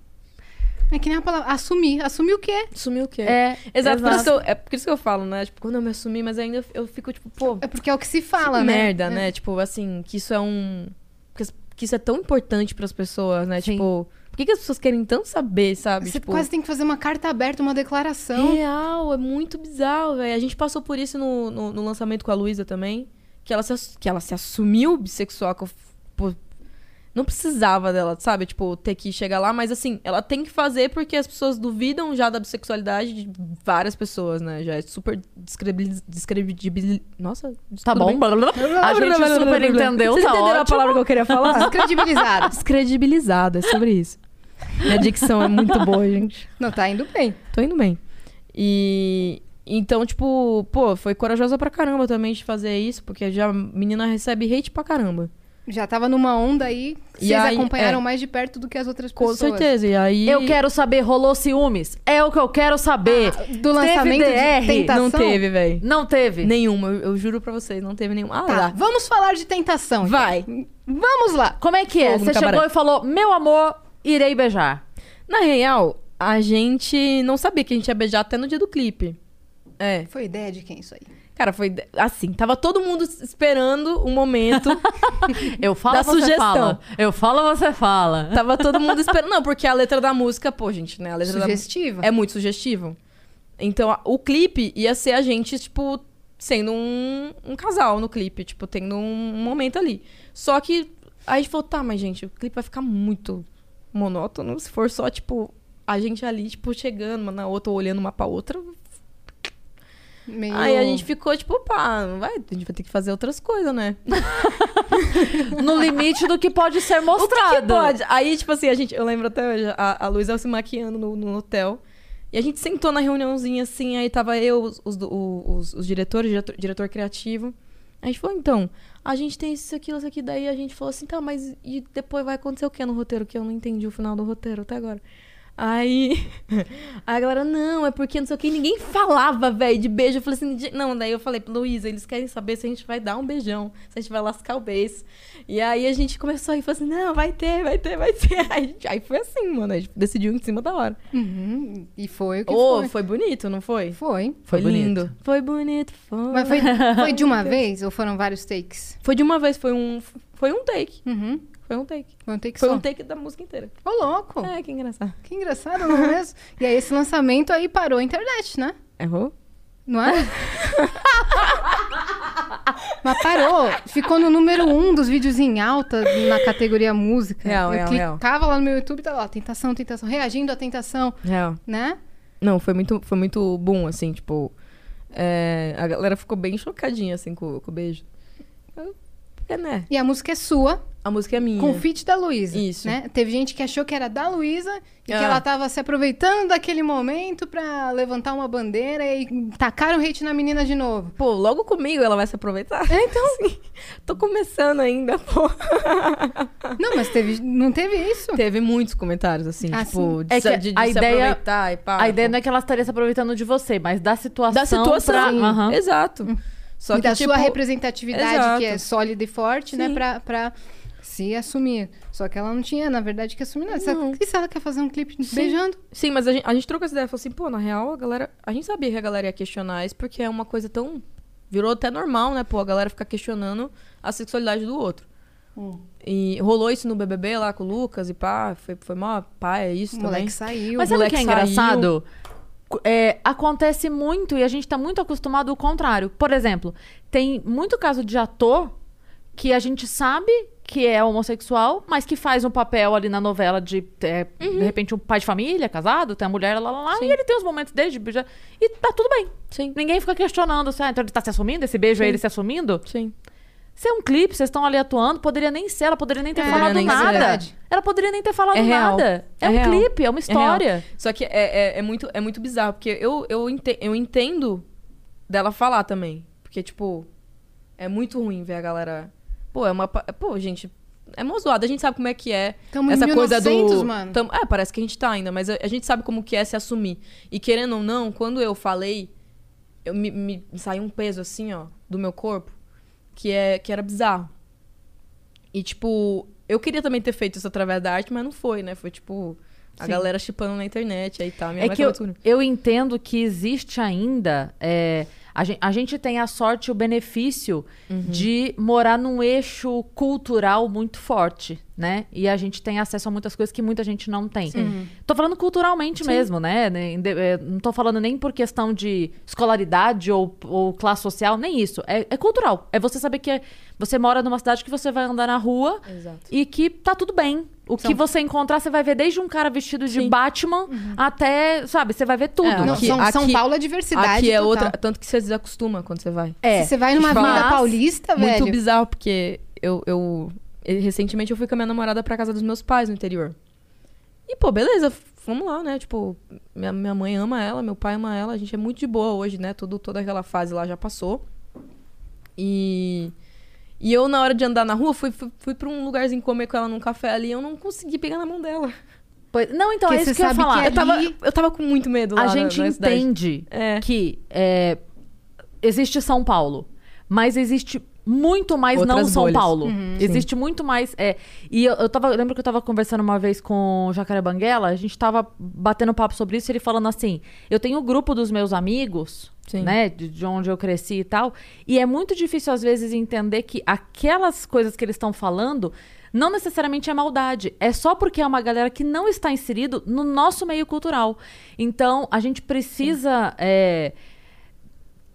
Speaker 2: é que nem a palavra. Assumir. Assumir o quê?
Speaker 5: Sumiu o quê?
Speaker 3: é.
Speaker 5: Exato, Por isso que eu, é por isso que eu falo, né? Tipo, quando eu me assumi, mas ainda eu- eu fico, tipo, pô,
Speaker 2: É porque é o que se fala,
Speaker 5: que
Speaker 2: né?
Speaker 5: merda, né? Tipo, assim, que isso é um. Que, que isso é tão importante pras pessoas, né?
Speaker 3: Sim.
Speaker 5: Tipo, por que, que as pessoas querem tanto saber, sabe?
Speaker 2: Você
Speaker 5: tipo,
Speaker 2: quase tem que fazer uma carta aberta, uma declaração.
Speaker 5: Real, é muito bizarro, velho. A gente passou por isso no, no, no lançamento com a Luísa também. Que ela se, ass- que ela se assumiu bissexual. Que eu, f- pô, não precisava dela, sabe? Tipo, ter que chegar lá. Mas assim, ela tem que fazer porque as pessoas duvidam já da bissexualidade de várias pessoas, né? Já é super descrebil- descredibil... Nossa,
Speaker 3: Tá
Speaker 5: tudo
Speaker 3: bom.
Speaker 5: bem?
Speaker 3: A gente super entendeu,
Speaker 5: Vocês
Speaker 3: tá
Speaker 5: entenderam a
Speaker 3: ótimo.
Speaker 5: palavra que eu queria falar?
Speaker 2: Descredibilizada.
Speaker 5: Descredibilizada, é sobre isso. Minha dicção é muito boa, gente.
Speaker 2: Não, tá indo bem.
Speaker 5: Tô indo bem. E. Então, tipo, pô, foi corajosa pra caramba também de fazer isso, porque já a menina recebe hate pra caramba.
Speaker 2: Já tava numa onda aí.
Speaker 5: E
Speaker 2: Vocês
Speaker 5: aí,
Speaker 2: acompanharam
Speaker 5: é.
Speaker 2: mais de perto do que as outras
Speaker 5: Com
Speaker 2: pessoas.
Speaker 5: certeza. E aí.
Speaker 3: Eu quero saber, rolou ciúmes? É o que eu quero saber.
Speaker 5: Ah,
Speaker 2: Do lançamento
Speaker 3: DR?
Speaker 2: de tentação.
Speaker 5: Não teve, velho.
Speaker 3: Não teve.
Speaker 5: Nenhuma, eu, eu juro pra vocês, não teve nenhuma. Ah,
Speaker 2: Tá,
Speaker 5: lá.
Speaker 2: vamos falar de tentação. então.
Speaker 5: Vai.
Speaker 2: Vamos lá.
Speaker 3: Como é que é?
Speaker 5: Fogo no
Speaker 3: Você
Speaker 5: cabaré.
Speaker 3: chegou e falou, meu amor, irei beijar.
Speaker 5: Na real, a gente não sabia que a gente ia beijar até no dia do clipe. É.
Speaker 2: Foi ideia de quem isso aí?
Speaker 5: Cara, foi de- assim. Tava todo mundo s- esperando o momento.
Speaker 3: Eu falo,
Speaker 5: Da
Speaker 3: você
Speaker 5: sugestão. Tá
Speaker 3: fala. Eu falo, você fala.
Speaker 5: tava todo mundo esperando. Não, porque a letra da música, pô, gente, né? A letra da música
Speaker 2: Sugestiva.
Speaker 5: é muito sugestivo. Então, a- o clipe ia ser a gente, tipo, sendo um, um casal no clipe, tipo, tendo um momento ali. Só que aí a gente falou, tá, mas gente, o clipe vai ficar muito monótono se for só, tipo, a gente ali, tipo, chegando uma na outra, ou olhando uma pra outra.
Speaker 2: Meio...
Speaker 5: Aí É. a gente ficou, tipo, pá, não vai, a gente vai ter que fazer outras coisas, né?
Speaker 3: No limite do que pode ser
Speaker 5: O que que
Speaker 3: mostrado.
Speaker 5: pode? Aí, tipo assim, a gente, eu lembro até hoje, a, a Luísa se maquiando no, no hotel. E a gente sentou na reuniãozinha assim, aí tava eu, os, os, do- o- os- os diretores, diretor, diretor criativo. A gente falou, então, a gente tem isso, aquilo, isso aqui. Daí a gente falou assim, tá, mas e depois vai acontecer o que no roteiro? Que eu não entendi o final do roteiro até agora. Aí, aí a galera, não, é porque não sei o que. Ninguém falava, velho, de beijo. Eu falei assim, "Gente, não. Daí eu falei, Luísa, eles querem saber se a gente vai dar um beijão, se a gente vai lascar o beijo. E aí a gente começou a ir, falou assim, não, vai ter, vai ter, vai ter. Aí, aí foi assim, mano, a gente decidiu em cima da hora.
Speaker 2: Uhum, E foi o que
Speaker 5: Ô,
Speaker 2: foi.
Speaker 5: foi bonito, não foi?
Speaker 2: Foi.
Speaker 3: Foi bonito.
Speaker 5: lindo. Foi bonito, foi.
Speaker 2: Mas foi, foi de uma vez ou foram vários takes?
Speaker 5: Foi de uma vez, foi um, foi um take.
Speaker 2: Uhum.
Speaker 5: Foi um take.
Speaker 2: Foi um take
Speaker 5: Foi
Speaker 2: só.
Speaker 5: um take da música inteira.
Speaker 2: Ô, louco!
Speaker 5: É, que engraçado.
Speaker 2: Que engraçado, não é mesmo? e aí esse lançamento aí parou a internet, né?
Speaker 5: Errou?
Speaker 2: Não é? Mas parou. Ficou no número um dos vídeos em alta na categoria música.
Speaker 5: Real,
Speaker 2: Eu
Speaker 5: real,
Speaker 2: clicava lá no meu YouTube e tava lá, tentação, tentação, reagindo à tentação,
Speaker 5: Real.
Speaker 2: né?
Speaker 5: Não, foi muito, foi muito bom, assim, tipo. é, a galera ficou bem chocadinha, assim, com, com o beijo. Eu- Porque, né?
Speaker 2: E a música é sua,
Speaker 5: A música é minha.
Speaker 2: com o feat da Luísa.
Speaker 5: Isso.
Speaker 2: Né? Teve gente que achou que era da Luísa e
Speaker 5: Ah.
Speaker 2: que ela tava se aproveitando daquele momento pra levantar uma bandeira e tacar o hate na menina de novo.
Speaker 5: Pô, logo comigo ela vai se aproveitar.
Speaker 3: É,
Speaker 5: Então, assim, tô começando ainda, pô.
Speaker 2: Não, mas teve, não teve isso.
Speaker 5: Teve muitos comentários, assim,
Speaker 2: Ah,
Speaker 5: tipo,
Speaker 3: É
Speaker 5: de, se-
Speaker 3: que
Speaker 5: de- de
Speaker 3: a
Speaker 5: se
Speaker 3: ideia-
Speaker 5: aproveitar e pá.
Speaker 3: A ideia
Speaker 5: pô.
Speaker 3: não é que ela estaria se aproveitando de você, mas da situação.
Speaker 5: da situação.
Speaker 3: pra- Aham. Hum.
Speaker 5: Exato. Só
Speaker 2: e
Speaker 5: que,
Speaker 2: da
Speaker 5: tipo,
Speaker 2: sua representatividade, que é
Speaker 5: exato.
Speaker 2: sólida e forte, né?
Speaker 5: Sim.
Speaker 2: Pra, pra se assumir. Só que ela não tinha, na verdade, que assumir nada. Se ela-
Speaker 5: Não.
Speaker 2: E se ela quer fazer um clipe beijando?
Speaker 5: Sim, mas a gente, a gente trocou essa ideia. Falou assim, pô, na real, a galera. A gente sabia que a galera ia questionar isso, porque é uma coisa tão. Virou até normal, né, pô, a galera ficar questionando a sexualidade do outro. E rolou isso no BBB lá com o Lucas e pá, foi, foi mó pá, é isso
Speaker 2: O
Speaker 5: também.
Speaker 2: moleque saiu.
Speaker 3: Mas
Speaker 5: o
Speaker 3: sabe o que
Speaker 5: moleque
Speaker 3: é engraçado? Cu- é, acontece muito e a gente tá muito acostumado ao contrário. Por exemplo, tem muito caso de ator que a gente sabe que é homossexual, mas que faz um papel ali na novela de, é, de repente, um pai de família, casado, tem a mulher, lá, lá, lá, e ele tem os momentos dele de beijar. E tá tudo bem.
Speaker 5: Sim.
Speaker 3: Ninguém fica questionando, assim, ah, então ele tá se assumindo, esse beijo é ele se assumindo?
Speaker 5: Sim.
Speaker 3: Se é um clipe, vocês estão ali atuando, poderia nem ser, ela poderia nem ter
Speaker 2: É,
Speaker 3: falado
Speaker 5: nem ser.
Speaker 3: nada.
Speaker 2: Verdade.
Speaker 3: Ela poderia nem ter falado
Speaker 5: É real.
Speaker 3: nada. É,
Speaker 5: É
Speaker 3: um
Speaker 5: real.
Speaker 3: clipe, é uma
Speaker 5: É real.
Speaker 3: história.
Speaker 5: Só que é, é, é muito, é muito bizarro, porque eu, eu, ente- eu entendo dela falar também. Porque, tipo, é muito ruim ver a galera. Pô, é uma. pa- Pô, gente, é mó zoado. A gente sabe como é que é
Speaker 2: Tamo em
Speaker 5: essa coisa
Speaker 2: 1900,
Speaker 5: do.
Speaker 2: mano.
Speaker 5: Tam- É, parece que a gente tá ainda, mas a, a gente sabe como que é se assumir. E querendo ou não, quando eu falei, eu me, me saiu um peso assim, ó, do meu corpo, que, é, que era bizarro. E, tipo, eu queria também ter feito isso através da arte, mas não foi, né? Foi, tipo, a galera chipando na internet aí tá. Minha
Speaker 3: é
Speaker 5: mãe
Speaker 3: que eu,
Speaker 5: acabou de-
Speaker 3: eu entendo que existe ainda. é, a, gen- a gente, tem a sorte e o benefício
Speaker 5: Uhum.
Speaker 3: de morar num eixo cultural muito forte, né? E a gente tem acesso a muitas coisas que muita gente não tem. Tô falando culturalmente mesmo, né? Ne- inde- é, Não tô falando nem por questão de escolaridade ou, ou classe social, nem isso. É, é cultural. É você saber que é- você mora numa cidade que você vai andar na rua
Speaker 5: Exato.
Speaker 3: e que tá tudo bem. O que você encontrar, você vai ver desde um cara vestido de Batman até, sabe, você vai ver tudo.
Speaker 5: É,
Speaker 2: Não,
Speaker 5: aqui-
Speaker 2: São, São
Speaker 5: aqui-
Speaker 2: Paulo Uhum. é diversidade.
Speaker 5: Aqui é
Speaker 2: total.
Speaker 5: outra. Tanto que você desacostuma quando você vai.
Speaker 3: É,
Speaker 2: Se você vai numa
Speaker 5: deixa eu
Speaker 2: avenida
Speaker 3: falar. Tá
Speaker 2: paulista,
Speaker 5: Muito
Speaker 2: velho.
Speaker 5: bizarro, porque eu, eu. eh, Recentemente eu fui com a minha namorada pra casa dos meus pais no interior. E, pô, beleza, f- vamos lá, né? Tipo, minha, minha mãe ama ela, meu pai ama ela, a gente é muito de boa hoje, né? Tudo, toda aquela fase lá já passou. E. E eu, na hora de andar na rua, fui, fui, fui pra um lugarzinho comer com ela num café ali e eu não consegui pegar na mão dela.
Speaker 3: Pois- não, então
Speaker 2: Porque
Speaker 3: é isso
Speaker 2: você
Speaker 3: que eu ia
Speaker 2: sabe que
Speaker 3: falar.
Speaker 2: é
Speaker 5: Eu tava,
Speaker 2: Ali-
Speaker 5: eu tava com muito medo lá
Speaker 3: A
Speaker 5: na-
Speaker 3: gente
Speaker 5: na cidade.
Speaker 3: entende
Speaker 5: É.
Speaker 3: que é, existe São Paulo, mas existe muito mais
Speaker 5: Outras
Speaker 3: não São
Speaker 5: bolhas.
Speaker 3: Paulo. Uhum. Existe muito mais. É, e eu, eu tava. eu lembro que eu tava conversando uma vez com o Jacaré Banguela, a gente tava batendo papo sobre isso, e ele falando assim: eu tenho o grupo dos meus amigos,
Speaker 5: Sim.
Speaker 3: né? De, de onde eu cresci e tal. E é muito difícil, às vezes, entender que aquelas coisas que eles estão falando. Não necessariamente é maldade, é só porque é uma galera que não está inserido no nosso meio cultural. Então, a gente precisa é,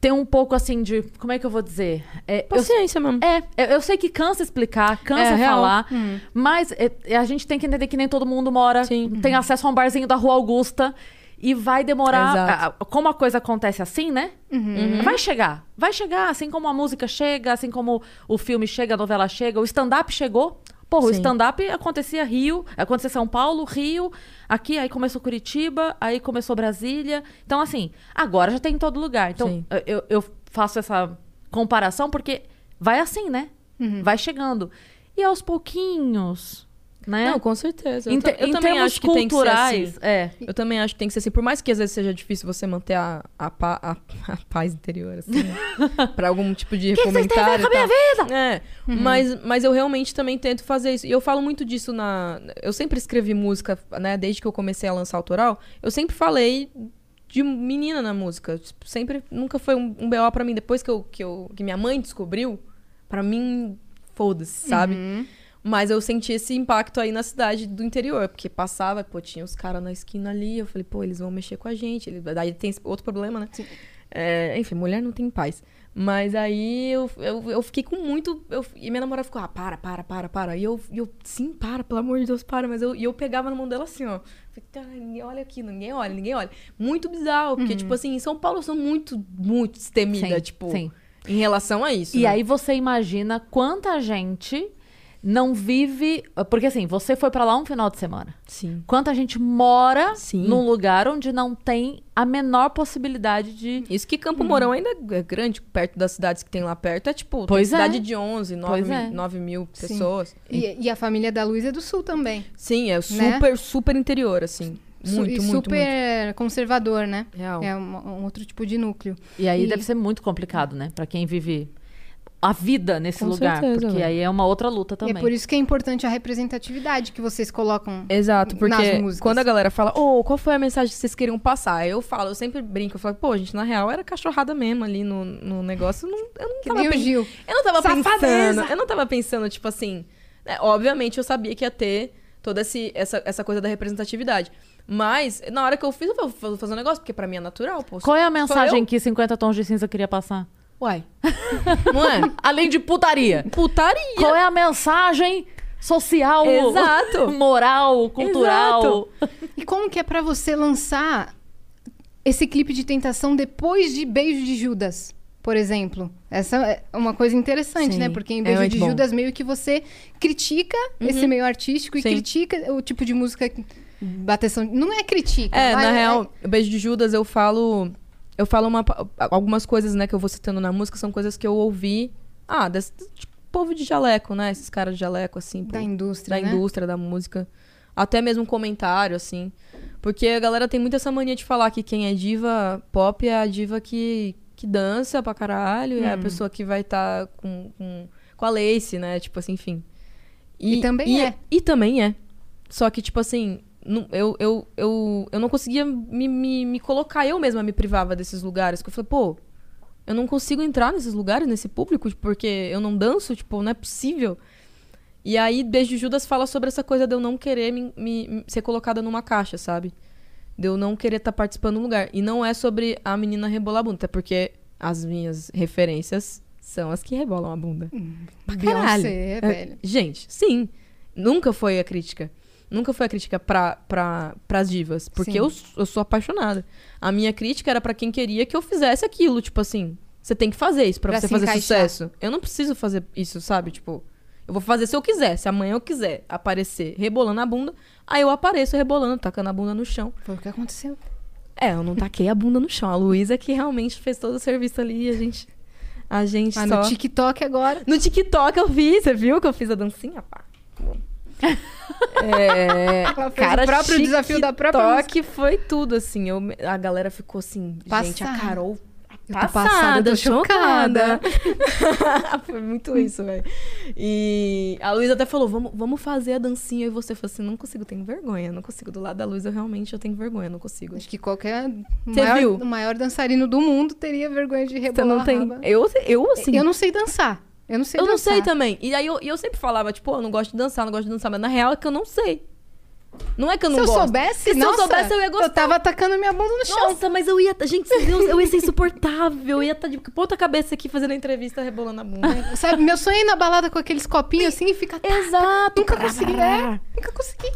Speaker 3: ter um pouco assim de. Como é que eu vou dizer? É, eu-
Speaker 5: Paciência mesmo.
Speaker 3: é, eu- eu sei que cansa explicar,
Speaker 5: É, real.
Speaker 3: cansa
Speaker 5: Hum.
Speaker 3: falar, mas é, é, a gente tem que entender que nem todo mundo mora,
Speaker 5: Sim.
Speaker 3: tem acesso a um barzinho da Rua Augusta e vai demorar.
Speaker 5: Exato. Uhum.
Speaker 3: a- a- como a coisa acontece assim, né? Vai chegar, vai chegar, assim como a música chega, assim como o filme chega, a novela chega, o stand-up chegou. Porra, o
Speaker 5: Sim.
Speaker 3: stand-up acontecia Rio, acontecia São Paulo, Rio, aqui, aí começou Curitiba, aí começou Brasília. Então, assim, agora já tem em todo lugar. Então,
Speaker 5: Sim.
Speaker 3: eu, eu faço essa comparação porque vai assim, né?
Speaker 5: Uhum.
Speaker 3: Vai chegando. E aos pouquinhos, né?
Speaker 5: Não, com certeza.
Speaker 3: em
Speaker 5: Eu, ta-
Speaker 3: te-
Speaker 5: eu
Speaker 3: em
Speaker 5: também
Speaker 3: termos
Speaker 5: acho que tem que
Speaker 3: culturais,
Speaker 5: ser assim.
Speaker 3: é.
Speaker 5: Eu também acho que tem que ser assim. Por mais que às vezes seja difícil você manter a, a, pa- a- a paz interior, assim, né? pra algum tipo de
Speaker 3: que vocês têm a ver
Speaker 5: comentário.
Speaker 3: com a Uhum.
Speaker 5: e tal. É, mas, mas eu realmente também tento fazer isso. E eu falo muito disso na. Eu sempre escrevi música, né? Desde que eu comecei a lançar autoral, eu sempre falei de menina na música. Tipo, Sempre. Nunca foi um, um BO pra mim. Depois que, eu, que, eu, que minha mãe descobriu, pra mim, foda-se, sabe?
Speaker 3: Uhum.
Speaker 5: Mas eu senti esse impacto aí na cidade do interior, porque passava, pô, tinha os caras na esquina ali, eu falei, pô, eles vão mexer com a gente. Ele, daí tem esse outro problema, né? É, enfim, mulher não tem paz. Mas aí eu, eu, eu fiquei com muito. eu- e minha namorada ficou, ah, para, para, para, para. E eu, e eu sim, para, pelo amor de Deus, para. Mas eu, e eu pegava na mão dela assim, ó. Falei, tá, ninguém olha aqui, ninguém olha, ninguém olha. Muito bizarro, porque, tipo assim, em São Paulo eu sou muito, muito destemida,
Speaker 3: Uhum. Sim,
Speaker 5: tipo,
Speaker 3: sim.
Speaker 5: em relação a isso.
Speaker 3: E
Speaker 5: né?
Speaker 3: aí você imagina quanta gente não vive. Porque assim, você foi pra lá um final de semana.
Speaker 5: Sim.
Speaker 3: Quanta gente mora
Speaker 5: Sim.
Speaker 3: num lugar onde não tem a menor possibilidade de.
Speaker 5: Isso que Campo Mourão ainda é grande, perto das cidades que tem lá perto. É tipo,
Speaker 3: Pois é.
Speaker 5: tem cidade de 11, 9,
Speaker 3: Pois
Speaker 5: mil,
Speaker 3: é.
Speaker 5: 9 mil pessoas.
Speaker 2: E, e a família da Luísa é do Sul também.
Speaker 5: Sim, é
Speaker 2: Né?
Speaker 5: super, super interior, assim.
Speaker 2: Su-
Speaker 5: Muito,
Speaker 2: e
Speaker 5: muito, muito. Então.
Speaker 2: super conservador, né?
Speaker 5: Real.
Speaker 2: É um, um outro tipo de núcleo.
Speaker 3: E aí
Speaker 2: E-
Speaker 3: deve ser muito complicado, né? Pra quem vive a vida nesse
Speaker 5: Com
Speaker 3: lugar.
Speaker 5: certeza,
Speaker 3: porque
Speaker 5: né?
Speaker 3: aí é uma outra luta
Speaker 2: E
Speaker 3: também.
Speaker 2: é por isso que é importante a representatividade que vocês colocam.
Speaker 5: Exato,
Speaker 2: Nas
Speaker 5: porque
Speaker 2: músicas.
Speaker 5: quando a galera fala, ô, qual foi a mensagem que vocês queriam passar? Aí Eu falo, eu sempre brinco, eu falo, pô, gente, na real era cachorrada mesmo ali no, no negócio. Eu não, eu não
Speaker 2: Que
Speaker 5: tava
Speaker 2: nem o
Speaker 5: pen-
Speaker 2: Gil.
Speaker 5: Eu não tava
Speaker 2: Safadeza.
Speaker 5: pensando. Eu não tava pensando, tipo assim. né, obviamente eu sabia que ia ter toda esse, essa, essa coisa da representatividade. Mas, na hora que eu fiz, eu falei, vou fazer um negócio, porque pra mim é natural, pô.
Speaker 3: Qual é a mensagem
Speaker 5: eu?
Speaker 3: que 50 tons de cinza queria passar?
Speaker 5: Uai. Não é?
Speaker 3: Além de putaria.
Speaker 5: Putaria.
Speaker 3: Qual é a mensagem social,
Speaker 5: Exato.
Speaker 3: moral, cultural?
Speaker 5: Exato.
Speaker 2: E como que é pra você lançar esse clipe de tentação depois de Beijo de Judas, por exemplo? Essa é uma coisa interessante,
Speaker 5: Sim,
Speaker 2: né? Porque em
Speaker 5: é
Speaker 2: Beijo
Speaker 5: muito
Speaker 2: de
Speaker 5: bom. Uhum.
Speaker 2: Judas meio que você critica esse meio artístico e
Speaker 5: Sim.
Speaker 2: critica o tipo de música que- bateção, não é critica,
Speaker 5: É,
Speaker 2: mas
Speaker 5: na real, o Beijo de Judas eu falo. Eu falo uma pa- algumas coisas, né, que eu vou citando na música, são coisas que eu ouvi. Ah, desse tipo, povo de jaleco, né? Esses caras de jaleco, assim.
Speaker 2: da
Speaker 5: pô.
Speaker 2: indústria,
Speaker 5: da
Speaker 2: né?
Speaker 5: indústria da música. Até mesmo comentário, assim. Porque a galera tem muito essa mania de falar que quem é diva pop é a diva que, que dança pra caralho,
Speaker 2: Uhum.
Speaker 5: é a pessoa que vai estar com, com, com a lace, né? Tipo assim, enfim.
Speaker 2: E também é.
Speaker 5: E também é. Só que, tipo assim, nu- eu, eu, eu, eu não conseguia me, me, me colocar, eu mesma me privava desses lugares. Que eu falei, pô, eu não consigo entrar nesses lugares, nesse público, porque eu não danço, tipo, não é possível. E aí, Beijo de Judas fala sobre essa coisa de eu não querer me, me- me- ser colocada numa caixa, sabe? De eu não querer estar participando de um lugar. E não é sobre a menina rebolar a bunda, até porque as minhas referências são as que rebolam a bunda. Pra caralho.
Speaker 2: Beyoncé,
Speaker 5: É,
Speaker 2: velho.
Speaker 5: Gente, sim. Nunca foi a crítica. Nunca foi a crítica pra, pra, pras divas. Porque
Speaker 2: Sim.
Speaker 5: eu, s- eu sou apaixonada. A minha crítica era pra quem queria que eu fizesse aquilo. Tipo assim, você tem que fazer isso pra,
Speaker 2: Pra
Speaker 5: você
Speaker 2: se
Speaker 5: fazer
Speaker 2: encaixar.
Speaker 5: sucesso. Eu não preciso fazer isso, sabe? Tipo, eu vou fazer se eu quiser. Se amanhã eu quiser aparecer rebolando a bunda, aí eu apareço rebolando, tacando a bunda no chão.
Speaker 2: Foi o que aconteceu.
Speaker 5: É, eu não taquei a bunda no chão. A Luísa que realmente fez todo o serviço ali e a gente. A gente
Speaker 2: Ah,
Speaker 5: só...
Speaker 2: no TikTok agora.
Speaker 5: No TikTok eu vi, você viu que eu fiz a dancinha, pá. É,
Speaker 2: Ela fez o próprio desafio da própria
Speaker 5: TikTok foi tudo assim. Eu, a galera ficou assim, gente,
Speaker 2: Passada.
Speaker 5: a Carol
Speaker 2: Eu tô passada, eu tô chocada.
Speaker 5: Foi muito isso, velho. E a Luísa até falou: vamos, vamos fazer a dancinha. E você falou assim: não consigo, tenho vergonha. Não consigo. Do lado da Luísa, eu realmente eu tenho vergonha, não consigo.
Speaker 2: Acho que qualquer
Speaker 5: Você
Speaker 2: maior,
Speaker 5: viu?
Speaker 2: o maior dançarino do mundo teria vergonha de
Speaker 5: Você
Speaker 2: rebolar
Speaker 5: não tem.
Speaker 2: a raba.
Speaker 5: Eu, eu assim.
Speaker 2: Eu não sei dançar. Eu não sei
Speaker 5: Eu não
Speaker 2: dançar.
Speaker 5: sei também. E aí eu, e eu sempre falava, tipo, "Pô, eu não gosto de dançar, não gosto de dançar. Mas na real é que eu não sei. Não é que eu não
Speaker 2: Se eu
Speaker 5: gosto.
Speaker 2: soubesse,
Speaker 5: se
Speaker 2: nossa,
Speaker 5: eu soubesse, eu ia
Speaker 2: Eu
Speaker 5: gostar.
Speaker 2: tava atacando minha bunda no chão.
Speaker 5: Nossa, mas eu ia. Gente, meu Deus, eu ia ser insuportável. Eu ia estar de ponta cabeça aqui fazendo a entrevista, rebolando a bunda.
Speaker 2: Sabe, meu sonho é ir na balada com aqueles copinhos assim e ficar...
Speaker 5: Exato.
Speaker 2: Nunca consegui, né? Nunca consegui.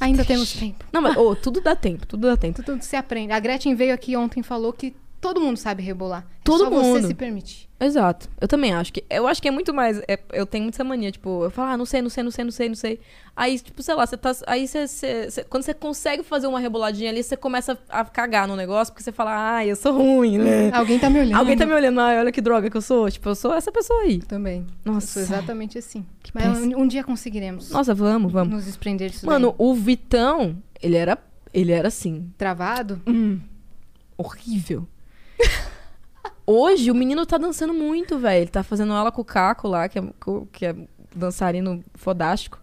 Speaker 2: Ainda temos tempo.
Speaker 5: Não, mas ô, tudo dá tempo, tudo dá tempo.
Speaker 2: Tudo se aprende. A Gretchen veio aqui ontem e falou que todo mundo sabe rebolar. É
Speaker 5: Todo
Speaker 2: só
Speaker 5: mundo.
Speaker 2: você se permite.
Speaker 5: Exato. Eu também acho que. Eu acho que é muito mais. é- eu tenho muita mania, tipo, eu falo, ah, não sei, não sei, não sei, não sei, não sei. Aí, tipo, sei lá, você tá. Aí você. você- você- quando você consegue fazer uma reboladinha ali, você começa a cagar no negócio, porque você fala, ah, eu sou ruim, né?
Speaker 2: Alguém tá me olhando.
Speaker 5: Alguém tá me olhando, ai, olha que droga que eu sou. Tipo, eu sou essa pessoa aí.
Speaker 2: Também.
Speaker 5: Nossa.
Speaker 2: Eu sou exatamente assim. Mas
Speaker 5: péssimo.
Speaker 2: um, um dia conseguiremos
Speaker 5: Nossa, vamos, vamos.
Speaker 2: nos desprender disso
Speaker 5: Mano,
Speaker 2: daí.
Speaker 5: o Vitão, ele era. Ele era assim,
Speaker 2: Travado?
Speaker 5: horrível. Hoje o menino tá dançando muito, velho. Ele tá fazendo aula com o Caco lá, que é, co- que é dançarino fodástico.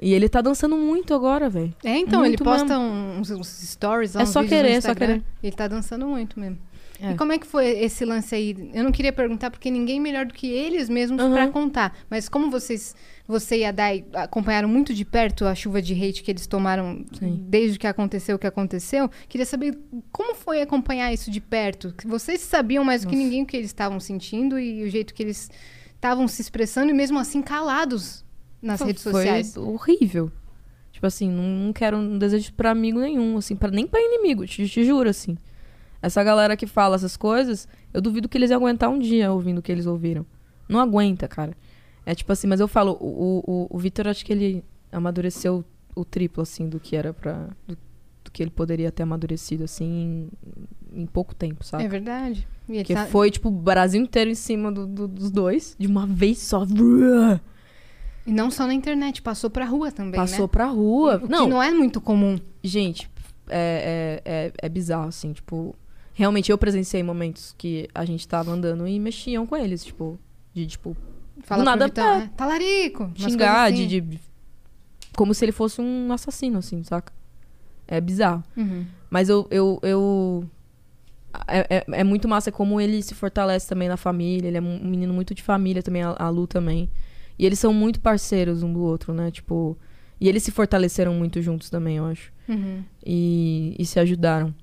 Speaker 5: E ele tá dançando muito agora, velho.
Speaker 2: É, então, ele
Speaker 5: Muito
Speaker 2: posta uns, uns stories lá,
Speaker 5: É
Speaker 2: uns
Speaker 5: só
Speaker 2: vídeos no
Speaker 5: querer, é só
Speaker 2: Instagram.
Speaker 5: querer.
Speaker 2: Ele tá dançando muito mesmo.
Speaker 5: É.
Speaker 2: E como é que foi esse lance aí? Eu não queria perguntar, porque ninguém melhor do que eles mesmos
Speaker 5: Uhum.
Speaker 2: pra contar. Mas como vocês, você e a Dai acompanharam muito de perto a chuva de hate que eles tomaram desde que aconteceu o que aconteceu, queria saber como foi acompanhar isso de perto. Que Vocês sabiam mais do que ninguém o que eles estavam sentindo e o jeito que eles estavam se expressando e mesmo assim calados nas redes
Speaker 5: Foi
Speaker 2: sociais.
Speaker 5: horrível. Tipo assim, não, não quero, não desejo pra amigo nenhum, assim, pra, nem pra inimigo, te, te juro, assim. Essa galera que fala essas coisas, eu duvido que eles iam aguentar um dia ouvindo o que eles ouviram. Não aguenta, cara. É tipo assim, mas eu falo, o, o, o- o Vitor, acho que ele amadureceu o triplo, assim, do que era pra. Do, do que ele poderia ter amadurecido, assim, em, em pouco tempo, sabe?
Speaker 2: É verdade. E ele
Speaker 5: Porque
Speaker 2: tá-
Speaker 5: foi, tipo, o Brasil inteiro em cima do- do- dos dois, de uma vez só.
Speaker 2: né?
Speaker 5: Vrua!
Speaker 2: E não só na internet, passou pra rua também,
Speaker 5: Passou
Speaker 2: né?
Speaker 5: pra rua.
Speaker 2: O
Speaker 5: não,
Speaker 2: Que não é muito comum.
Speaker 5: Gente, é, é, é, é bizarro, assim, tipo. Realmente eu presenciei momentos que a gente tava andando e mexiam com eles, tipo. De, tipo,
Speaker 2: Fala
Speaker 5: Do
Speaker 2: pro
Speaker 5: nada,
Speaker 2: Vitão,
Speaker 5: é.
Speaker 2: né? Talarico. umas
Speaker 5: xingar,
Speaker 2: coisas assim.
Speaker 5: de, de- Como se ele fosse um assassino, assim, saca? É bizarro.
Speaker 2: Uhum.
Speaker 5: Mas eu. eu, eu é, é- é muito massa como ele se fortalece também na família. Ele é um menino muito de família também, a, a Lu também. E eles são muito parceiros um do outro, né? Tipo. E eles se fortaleceram muito juntos também, eu acho.
Speaker 2: Uhum.
Speaker 5: e, e se ajudaram.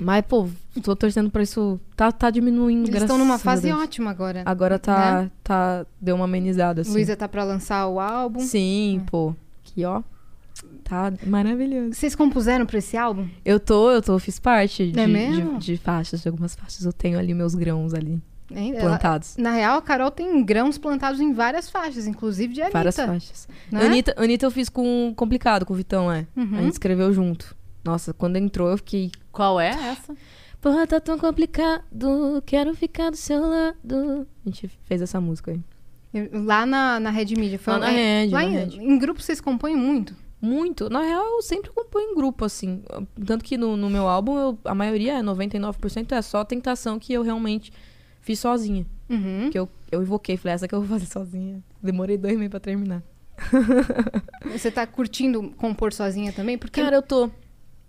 Speaker 5: Mas, pô, tô torcendo pra isso. Tá, tá diminuindo,
Speaker 2: Eles
Speaker 5: graças
Speaker 2: estão numa
Speaker 5: a
Speaker 2: fase
Speaker 5: Deus.
Speaker 2: ótima agora.
Speaker 5: Agora tá, tá. Deu uma amenizada, assim.
Speaker 2: Luísa tá É. pra lançar o álbum.
Speaker 5: Sim, pô. Que ó. Tá maravilhoso.
Speaker 2: Vocês compuseram pra esse álbum?
Speaker 5: Eu tô, eu tô, fiz parte de,
Speaker 2: É
Speaker 5: de-
Speaker 2: mesmo?
Speaker 5: de faixas, de algumas faixas. Eu tenho ali meus grãos ali,
Speaker 2: Hein? Ela-
Speaker 5: plantados.
Speaker 2: na real, a Carol tem grãos plantados em várias faixas, inclusive de é Anitta.
Speaker 5: Várias faixas.
Speaker 2: né?
Speaker 5: Anitta, Anitta eu fiz com complicado, com o Vitão, é.
Speaker 2: Uhum.
Speaker 5: A gente escreveu junto. Nossa, quando entrou eu fiquei
Speaker 3: Qual é essa?
Speaker 5: Porra, tá tão complicado, quero ficar do seu lado. A gente fez essa música aí.
Speaker 2: Lá na, na Red Media. Foi
Speaker 5: Lá na
Speaker 2: é-
Speaker 5: Red,
Speaker 2: lá
Speaker 5: na
Speaker 2: em,
Speaker 5: Red.
Speaker 2: em grupo vocês compõem muito.
Speaker 5: Muito. Na real, eu sempre componho em grupo, assim. Tanto que no, no meu álbum, eu- a maioria, 99%, é só tentação que eu realmente fiz sozinha.
Speaker 2: Uhum.
Speaker 5: Que eu, eu invoquei, falei, essa que eu vou fazer sozinha. Demorei dois meses pra terminar.
Speaker 2: Você tá curtindo compor sozinha também? Porque
Speaker 5: Cara, eu tô.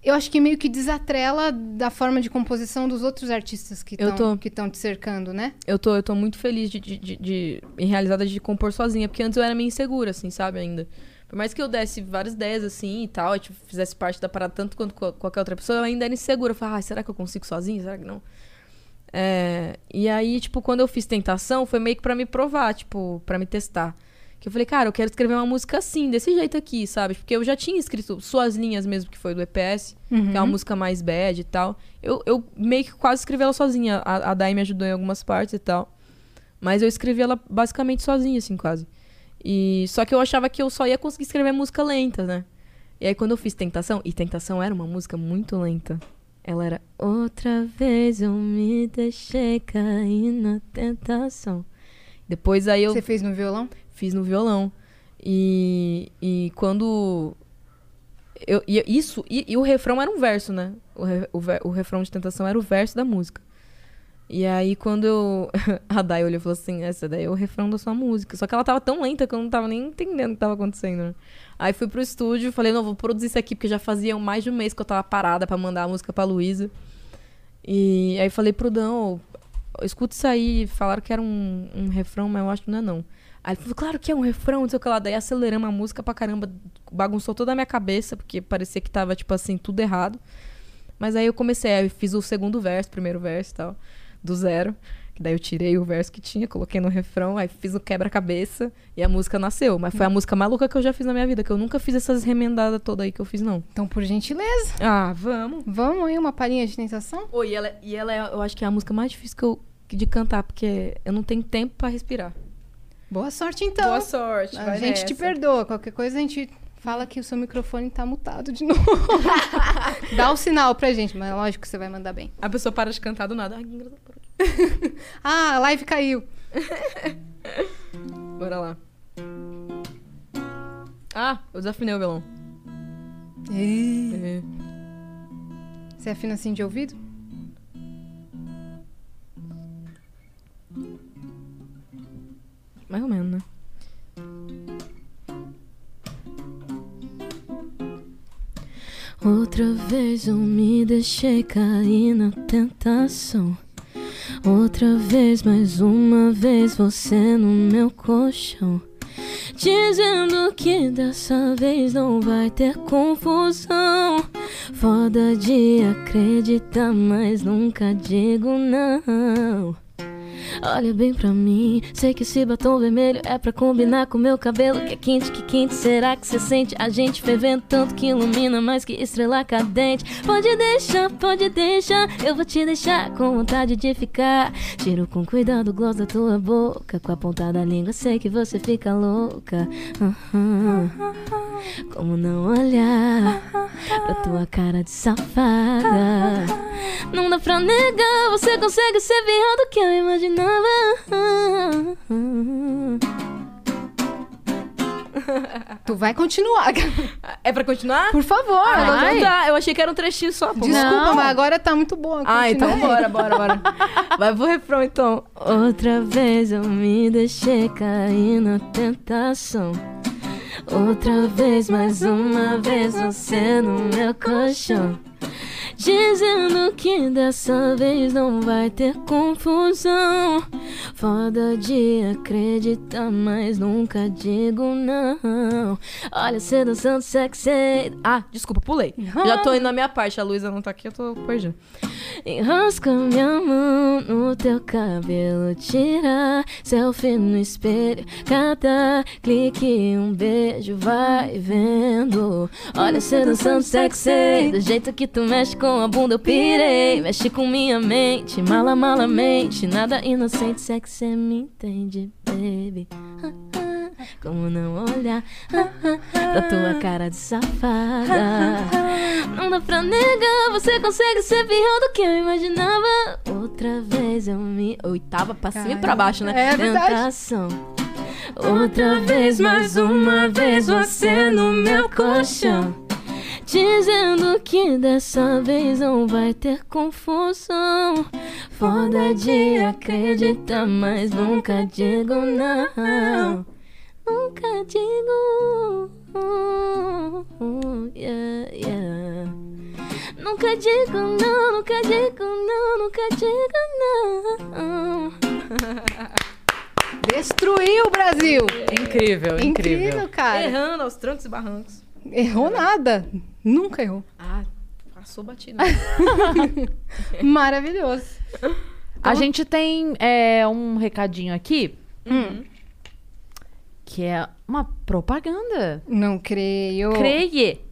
Speaker 2: eu acho que meio que desatrela da forma de composição dos outros artistas que
Speaker 5: Eu
Speaker 2: estão
Speaker 5: tô.
Speaker 2: que estão te cercando, né?
Speaker 5: Eu tô, eu tô muito feliz de, de, de, de- e realizada de compor sozinha, porque antes eu era meio insegura, assim, sabe, ainda. Por mais que eu desse várias ideias, assim, e tal, e tipo, fizesse parte da parada tanto quanto qual- qualquer outra pessoa, eu ainda era insegura. Eu falava, ah, será que eu consigo sozinha? Será que não? É, e aí, tipo, quando eu fiz Tentação, foi meio que pra me provar, tipo, pra me testar. Que eu falei, cara, eu quero escrever uma música assim, desse jeito aqui, sabe? Porque eu já tinha escrito Suas Linhas mesmo, que foi do EPS, que é uma música mais bad e tal. Eu, eu meio que quase escrevi ela sozinha. A, a Dai me ajudou em algumas partes e tal. Mas eu escrevi ela basicamente sozinha, assim, quase. E só que eu achava que eu só ia conseguir escrever música lenta, né? E aí quando eu fiz Tentação, e Tentação era uma música muito lenta. Ela era outra vez eu me deixei cair na tentação. Depois aí eu
Speaker 2: Você fez no violão?
Speaker 5: fiz no violão. E, e quando. Eu, e isso, e, e o refrão era um verso, né? O, re- o, ver- o refrão de tentação era o verso da música. E aí, quando eu... a Dai olhou e falou assim: essa daí é o refrão da sua música. Só que ela tava tão lenta que eu não tava nem entendendo o que tava acontecendo. né? Aí fui pro estúdio, falei: não, vou produzir isso aqui, porque já fazia mais de um mês que eu tava parada pra mandar a música pra Luísa. E aí falei pro Dan: "Ô, escuta isso aí. Falaram que era um, um refrão, mas eu acho que não é não. Aí ele falou: claro que é um refrão, não sei o que lá. Daí aceleramos a música pra caramba, bagunçou toda a minha cabeça, porque parecia que tava, tipo assim, tudo errado. Mas aí eu comecei, aí eu fiz o segundo verso, primeiro verso e tal, do zero. Que daí eu tirei o verso que tinha, coloquei no refrão, aí fiz o quebra-cabeça e a música nasceu. Mas foi a música maluca que eu já fiz na minha vida, que eu nunca fiz essas remendadas todas aí que eu fiz, não.
Speaker 2: Então, por gentileza,
Speaker 5: Ah, vamos.
Speaker 2: vamos aí, uma palhinha de tentação?
Speaker 5: Oi, e ela, e ela é, eu acho que é a música mais difícil que eu, de cantar, porque eu não tenho tempo pra respirar.
Speaker 2: Boa sorte, então.
Speaker 5: Boa sorte.
Speaker 2: A
Speaker 5: vai
Speaker 2: gente te
Speaker 5: nessa.
Speaker 2: perdoa. Qualquer coisa a gente fala que o seu microfone tá mutado de novo. Dá o sinal pra gente, mas lógico que você vai mandar bem.
Speaker 5: A pessoa para de cantar do nada. Ai, que engraçado.
Speaker 2: Ah, a live caiu.
Speaker 5: Bora lá. Ah, eu desafinei o violão. É.
Speaker 2: Você afina assim de ouvido?
Speaker 5: Mais ou menos, né?
Speaker 4: Outra vez eu me deixei cair na tentação. Outra vez, mais uma vez, você no meu colchão. Dizendo que dessa vez não vai ter confusão. Foda de acreditar, mas nunca digo não. Olha bem pra mim, sei que esse batom vermelho é pra combinar com meu cabelo que é quente, que quente será que você sente a gente fervendo tanto que ilumina mais que estrela cadente. Pode deixar, pode deixar, eu vou te deixar com vontade de ficar. Tiro com cuidado o gloss da tua boca, com a ponta da língua sei que você fica louca. Aham. Como não olhar pra tua cara de safada? Não dá pra negar, você consegue ser pior do que eu imaginava.
Speaker 2: Tu vai continuar,
Speaker 5: É pra continuar?
Speaker 2: por favor.
Speaker 5: Ah,
Speaker 2: vai.
Speaker 5: não dá. Eu achei que era um trechinho só. pô.
Speaker 2: Desculpa, mas agora tá muito boa.
Speaker 5: Ah, então
Speaker 2: continua aí.
Speaker 5: bora, bora, bora. Vai pro refrão, então.
Speaker 4: Outra vez eu me deixei cair na tentação. Outra vez, mais uma vez, você no meu colchão. Dizendo que dessa vez não vai ter confusão. Foda de acreditar, mas nunca digo não. Olha, cê dançando sexy.
Speaker 5: Ah, desculpa, pulei. Já tô indo na minha parte. A Luísa não tá aqui, eu tô perdida.
Speaker 4: Enrosca minha mão no teu cabelo, tira selfie no espelho, cada clique um beijo vai vendo. Olha cê dançando sexy, do jeito que tu mexe com a bunda eu pirei, mexe com minha mente, mala mala mente, nada inocente, sexy me entende, baby. Ah, ah, Como não olhar ah, ah, pra tua cara de safada? Não dá pra negar, você consegue ser pior do que eu imaginava. Outra vez eu me. Oitava pra cima e pra baixo, né?
Speaker 2: É verdade.
Speaker 4: Tentação. Outra vez, mais uma vez, você no meu colchão. Dizendo que dessa vez não vai ter confusão. Foda de acreditar, mas nunca digo não. Nunca digo. Yeah, yeah. Nunca digo não, nunca digo não, nunca digo não.
Speaker 2: Destruiu o Brasil.
Speaker 6: Incrível, incrível.
Speaker 2: Incrível, cara.
Speaker 5: Errando aos trancos e barrancos.
Speaker 2: Errou nada. Nunca errou.
Speaker 5: Ah, passou batida.
Speaker 2: Maravilhoso.
Speaker 3: A gente tem é, um recadinho aqui. Que é uma propaganda.
Speaker 2: Não creio.
Speaker 3: Creie.
Speaker 2: Oh.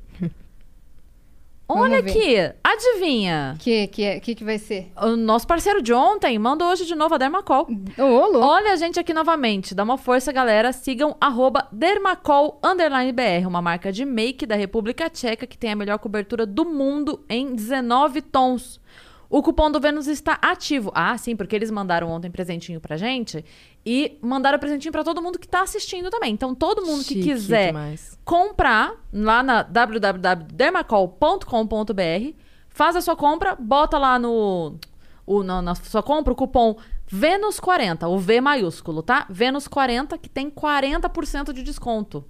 Speaker 2: Vamos
Speaker 3: Olha
Speaker 2: ver.
Speaker 3: aqui, adivinha.
Speaker 2: Que, que, é- que que vai ser?
Speaker 3: O nosso parceiro de ontem mandou hoje de novo a Dermacol.
Speaker 2: Ô, louco.
Speaker 3: Olha a gente aqui novamente. Dá uma força, galera. Sigam arroba Dermacol underline BR, uma marca de make da República Tcheca que tem a melhor cobertura do mundo em 19 tons. O cupom do Vênus está ativo. Ah, sim, porque eles mandaram ontem presentinho pra gente e mandaram presentinho pra todo mundo que tá assistindo também. Então, todo mundo que
Speaker 5: Chique
Speaker 3: quiser
Speaker 5: demais.
Speaker 3: comprar é. lá na www.dermacol.com.br, faz a sua compra, bota lá no o, na, na- só compra o cupom Vênus40, o V maiúsculo, tá? Vênus40, que tem 40% de desconto.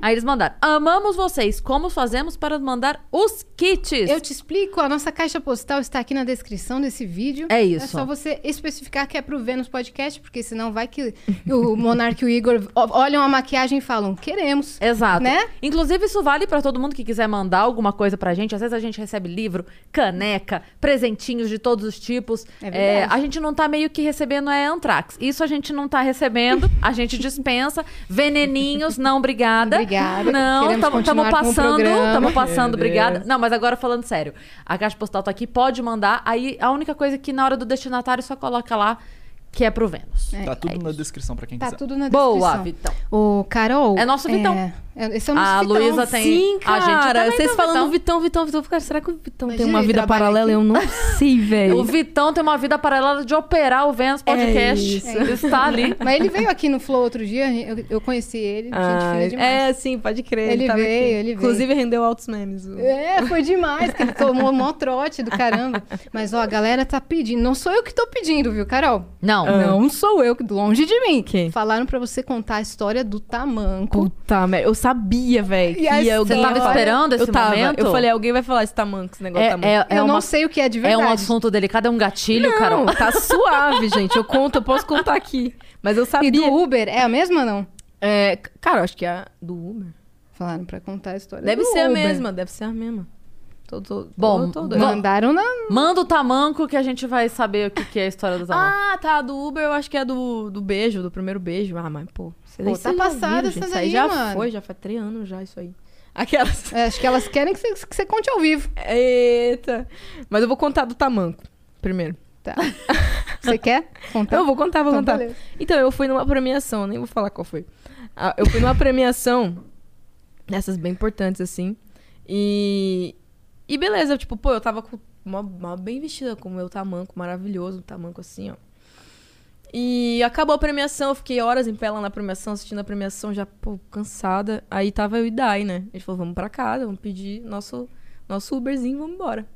Speaker 3: Aí eles mandaram: Amamos vocês, como fazemos para mandar os kits?
Speaker 2: Eu te explico, a nossa caixa postal está aqui na descrição desse vídeo.
Speaker 3: É isso.
Speaker 2: É só você especificar que é pro Vênus Podcast, porque senão vai que o Monark e o Igor o- olham a maquiagem e falam, queremos.
Speaker 3: Exato.
Speaker 2: Né?
Speaker 3: Inclusive, isso vale pra todo mundo que quiser mandar alguma coisa pra gente. Às vezes a gente recebe livro, caneca, presentinhos de todos os tipos.
Speaker 2: É verdade.
Speaker 3: a gente não tá meio que recebendo é Antrax. Isso a gente não tá recebendo, a gente dispensa. Veneninhos, não, obrigada.
Speaker 2: Obrigada.
Speaker 3: Não,
Speaker 2: Queremos
Speaker 3: estamos
Speaker 2: continuar com o
Speaker 3: passando,
Speaker 2: programa.
Speaker 3: estamos passando, obrigada. Não, mas agora falando sério. A caixa postal tá aqui, pode mandar. Aí a única coisa é que na hora do destinatário só coloca lá que é pro Vênus.
Speaker 2: É,
Speaker 6: Tá tudo na descrição pra quem
Speaker 2: Tá
Speaker 6: quiser.
Speaker 2: tudo na
Speaker 3: Boa,
Speaker 2: descrição.
Speaker 3: Vitão.
Speaker 2: Ô, Carol.
Speaker 3: É nosso Vitão.
Speaker 2: é, é- esse é o nosso
Speaker 3: A
Speaker 2: Vitão.
Speaker 3: Luísa tem.
Speaker 5: Sim,
Speaker 3: a gente
Speaker 5: cara.
Speaker 3: também tá,
Speaker 5: Vocês
Speaker 3: tem o
Speaker 5: falando Vitão, Vitão, Vitão. Cara, será que o Vitão
Speaker 2: Imagina
Speaker 5: tem uma
Speaker 2: ele
Speaker 5: vida
Speaker 2: trabalha
Speaker 5: paralela?
Speaker 2: aqui.
Speaker 5: Eu não sei,
Speaker 3: O
Speaker 5: velho.
Speaker 3: Vitão tem uma vida paralela de operar o Vênus Podcast.
Speaker 2: É isso.
Speaker 3: Está ali.
Speaker 2: Mas ele veio aqui no Flow outro dia, eu, eu conheci ele, gente
Speaker 5: Ah,
Speaker 2: fina demais.
Speaker 5: é, sim, pode crer.
Speaker 2: Ele
Speaker 5: tava
Speaker 2: veio,
Speaker 5: aqui.
Speaker 2: ele veio.
Speaker 5: Inclusive, rendeu altos memes. o-
Speaker 2: É, foi demais, que ele tomou mó trote do caramba. Mas, ó, a galera tá pedindo. Não sou eu que tô pedindo, viu, Carol?
Speaker 3: Não.
Speaker 5: Ah.
Speaker 2: Não sou eu, que longe de mim.
Speaker 5: Quem?
Speaker 2: Falaram pra você contar a história do tamanco.
Speaker 5: Puta merda, eu sabia, velho.
Speaker 2: E assim,
Speaker 5: eu
Speaker 3: Você tava esperando esse
Speaker 5: eu tava.
Speaker 3: momento?
Speaker 5: Eu falei, alguém vai falar esse tamanco, esse negócio tá
Speaker 3: É,
Speaker 5: tamanco.
Speaker 3: é, é
Speaker 2: eu
Speaker 3: uma-
Speaker 2: não sei o que é de
Speaker 3: é
Speaker 2: verdade.
Speaker 3: um assunto delicado, é um gatilho, Carol.
Speaker 5: Não, tá suave, gente. Eu conto, eu posso contar aqui. Mas eu
Speaker 2: E
Speaker 5: sabia.
Speaker 2: do Uber, é a mesma ou não?
Speaker 5: É, c- cara, eu acho que é a do Uber.
Speaker 2: Falaram pra contar a história
Speaker 5: Deve
Speaker 2: do Uber.
Speaker 5: ser a mesma, deve ser a mesma. Tô, tô, tô-
Speaker 3: Bom,
Speaker 5: tô doida.
Speaker 2: Mandaram na...
Speaker 3: Manda o tamanco que a gente vai saber o que, que é a história do tamanco.
Speaker 5: Ah, tá. a Do Uber eu acho que é do, do beijo, do primeiro beijo. Ah, mas pô.
Speaker 2: Pô,
Speaker 5: Você daí
Speaker 2: tá
Speaker 5: você já
Speaker 2: passada
Speaker 5: gente,
Speaker 2: essa
Speaker 5: isso aí
Speaker 2: daí,
Speaker 5: já
Speaker 2: mano.
Speaker 5: foi, já faz três anos já isso aí. Aquelas.
Speaker 2: É, acho que elas querem que você, que você conte ao vivo.
Speaker 5: Eita. Mas eu vou contar do tamanco primeiro.
Speaker 2: Tá. Você quer contar?
Speaker 5: Eu vou contar, vou
Speaker 2: Então,
Speaker 5: contar.
Speaker 2: beleza.
Speaker 5: Então, eu fui numa premiação, nem vou falar qual foi. Ah, Eu fui numa premiação, dessas bem importantes, assim. E. E beleza, tipo, pô, eu tava com mó, mó bem vestida, com o meu tamanco maravilhoso, um tamanco assim, ó. E acabou a premiação, eu fiquei horas em pé lá na premiação, assistindo a premiação, já, pô, cansada. Aí tava eu e Dai, né? A gente falou, vamos pra casa, vamos pedir nosso, nosso Uberzinho, vamos embora.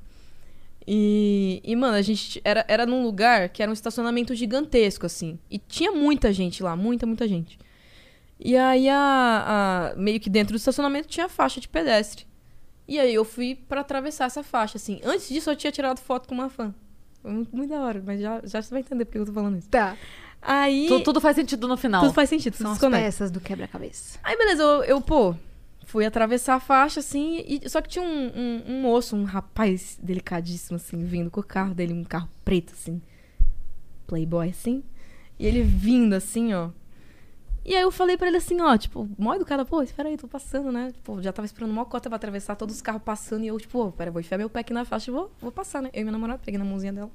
Speaker 5: E, e, mano, a gente era, era num lugar que era um estacionamento gigantesco, assim. E tinha muita gente lá, muita, muita gente. E aí, a, a- meio que dentro do estacionamento tinha faixa de pedestre. E aí eu fui pra atravessar essa faixa, assim. Antes disso, eu tinha tirado foto com uma fã. Foi Muito, muito da hora, mas já, já você vai entender porque eu tô falando isso.
Speaker 2: Tá.
Speaker 5: Aí.
Speaker 3: Tu- tudo faz sentido no final.
Speaker 5: tudo faz sentido, tudo
Speaker 2: São as
Speaker 5: desconecta.
Speaker 2: peças do quebra-cabeça.
Speaker 5: Aí, beleza, eu, eu, pô, fui atravessar a faixa, assim, e, só que tinha um, um- um moço, um rapaz delicadíssimo, assim, vindo com o carro dele, um carro preto, assim, playboy, assim, e ele vindo, assim, ó. E aí eu falei pra ele assim, ó, tipo, mó educada, pô, espera aí, tô passando, né? Tipo, já tava esperando mó cota pra atravessar, todos os carros passando, e eu, tipo, ó, pera, vou enfiar meu pé aqui na faixa e vou, vou passar, né? Eu e minha namorada, peguei na mãozinha dela,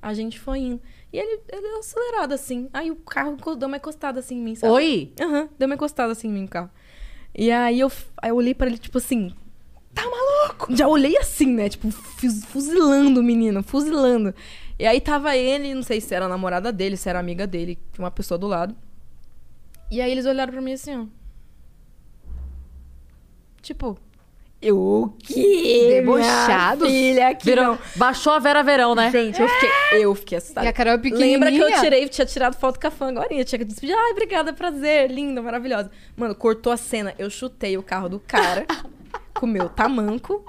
Speaker 5: a gente foi indo. E ele, ele acelerado, assim, aí o carro co- deu uma encostada, assim, em mim, sabe?
Speaker 3: Oi?
Speaker 5: Aham, deu uma encostada assim em mim no carro. E aí eu, f- aí eu olhei pra ele, tipo assim, tá maluco? Já olhei assim, né? Tipo, fuz- fuzilando o menino, fuzilando. E aí tava ele, não sei se era a namorada dele, se era amiga dele, tinha uma pessoa do lado. E aí eles olharam pra mim assim, ó. Tipo, eu o quê? minha
Speaker 2: Debochados?
Speaker 5: Filha, aqui
Speaker 3: Virou,
Speaker 5: não.
Speaker 3: baixou a Vera Verão, né?
Speaker 5: Gente, eu fiquei, eu fiquei assustada.
Speaker 2: E a Carol é pequenininha.
Speaker 5: Tá. Lembra que eu tirei, tinha tirado foto com a fã agora, tinha que despedir. Ai, obrigada, prazer, linda, maravilhosa. Mano, cortou a cena. Eu chutei o carro do cara com o meu tamanco.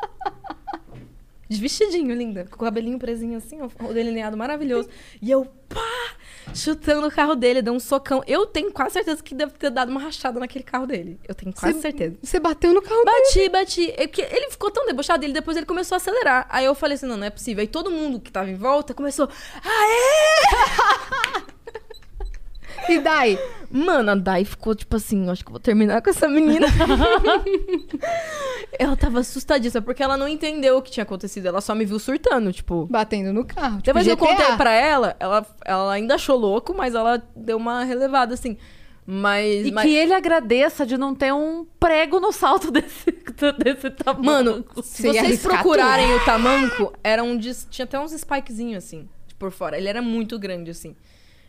Speaker 5: De vestidinho, linda. Com o cabelinho presinho assim, ó, o delineado maravilhoso. E eu, pá, chutando o carro dele, deu um socão. Eu tenho quase certeza que deve ter dado uma rachada naquele carro dele. Eu tenho quase
Speaker 2: Você-
Speaker 5: certeza.
Speaker 2: Você bateu no carro dele.
Speaker 5: Bati, bati. É porque ele ficou tão debochado, ele depois ele começou a acelerar. Aí eu falei assim, não, não é possível. Aí todo mundo que tava em volta começou, aê!
Speaker 2: E daí?
Speaker 5: Mano, a Dai ficou tipo assim, eu acho que eu vou terminar com essa menina. ela tava assustadíssima, porque ela não entendeu o que tinha acontecido. Ela só me viu surtando, tipo...
Speaker 2: Batendo no carro. tipo
Speaker 5: Depois que eu
Speaker 2: GTA.
Speaker 5: contei pra ela, ela, ela ainda achou louco, mas ela deu uma relevada, assim. Mas...
Speaker 3: E
Speaker 5: mas-
Speaker 3: que ele agradeça de não ter um prego no salto desse, desse tamanho.
Speaker 5: Mano, se
Speaker 2: Você ia
Speaker 5: vocês
Speaker 2: arriscar
Speaker 5: procurarem o tamanco, era um dis- tinha até uns spikezinhos assim, de por fora. Ele era muito grande assim.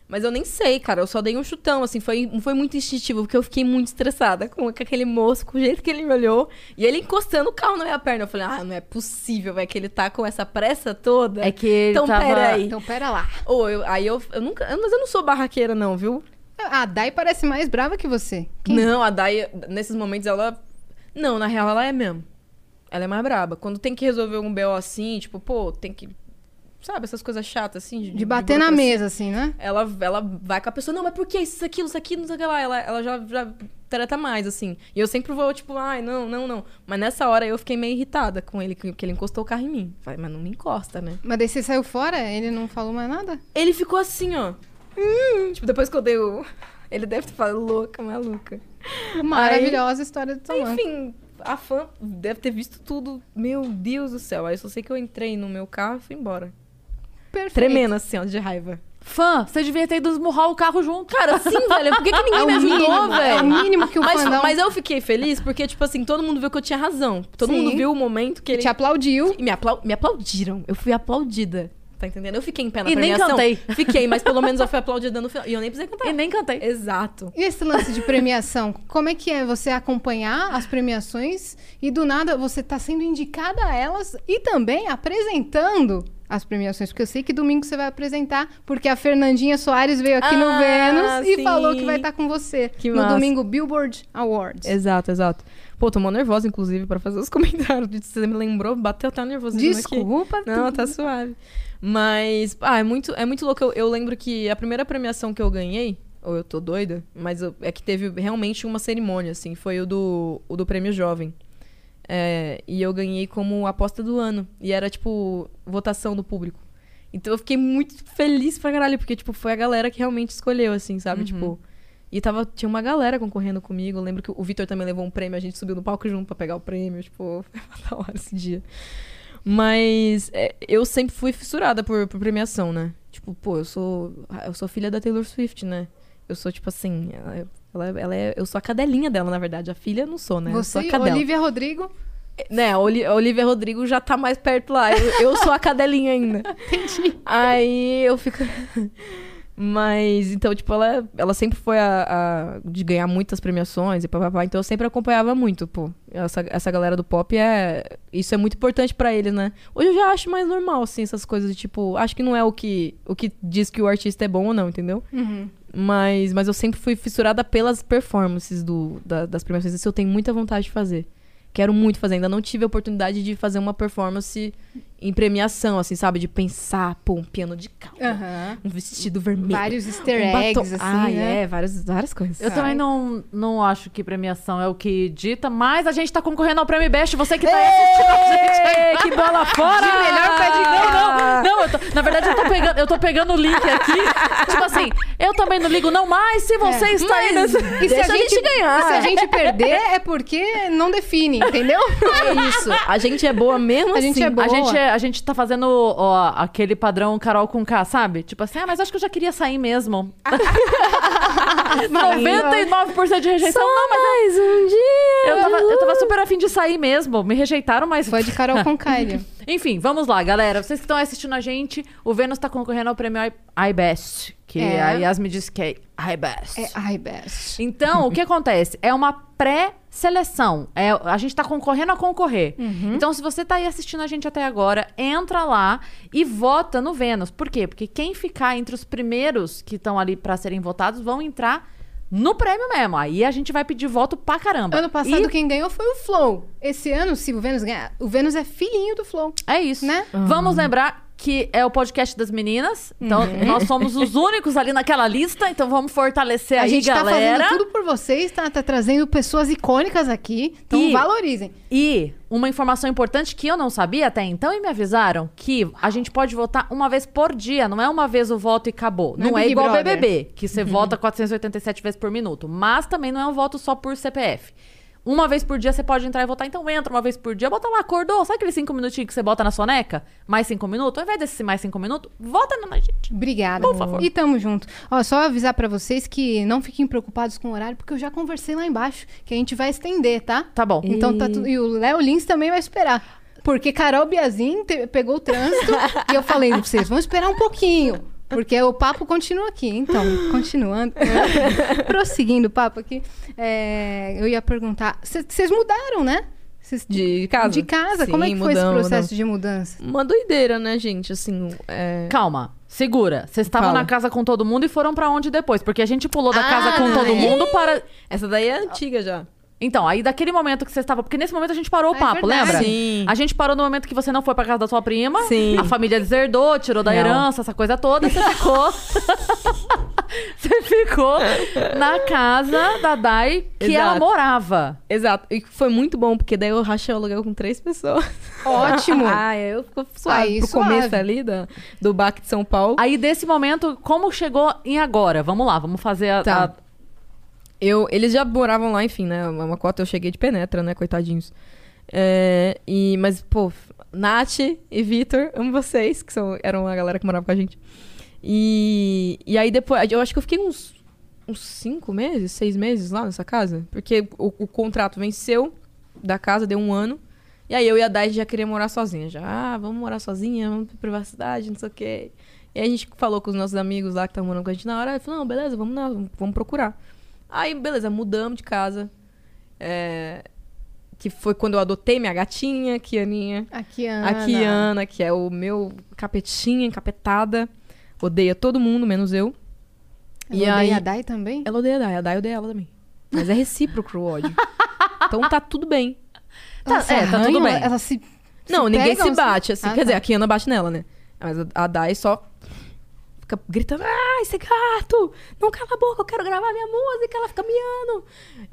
Speaker 5: Mas eu nem sei, cara. Eu só dei um chutão, assim. Foi, não foi muito instintivo, porque eu fiquei muito estressada com aquele moço, com o jeito que ele me olhou. E ele encostando o carro na minha perna. Eu falei, ah, não é possível, vai que ele tá com essa pressa toda.
Speaker 3: É que ele
Speaker 5: Então,
Speaker 3: tava-
Speaker 5: peraí.
Speaker 2: Então, pera lá.
Speaker 5: Ou eu, aí eu, eu nunca. eu- Mas eu não sou barraqueira, não, viu?
Speaker 2: A Ah, Dai parece mais brava que você.
Speaker 5: Não, a Dai, nesses momentos, ela. Não, na real, ela é mesmo. Ela é mais braba. Quando tem que resolver um BO assim, tipo, pô, tem que. Sabe, essas coisas chatas, assim?
Speaker 2: De bater na
Speaker 5: burocracia.
Speaker 2: mesa, assim, né?
Speaker 5: Ela, ela vai com a pessoa, não, mas por que isso, aquilo, isso aqui, não sei o que lá. Ela, ela já, já trata mais, assim. E eu sempre vou, tipo, ai, não, não, não. Mas nessa hora eu fiquei meio irritada com ele, que que ele encostou o carro em mim. Falei, mas não me encosta, né?
Speaker 2: Mas daí você saiu fora, ele não falou mais nada?
Speaker 5: Ele ficou assim, ó. Hum, tipo, depois que eu dei o. Ele deve ter falado, louca, maluca.
Speaker 2: Maravilhosa história do
Speaker 5: um
Speaker 2: Tomás.
Speaker 5: Enfim, a fã deve ter visto tudo. Meu Deus do céu. Aí só sei que eu entrei no meu carro e fui embora.
Speaker 2: Perfeito.
Speaker 5: Tremendo assim, ó, de raiva.
Speaker 3: Fã, você devia ter ido esmurrar o carro junto.
Speaker 5: Cara, sim, velho. Por que, que ninguém
Speaker 2: É o
Speaker 5: me ajudou,
Speaker 2: mínimo,
Speaker 5: velho?
Speaker 2: é o mínimo que o
Speaker 5: mas,
Speaker 2: fandom-
Speaker 5: mas eu fiquei feliz porque, tipo assim, todo mundo viu que eu tinha razão. Todo
Speaker 2: Sim.
Speaker 5: mundo viu o momento que
Speaker 2: Ele
Speaker 5: ele.
Speaker 2: te aplaudiu.
Speaker 5: E me, aplau- me aplaudiram. Eu fui aplaudida. Tá entendendo? Eu fiquei em pé na
Speaker 3: E nem
Speaker 5: premiação.
Speaker 3: cantei.
Speaker 5: Fiquei, mas pelo menos eu fui aplaudida no final. E eu nem precisei cantar.
Speaker 3: E nem cantei.
Speaker 5: Exato.
Speaker 2: E esse lance de premiação, como é que é você acompanhar as premiações e do nada você tá sendo indicada a elas e também apresentando as premiações? Porque eu sei que domingo você vai apresentar, porque a Fernandinha Soares veio aqui no
Speaker 5: Ah,
Speaker 2: Vênus e
Speaker 5: sim.
Speaker 2: falou que vai estar com você
Speaker 5: Que
Speaker 2: no
Speaker 5: massa.
Speaker 2: domingo Billboard Awards.
Speaker 5: Exato, exato. Pô, tô mó nervosa, inclusive, pra fazer os comentários. Você me lembrou, bateu até o nervosismo aqui.
Speaker 2: Desculpa,
Speaker 5: Não,
Speaker 2: tudo.
Speaker 5: tá suave. Mas, ah, é muito, é muito louco. Eu, eu lembro que a primeira premiação que eu ganhei, ou eu tô doida, mas eu- é que teve realmente uma cerimônia, assim. Foi o do, o do Prêmio Jovem. É, e eu ganhei como aposta do ano. E era, tipo, votação do público. Então eu fiquei muito feliz pra caralho, porque, tipo, foi a galera que realmente escolheu, assim, sabe? Tipo. E tava, tinha uma galera concorrendo comigo. Eu lembro que o Vitor também levou um prêmio, a gente subiu no palco junto pra pegar o prêmio. Tipo, foi da hora esse dia. Mas é, eu sempre fui fissurada por, por premiação, né? Tipo, pô, eu sou. Eu sou filha da Taylor Swift, né? Eu sou, tipo assim. Ela, é- ela, é- ela é, eu sou a cadelinha dela, na verdade. A filha eu não sou, né? eu
Speaker 2: Você
Speaker 5: sou a
Speaker 2: e
Speaker 5: cadela.
Speaker 2: Olivia Rodrigo.
Speaker 5: Né, a Oli- a Olivia Rodrigo já tá mais perto lá. Eu, eu sou a cadelinha ainda. Entendi. Aí eu fico. Mas, então, tipo, ela, ela sempre foi a, a- de ganhar muitas premiações e papapá. Então eu sempre acompanhava muito, pô. Essa, essa galera do pop é. Isso é muito importante pra eles, né? Hoje eu já acho mais normal, assim, essas coisas de tipo. Acho que não é o que, o que diz que o artista é bom ou não, entendeu? Mas, mas eu sempre fui fissurada pelas performances do, da- das premiações. Isso eu tenho muita vontade de fazer. Quero muito fazer. Ainda não tive a oportunidade de fazer uma performance em premiação, assim, sabe? De pensar, pô, um piano de calda,
Speaker 2: Aham.
Speaker 5: um vestido vermelho.
Speaker 2: É. Vários easter
Speaker 5: um batom.
Speaker 2: eggs, assim,
Speaker 5: Ai,
Speaker 2: né?
Speaker 5: é, várias, várias coisas.
Speaker 3: Eu também não, não acho que premiação é o que dita, mas a gente tá concorrendo ao Prêmio Best. Você que tá aí assistindo a gente.
Speaker 5: Ê, que bola fora!
Speaker 3: De melhor pé de Não, não, não. Eu tô, na verdade, eu tô, pegando, eu tô pegando o link aqui. tipo assim, eu também não ligo, não, mas se você
Speaker 5: É.
Speaker 3: está aí nessa.
Speaker 2: E se, a
Speaker 5: Deixa a
Speaker 2: gente,
Speaker 5: gente ganhar.
Speaker 2: e se a gente perder, é porque não define, entendeu?
Speaker 5: É isso. A gente é boa mesmo
Speaker 2: A gente
Speaker 5: assim.
Speaker 2: é boa.
Speaker 3: A gente, é- a gente tá fazendo ó, aquele padrão Carol com K, sabe? Tipo assim, ah, mas acho que eu já queria sair mesmo. 99% de rejeição. não, mas
Speaker 5: mais um dia.
Speaker 3: eu tava, eu tava super afim de sair mesmo. Me rejeitaram, mas.
Speaker 2: Foi de Carol Concailha.
Speaker 3: Enfim, vamos lá, galera. Vocês que estão assistindo a gente, o Vênus tá concorrendo ao prêmio I- iBest. Que
Speaker 2: É.
Speaker 3: a Yasmin disse que é iBest.
Speaker 2: É I best.
Speaker 3: Então, o que acontece? É uma pré-seleção. É, a gente tá concorrendo a concorrer.
Speaker 2: Uhum.
Speaker 3: Então, se você tá aí assistindo a gente até agora, entra lá e vota no Vênus. Por quê? Porque quem ficar entre os primeiros que estão ali pra serem votados vão entrar no prêmio mesmo. Aí a gente vai pedir voto pra caramba.
Speaker 2: Ano passado
Speaker 3: Então, E
Speaker 2: quem ganhou foi o Flow. Esse ano, se o Vênus ganhar, o Vênus é filhinho do Flow.
Speaker 3: É isso.
Speaker 2: Né?
Speaker 3: Vamos lembrar que é o podcast das meninas. Então,
Speaker 2: Uhum.
Speaker 3: nós somos os únicos ali naquela lista. Então, vamos fortalecer
Speaker 2: a
Speaker 3: aí,
Speaker 2: gente
Speaker 3: galera.
Speaker 2: tá fazendo tudo por vocês, tá, tá trazendo pessoas icônicas aqui. Então
Speaker 3: E-
Speaker 2: valorizem.
Speaker 3: E uma informação importante que eu não sabia até então e me avisaram que a gente pode votar uma vez por dia, não é uma vez o voto e acabou.
Speaker 2: Não é
Speaker 3: Não, é
Speaker 2: Big
Speaker 3: igual
Speaker 2: Brother. Uhum.
Speaker 3: BBB, que você vota 487 vezes por minuto, mas também não é um voto só por CPF. Uma vez por dia você pode entrar e votar, então entra uma vez por dia, bota lá, acordou, sabe aqueles cinco minutinhos que você bota na soneca? Mais cinco minutos? Ao invés desse mais cinco minutos, vota na gente.
Speaker 2: Obrigada.
Speaker 3: Por favor.
Speaker 2: E tamo junto. Ó, só avisar pra vocês que não fiquem preocupados com o horário, porque eu já conversei lá embaixo, que a gente vai estender, tá?
Speaker 3: Tá bom.
Speaker 2: Então tá tudo. E o Léo Lins também vai esperar. Porque Carol Biazin te- pegou o trânsito e eu falei pra vocês, vamos esperar um pouquinho. Porque o papo continua aqui. Então, continuando. prosseguindo o papo aqui. é, eu ia perguntar. Vocês mudaram, né? Cês-
Speaker 5: De casa?
Speaker 2: De casa. Como é
Speaker 5: Sim,
Speaker 2: que foi esse
Speaker 5: mudamos,
Speaker 2: processo de mudança?
Speaker 5: Uma doideira, né, gente? Assim, é...
Speaker 3: Calma, segura. Vocês estavam
Speaker 5: Fala.
Speaker 3: na casa com todo mundo e foram pra onde depois? Porque a gente pulou da casa com todo
Speaker 5: Ah, não.
Speaker 3: mundo para.
Speaker 5: Essa daí é antiga já.
Speaker 3: Então, aí daquele momento que vocês estavam. Porque nesse momento a gente parou o
Speaker 2: É
Speaker 3: papo,
Speaker 2: verdade.
Speaker 3: lembra?
Speaker 5: Sim.
Speaker 3: A gente parou no momento que você não foi pra casa da sua prima.
Speaker 5: Sim.
Speaker 3: A família deserdou, tirou da
Speaker 5: Não.
Speaker 3: herança, essa coisa toda. Você ficou. você ficou na casa da Dai que ela
Speaker 5: Exato.
Speaker 3: morava.
Speaker 5: Exato. E foi muito bom, porque daí eu rachei o aluguel com três pessoas.
Speaker 2: Ótimo.
Speaker 5: ah, eu fico suave.
Speaker 2: Aí,
Speaker 5: Pro
Speaker 2: suave.
Speaker 5: começo ali da, do Bac de São Paulo.
Speaker 3: Aí desse momento, como chegou em agora? Vamos lá, vamos fazer a.
Speaker 5: Tá.
Speaker 3: a-
Speaker 5: Eu, eles já moravam lá, enfim, né? Uma cota eu cheguei de penetra, né? Coitadinhos. É, e, mas, pô, Nath e Vitor, amo vocês, que são, eram a galera que morava com a gente. E, e aí depois, eu acho que eu fiquei uns, uns cinco meses, seis meses lá nessa casa. Porque o, o contrato venceu da casa, deu um ano. E aí eu e a Dai já queria morar sozinha. Já, ah, vamos morar sozinha, vamos pra privacidade, não sei o quê. E aí a gente falou com os nossos amigos lá que estavam morando com a gente na hora. e Falou, não, beleza, vamos, lá, vamos procurar. Aí, beleza, mudamos de casa. É, que foi quando eu adotei minha gatinha, Kianinha.
Speaker 2: Aqui, Ana.
Speaker 5: A Kiana, que é o meu capetinha, encapetada. Odeia todo mundo, menos eu.
Speaker 2: E
Speaker 5: E aí- Tá,
Speaker 2: a Dai é também?
Speaker 5: Ela odeia a Dai, a Dai odeia ela também. Mas é recíproco o ódio. Então tá tudo bem.
Speaker 2: Ela
Speaker 3: Tá-
Speaker 2: se
Speaker 3: é, tá tudo
Speaker 2: arranham,
Speaker 3: bem.
Speaker 2: Ela se...
Speaker 5: Não,
Speaker 2: se
Speaker 5: ninguém
Speaker 2: pegam,
Speaker 5: se bate,
Speaker 2: Ah,
Speaker 5: assim. Quer
Speaker 2: tá.
Speaker 5: dizer, a Kiana bate nela, né? Mas a- a Dai só fica gritando, ah, esse gato! Não cala a boca, eu quero gravar minha música, ela fica miando.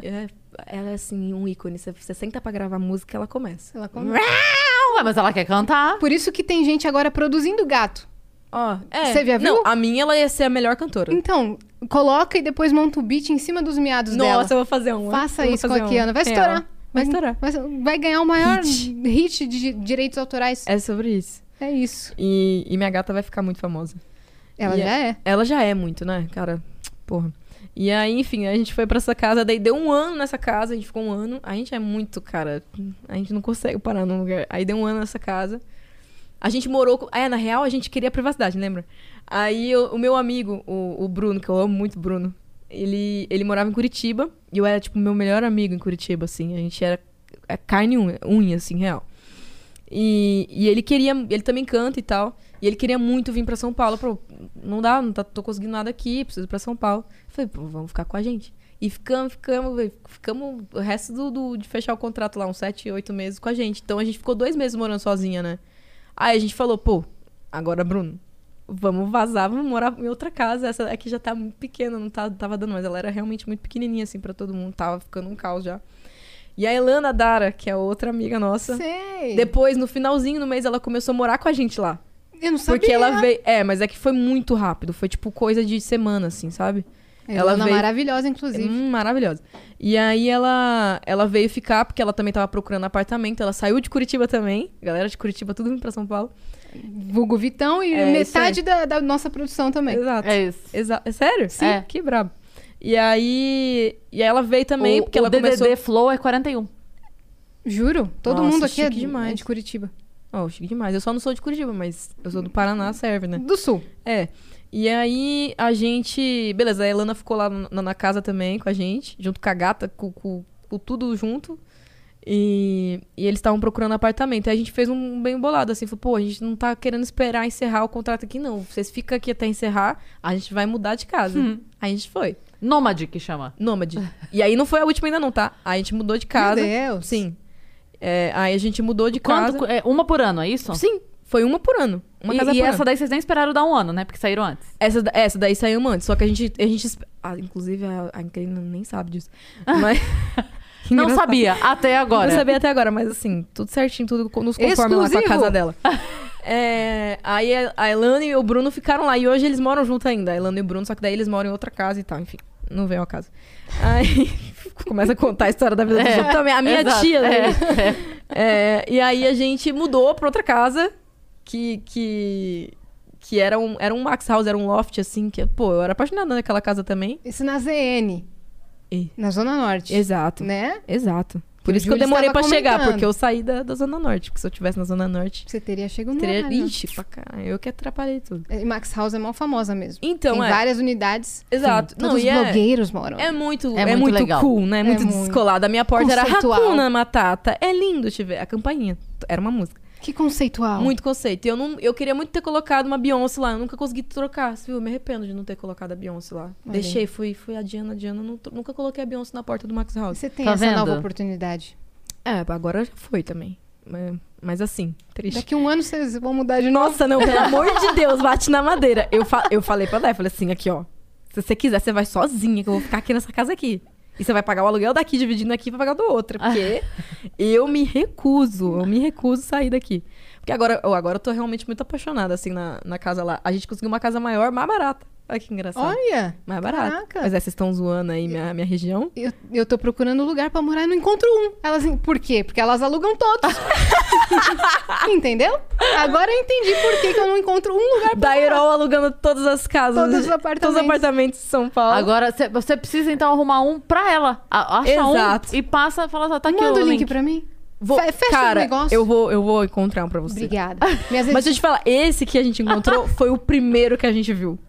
Speaker 5: É, ela é assim, um ícone. Você, você senta pra gravar música, ela começa.
Speaker 2: Ela come-
Speaker 3: Ué, mas ela quer cantar.
Speaker 2: Por isso que tem gente agora produzindo gato.
Speaker 5: Ó, é.
Speaker 2: Você já viu?
Speaker 5: Não, a minha ela ia ser a melhor cantora.
Speaker 2: Então, coloca e depois monta o beat em cima dos miados dela.
Speaker 5: Nossa, eu vou fazer uma.
Speaker 2: Faça
Speaker 5: Eu vou
Speaker 2: isso com
Speaker 5: fazer
Speaker 2: a
Speaker 5: uma. É,
Speaker 2: Kiana. Vai
Speaker 5: Real.
Speaker 2: estourar.
Speaker 5: Vai estourar.
Speaker 2: Vai, vai ganhar o maior hit, de direitos autorais. É,
Speaker 5: É sobre isso.
Speaker 2: isso.
Speaker 5: E, e minha gata vai ficar muito famosa.
Speaker 2: Ela
Speaker 5: E
Speaker 2: já é.
Speaker 5: Ela já é muito, né, cara? Porra. E aí, enfim, a gente foi pra essa casa, daí deu um ano nessa casa, a gente ficou um ano. A gente é muito, cara, a gente não consegue parar num lugar. Aí deu um ano nessa casa. A gente morou. Com... É, na real, a gente queria privacidade, lembra? Aí eu- o meu amigo, o, o Bruno, que eu amo muito o Bruno, ele, ele morava em Curitiba. E eu era, tipo, meu melhor amigo em Curitiba, assim. A gente era é, carne e unha, unha, assim, real. E, e ele queria. Ele também canta e tal. E ele queria muito vir pra São Paulo. Pra, não dá, não tá, tô conseguindo nada aqui, preciso ir pra São Paulo. Eu falei, pô, vamos ficar com a gente. E ficamos, ficamos, velho, ficamos o resto do, do- de fechar o contrato lá, uns sete, oito meses com a gente. Então a gente ficou dois meses morando sozinha, né? Aí a gente falou, pô, agora, Bruno, vamos vazar, vamos morar em outra casa. Essa aqui já tá muito pequena, não tá, tava dando mais. Ela era realmente muito pequenininha, assim, pra todo mundo. Tava ficando um caos já. E a Elana Dara, que é outra amiga nossa.
Speaker 2: Sei.
Speaker 5: Depois, no finalzinho do mês, ela começou a morar com a gente lá.
Speaker 2: Eu não sabia.
Speaker 5: Porque ela veio. É, mas é que foi muito rápido. Foi tipo coisa de semana, assim, sabe?
Speaker 2: Ela é
Speaker 5: ela veio-
Speaker 2: maravilhosa, inclusive.
Speaker 5: Hum, maravilhosa. E aí ela, ela veio ficar, porque ela também tava procurando apartamento. Ela saiu de Curitiba também. Galera de Curitiba, tudo vindo pra São Paulo.
Speaker 2: Vulgo Vitão e
Speaker 5: É,
Speaker 2: metade da, da nossa produção também.
Speaker 5: Exato.
Speaker 3: É isso.
Speaker 5: Exa- é sério? Sim.
Speaker 3: É.
Speaker 5: Que brabo. E aí. E aí ela veio também,
Speaker 3: o,
Speaker 5: porque
Speaker 3: o
Speaker 5: ela
Speaker 3: DDD
Speaker 5: começou.
Speaker 3: Flow é 41.
Speaker 2: Juro. Todo
Speaker 5: Nossa,
Speaker 2: mundo aqui é,
Speaker 5: chique demais.
Speaker 2: é de Curitiba.
Speaker 5: Ó, oh, chique demais. Eu só não sou de Curitiba, mas eu sou do Paraná, serve, né?
Speaker 2: Do Sul.
Speaker 5: É. E aí a gente. Beleza, a Elana ficou lá na, na casa também com a gente, junto com a gata, com, com- com tudo junto. E, e eles estavam procurando apartamento. E a gente fez um bem bolado, assim, falou, pô, a gente não tá querendo esperar encerrar o contrato aqui, não. Vocês ficam aqui até encerrar, a gente vai mudar de casa.
Speaker 3: Hum.
Speaker 5: Aí a gente foi.
Speaker 3: Nômade que chama.
Speaker 5: Nômade. E aí não foi a última ainda, não, tá? Aí a gente mudou de casa.
Speaker 2: Meu Deus.
Speaker 5: Sim. É, aí a gente mudou de
Speaker 3: Quanto,
Speaker 5: casa.
Speaker 3: é, uma por ano, é isso?
Speaker 5: Sim, foi uma por ano. Uma
Speaker 3: e
Speaker 5: casa
Speaker 3: e
Speaker 5: por ano.
Speaker 3: essa daí vocês nem esperaram dar um ano, né? Porque saíram antes.
Speaker 5: Essa, da- essa daí saiu antes, só que a gente. A gente esp- ah, inclusive, a, a Incrível nem sabe disso. Mas.
Speaker 3: Não sabia, até agora.
Speaker 5: Não sabia até agora, mas assim, tudo certinho, tudo co- nos conforme lá com a
Speaker 2: Exclusivo!
Speaker 5: casa dela. É, aí a- a Elana e o Bruno ficaram lá. E hoje eles moram junto ainda, a Elana e o Bruno, só que daí eles moram em outra casa e tal, enfim. Não veio a casa. Aí começa a contar a história da vida dos outros também. A minha
Speaker 3: É, exato,
Speaker 5: tia, né?
Speaker 3: é, é.
Speaker 5: É, e aí a gente mudou pra outra casa que. que... Que era um, era um Max House, era um loft, assim, que, pô, eu era apaixonada naquela casa também.
Speaker 2: Isso na ZN.
Speaker 5: E-
Speaker 2: Na Zona Norte.
Speaker 5: Exato.
Speaker 2: Né?
Speaker 5: Exato. Por Por isso que eu
Speaker 2: Júlio
Speaker 5: demorei
Speaker 2: estava
Speaker 5: pra chegar,
Speaker 2: comentando.
Speaker 5: porque eu saí da, da Zona Norte. Porque se eu tivesse na Zona Norte,
Speaker 2: Você teria chegado no
Speaker 5: teria.
Speaker 2: horário.
Speaker 5: Ixi, pra caralho. Eu que atrapalhei tudo.
Speaker 2: E Max House é mó famosa mesmo.
Speaker 5: Então,
Speaker 2: Tem
Speaker 5: é.
Speaker 2: várias unidades.
Speaker 5: Exato.
Speaker 2: Todos os
Speaker 5: e é-
Speaker 2: blogueiros moram.
Speaker 5: É muito,
Speaker 3: É
Speaker 5: é,
Speaker 3: muito
Speaker 5: muito,
Speaker 3: legal.
Speaker 5: cool, né? Muito
Speaker 2: muito.
Speaker 5: descolado. A minha porta era
Speaker 2: Conceitual.
Speaker 5: Hakuna Matata. É lindo te ver. A campainha. Era uma música.
Speaker 2: Que conceitual.
Speaker 5: Muito conceito. E Eu, não, eu queria muito ter colocado uma Beyoncé lá. Eu nunca consegui trocar. Você viu? Eu me arrependo de não ter colocado a Beyoncé lá.
Speaker 2: Olha aí.
Speaker 5: Deixei, fui, fui a Diana. A Diana não tro- nunca coloquei a Beyoncé na porta do Max House.
Speaker 2: Você tem
Speaker 3: Tá
Speaker 2: essa
Speaker 3: vendo?
Speaker 2: nova oportunidade.
Speaker 5: É, agora já foi também. É, Mas assim, triste.
Speaker 2: Daqui um ano vocês vão mudar de novo.
Speaker 5: Nossa, não, pelo amor de Deus, bate na madeira. Eu, fa- eu falei pra Dé, falei assim, aqui, ó. Se você quiser, você vai sozinha, que eu vou ficar aqui nessa casa aqui. E você vai pagar o aluguel daqui, dividindo aqui, vai pagar do outro. Porque eu me recuso, eu me recuso sair daqui. Porque agora, eu- agora eu tô realmente muito apaixonada, assim, na, na casa lá. A gente conseguiu uma casa maior, mais barata. Olha que engraçado.
Speaker 2: Olha,
Speaker 5: mais barata.
Speaker 2: caraca.
Speaker 5: Mas é, vocês estão zoando aí minha, minha região.
Speaker 2: eu, eu tô procurando lugar pra morar e não encontro um. Elas, en- por quê? Porque elas alugam todos. Entendeu? Agora eu entendi por que, que eu não encontro um lugar pra
Speaker 5: Dairol alugando todas as casas.
Speaker 2: Todos os
Speaker 5: Todos
Speaker 2: apartamentos.
Speaker 5: os apartamentos de São Paulo.
Speaker 3: Agora, cê- você precisa então arrumar um pra ela. A- Acha
Speaker 5: Exato.
Speaker 3: um e passa e fala assim, tá aqui
Speaker 2: Manda
Speaker 3: o
Speaker 2: o
Speaker 3: link.
Speaker 2: link pra mim.
Speaker 5: Vou-
Speaker 2: Fe- fecha
Speaker 5: cara,
Speaker 2: o negócio.
Speaker 5: Eu vou, eu vou encontrar um pra você.
Speaker 2: Obrigada. Minhas
Speaker 5: Mas deixa eu te falar, esse que a gente encontrou foi o primeiro que a gente viu.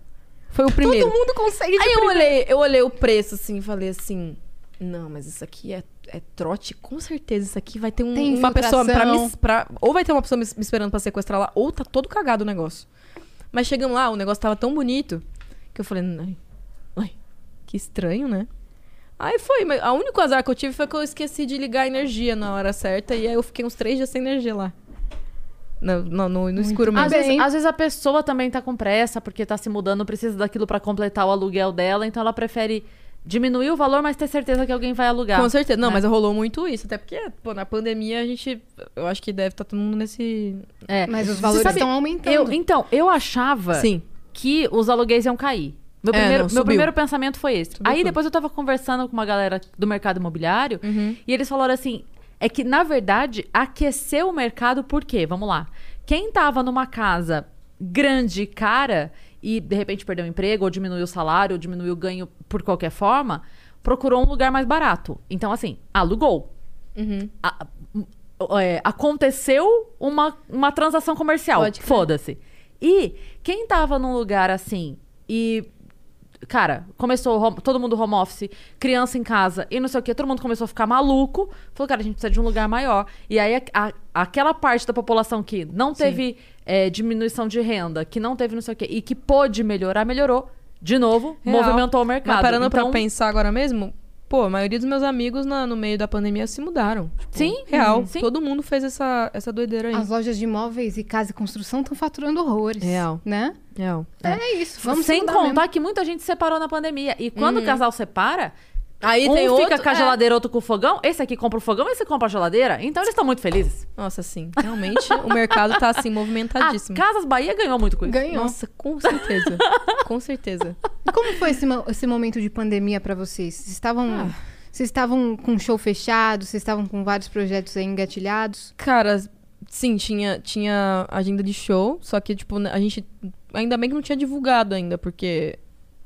Speaker 5: Foi o primeiro.
Speaker 2: Todo mundo consegue de
Speaker 5: Aí eu
Speaker 2: primeira.
Speaker 5: olhei, eu olhei o preço assim e falei assim: Não, mas isso aqui é, é trote, com certeza. Isso aqui vai ter um-
Speaker 2: Tem
Speaker 5: uma pessoa pra
Speaker 2: infiltração.
Speaker 5: me. pra- ou vai ter uma pessoa me, me esperando pra sequestrar lá, ou tá todo cagado o negócio. Mas chegamos lá, o negócio tava tão bonito que eu falei, ai, ai, que estranho, né? Aí foi, mas o único azar que eu tive foi que eu esqueci de ligar a energia na hora certa e aí eu fiquei uns três dias sem energia lá. No, no, no- no escuro
Speaker 2: Ah,
Speaker 5: mesmo.
Speaker 3: Às vezes,
Speaker 2: Bem.
Speaker 3: às vezes a pessoa também tá com pressa, porque tá se mudando, precisa daquilo pra completar o aluguel dela, então ela prefere diminuir o valor, mas ter certeza que alguém vai alugar.
Speaker 5: Com certeza. Não,
Speaker 3: né?
Speaker 5: mas rolou muito isso. Até porque, pô, na pandemia a gente. Eu acho que deve estar todo mundo nesse.
Speaker 3: É.
Speaker 2: Mas os
Speaker 3: Você
Speaker 2: valores
Speaker 3: sabe,
Speaker 2: estão aumentando.
Speaker 3: eu, então, eu achava
Speaker 5: Sim.
Speaker 3: que os aluguéis iam cair. Meu,
Speaker 5: É,
Speaker 3: primeiro,
Speaker 5: não,
Speaker 3: meu
Speaker 5: subiu.
Speaker 3: primeiro pensamento foi esse.
Speaker 5: Subiu
Speaker 3: Aí
Speaker 5: tudo.
Speaker 3: depois eu tava conversando com uma galera do mercado imobiliário
Speaker 5: Uhum.
Speaker 3: e eles falaram assim: é que, na verdade, aqueceu o mercado por quê? Vamos lá. Quem tava numa casa grande e cara e de repente perdeu o emprego, ou diminuiu o salário, ou diminuiu o ganho por qualquer forma, procurou um lugar mais barato. Então, assim, alugou. A- é, aconteceu uma, uma transação comercial.
Speaker 5: Pode crer.
Speaker 3: Foda-se. E quem tava num lugar assim e. Cara, começou o home- todo mundo home office, criança em casa e não sei o quê, todo mundo começou a ficar maluco. Falou, cara, a gente precisa de um lugar maior. E aí, a- a- aquela parte da população que não teve é, diminuição de renda, que não teve não sei o quê, e que pôde melhorar, melhorou. De novo,
Speaker 5: Real.
Speaker 3: movimentou o mercado.
Speaker 5: Mas parando
Speaker 3: então,
Speaker 5: pra pensar agora mesmo, pô, a maioria dos meus amigos na- no meio da pandemia se mudaram. Tipo,
Speaker 3: Sim,
Speaker 5: Real.
Speaker 3: uhum, sim.
Speaker 5: Todo mundo fez essa, essa doideira aí.
Speaker 2: As lojas de imóveis e casa e construção estão faturando horrores.
Speaker 5: Real.
Speaker 2: Né?
Speaker 5: Real.
Speaker 2: É, isso. Vamos se
Speaker 3: Sem
Speaker 2: mudar
Speaker 3: contar
Speaker 2: mesmo.
Speaker 3: que muita gente separou na pandemia. E quando o casal separa,
Speaker 5: Hum. Aí
Speaker 3: um
Speaker 5: tem
Speaker 3: fica
Speaker 5: outro,
Speaker 3: com a
Speaker 5: é.
Speaker 3: geladeira, outro com o fogão. Esse aqui compra o fogão, esse compra a geladeira. Então eles estão muito felizes.
Speaker 5: Nossa, sim. Realmente, o mercado tá assim,
Speaker 3: A
Speaker 5: movimentadíssimo.
Speaker 3: Casas Bahia ganhou muito com isso.
Speaker 2: Ganhou.
Speaker 5: Nossa, com certeza. com certeza.
Speaker 2: E Como foi esse, mo- esse momento de pandemia pra vocês? Vocês estavam, vocês estavam com o show fechado? Vocês estavam com vários projetos aí engatilhados?
Speaker 5: Cara, sim, tinha, tinha agenda de show, só que, tipo, né, a gente. Ainda bem que não tinha divulgado ainda, porque,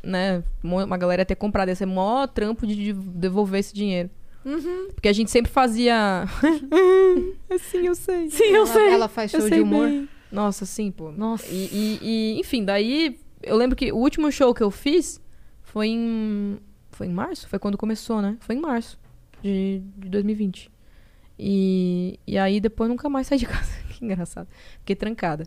Speaker 5: né, mo- uma galera ia ter comprado. Ia ser mó trampo de div- devolver esse dinheiro. Porque a gente sempre fazia. assim, eu sei.
Speaker 3: Sim, eu
Speaker 2: ela, ela faz show de humor.
Speaker 5: bem. Nossa, sim, pô.
Speaker 3: Nossa.
Speaker 5: E, e- e, enfim, daí eu lembro que o último show que eu fiz foi em. Foi em março? Foi quando começou, né? Foi em março de, de 2020. E, e aí depois nunca mais saí de casa. que engraçado. Fiquei trancada.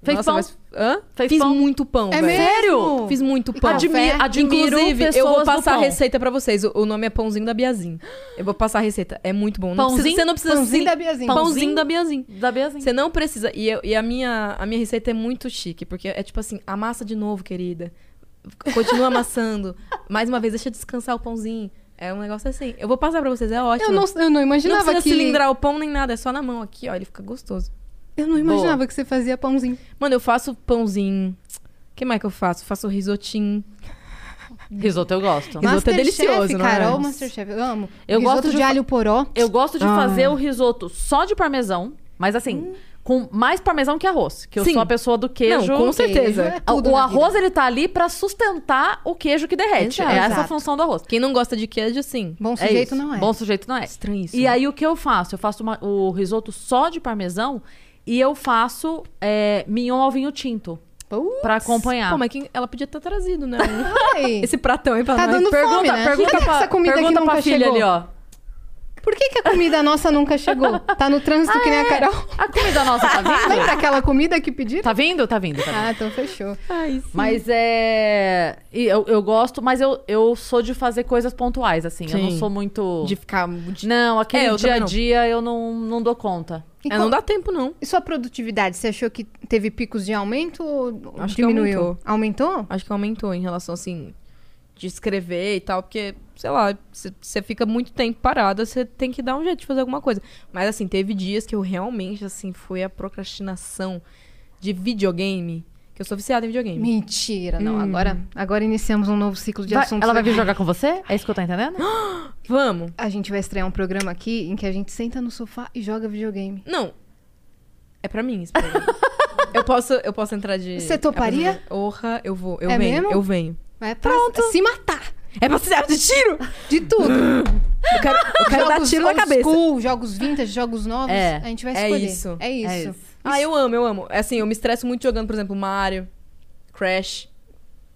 Speaker 3: Fez pão?
Speaker 5: mas- Hã?
Speaker 3: Fez
Speaker 5: Fiz
Speaker 3: pão?
Speaker 5: muito pão,
Speaker 2: É
Speaker 5: velho.
Speaker 2: mesmo?
Speaker 5: Fiz muito pão.
Speaker 2: Admi-
Speaker 3: Admiro, admiro
Speaker 5: Inclusive,
Speaker 3: pessoas
Speaker 5: eu vou
Speaker 3: do
Speaker 5: passar a
Speaker 3: pão.
Speaker 5: receita pra vocês. O, o nome é Pãozinho da Biazin. Eu vou passar a receita. É muito bom. Não precisa-
Speaker 3: Pãozinho?
Speaker 5: você não precisa
Speaker 2: Pãozinho
Speaker 5: se-
Speaker 2: da Biazin.
Speaker 5: assim, Pãozinho da Biazin.
Speaker 3: Da assim. Beazinha.
Speaker 5: Você não precisa. E, eu- e a, minha, a minha receita é muito chique, porque é tipo assim: amassa de novo, querida. Continua amassando. Mais uma vez, deixa descansar o pãozinho. É um negócio assim. Eu vou passar pra vocês, é
Speaker 2: Eu
Speaker 5: ótimo.
Speaker 2: não, eu não
Speaker 5: Não
Speaker 2: imaginava
Speaker 5: precisa
Speaker 2: que
Speaker 5: cilindrar o pão nem nada, é só na mão aqui, ó. Ele fica gostoso.
Speaker 2: Eu não imaginava
Speaker 3: Boa.
Speaker 2: que você fazia pãozinho.
Speaker 5: Mano, eu faço pãozinho. O que mais que eu faço? Faço risotinho.
Speaker 3: Risoto eu gosto.
Speaker 5: Mas- Risoto é delicioso, não é?
Speaker 2: Carol, Masterchef, eu amo.
Speaker 3: Eu
Speaker 2: risoto
Speaker 3: gosto de
Speaker 2: de
Speaker 3: fa-
Speaker 5: Ah.
Speaker 2: alho poró.
Speaker 3: Eu gosto de fazer o risoto só de parmesão. Mas assim, com mais parmesão que arroz. Que eu
Speaker 5: Hum. Sim.
Speaker 3: sou a pessoa do
Speaker 5: Não,
Speaker 3: queijo.
Speaker 5: com certeza.
Speaker 2: Queijo é tudo
Speaker 3: o
Speaker 2: na
Speaker 3: arroz, ele tá ali pra sustentar o queijo que derrete.
Speaker 2: Exato.
Speaker 3: É essa a
Speaker 2: Exato.
Speaker 3: função do arroz.
Speaker 5: Quem não gosta de queijo, sim.
Speaker 2: Bom
Speaker 3: É
Speaker 2: sujeito
Speaker 3: isso.
Speaker 2: não é.
Speaker 3: Bom sujeito não é.
Speaker 5: Estranho isso,
Speaker 3: E
Speaker 5: né?
Speaker 3: aí o que eu faço? Eu faço uma- o risoto só de parmesão e eu faço é, mignon ao vinho tinto
Speaker 2: Putz, é
Speaker 3: pra acompanhar.
Speaker 5: Pô, mas quem- ela podia ter trazido, né?
Speaker 2: ai.
Speaker 5: Esse pratão aí pra
Speaker 2: Tá
Speaker 5: nós.
Speaker 2: dando fome,
Speaker 3: Pergunta,
Speaker 2: né?
Speaker 3: pergunta
Speaker 2: Cadê
Speaker 3: pra,
Speaker 2: essa comida que
Speaker 3: pergunta pra
Speaker 2: nunca
Speaker 3: filha
Speaker 2: chegou?
Speaker 3: ali, ó.
Speaker 2: Por que, que a comida nossa nunca chegou? Tá no trânsito que nem a Carol.
Speaker 3: A comida nossa tá vindo?
Speaker 2: Lembra aquela comida que pediram?
Speaker 3: tá vindo? Tá vindo, tá vindo.
Speaker 2: Ah, então fechou.
Speaker 5: Ai, sim.
Speaker 3: Mas é. e Eu, eu gosto, mas eu, eu sou de fazer coisas pontuais, assim. Eu não
Speaker 5: Sim.
Speaker 3: sou muito.
Speaker 5: De ficar. de-
Speaker 3: Não, aquele
Speaker 5: É, eu
Speaker 3: dia a
Speaker 5: também não.
Speaker 3: dia eu não, não dou conta.
Speaker 2: E,
Speaker 5: É,
Speaker 2: qual-
Speaker 5: não dá tempo, não.
Speaker 2: e sua produtividade, você achou que teve picos de aumento ou
Speaker 5: Acho que
Speaker 2: diminuiu? aumentou.
Speaker 5: Acho que aumentou em relação, assim, de escrever e tal, porque, sei lá, você fica muito tempo parada, você tem que dar um jeito de fazer alguma coisa. Mas, assim, teve dias que eu realmente, assim, foi a procrastinação de videogame, que eu sou viciada em videogame.
Speaker 2: Mentira,
Speaker 5: Hum.
Speaker 2: não. Agora, agora iniciamos um novo ciclo de
Speaker 3: Vai-
Speaker 2: assuntos.
Speaker 3: ela vai vir
Speaker 2: legais.
Speaker 3: jogar com você? É isso que eu tô entendendo?
Speaker 5: Vamos!
Speaker 2: A gente vai estrear um programa aqui em que a gente senta no sofá e joga videogame.
Speaker 5: Não! É pra mim esse programa. eu, posso, eu posso entrar de...
Speaker 2: Você toparia?
Speaker 5: é pra- Orra, eu vou. Eu
Speaker 2: É
Speaker 5: venho,
Speaker 2: mesmo?
Speaker 5: eu venho.
Speaker 2: Vai pra se matar
Speaker 5: É pra ser de tiro!
Speaker 2: de tudo.
Speaker 5: Eu quero, eu quero dar
Speaker 2: Jogos
Speaker 5: tiro na
Speaker 2: old
Speaker 5: cabeça.
Speaker 2: School, jogos vintage, jogos novos.
Speaker 3: É,
Speaker 2: a gente vai
Speaker 5: é
Speaker 2: escolher.
Speaker 5: isso.
Speaker 2: É isso.
Speaker 3: É isso.
Speaker 5: Ah, eu amo, eu amo. É Assim, eu me estresso muito jogando, por exemplo, Mario, Crash.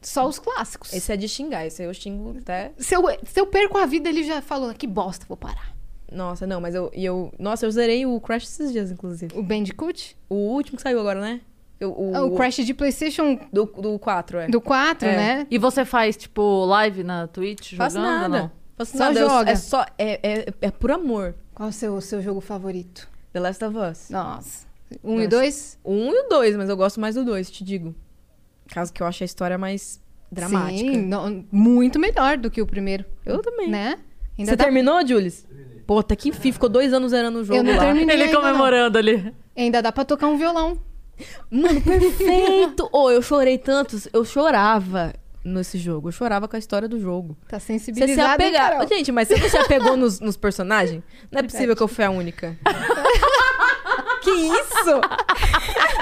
Speaker 2: Só os clássicos.
Speaker 5: Esse é de xingar, esse eu xingo até.
Speaker 2: Se, eu, se eu perco a vida, ele já falou, que bosta, vou parar.
Speaker 5: Nossa, não, mas eu, e eu. Nossa, eu zerei o Crash esses dias, inclusive.
Speaker 2: O Bandicoot?
Speaker 5: O último que saiu agora, né? Eu- o,
Speaker 2: Ah, O Crash de Playstation
Speaker 5: Do, do 4, é.
Speaker 2: do 4,
Speaker 5: É.
Speaker 2: né?
Speaker 3: E você faz, tipo, live na Twitch
Speaker 5: Faço
Speaker 3: jogando ou
Speaker 5: nada.
Speaker 3: não?
Speaker 5: Faço
Speaker 2: Só
Speaker 5: nada. eu-
Speaker 2: joga.
Speaker 5: é só. É, é, é por amor.
Speaker 2: Qual o seu, seu jogo favorito?
Speaker 5: The Last of Us.
Speaker 2: Nossa. Um
Speaker 5: Nossa.
Speaker 2: e dois?
Speaker 5: O 1 e o 2, mas eu gosto mais do 2, te digo. Caso que eu ache a história mais dramática.
Speaker 2: Sim, não- muito melhor do que o primeiro,
Speaker 5: Eu também.
Speaker 2: né? Ainda
Speaker 5: Você
Speaker 2: dá-
Speaker 5: terminou, Jules? Pô, tá que fio, ficou dois anos zerando o jogo
Speaker 2: Eu não
Speaker 5: lá.
Speaker 2: terminei
Speaker 3: Ele
Speaker 2: ainda, não.
Speaker 3: comemorando ali.
Speaker 2: Ainda dá pra tocar um violão.
Speaker 5: Mano, perfeito! Ô, eu chorei tanto, eu chorava nesse jogo. Eu chorava com a história do jogo.
Speaker 2: Tá
Speaker 5: Você se
Speaker 2: sensibilizado, hein,
Speaker 5: apega...
Speaker 2: Carol?
Speaker 5: Ô, Gente, mas você não se apegou nos, nos personagens? Não é possível que eu fui a única. que isso?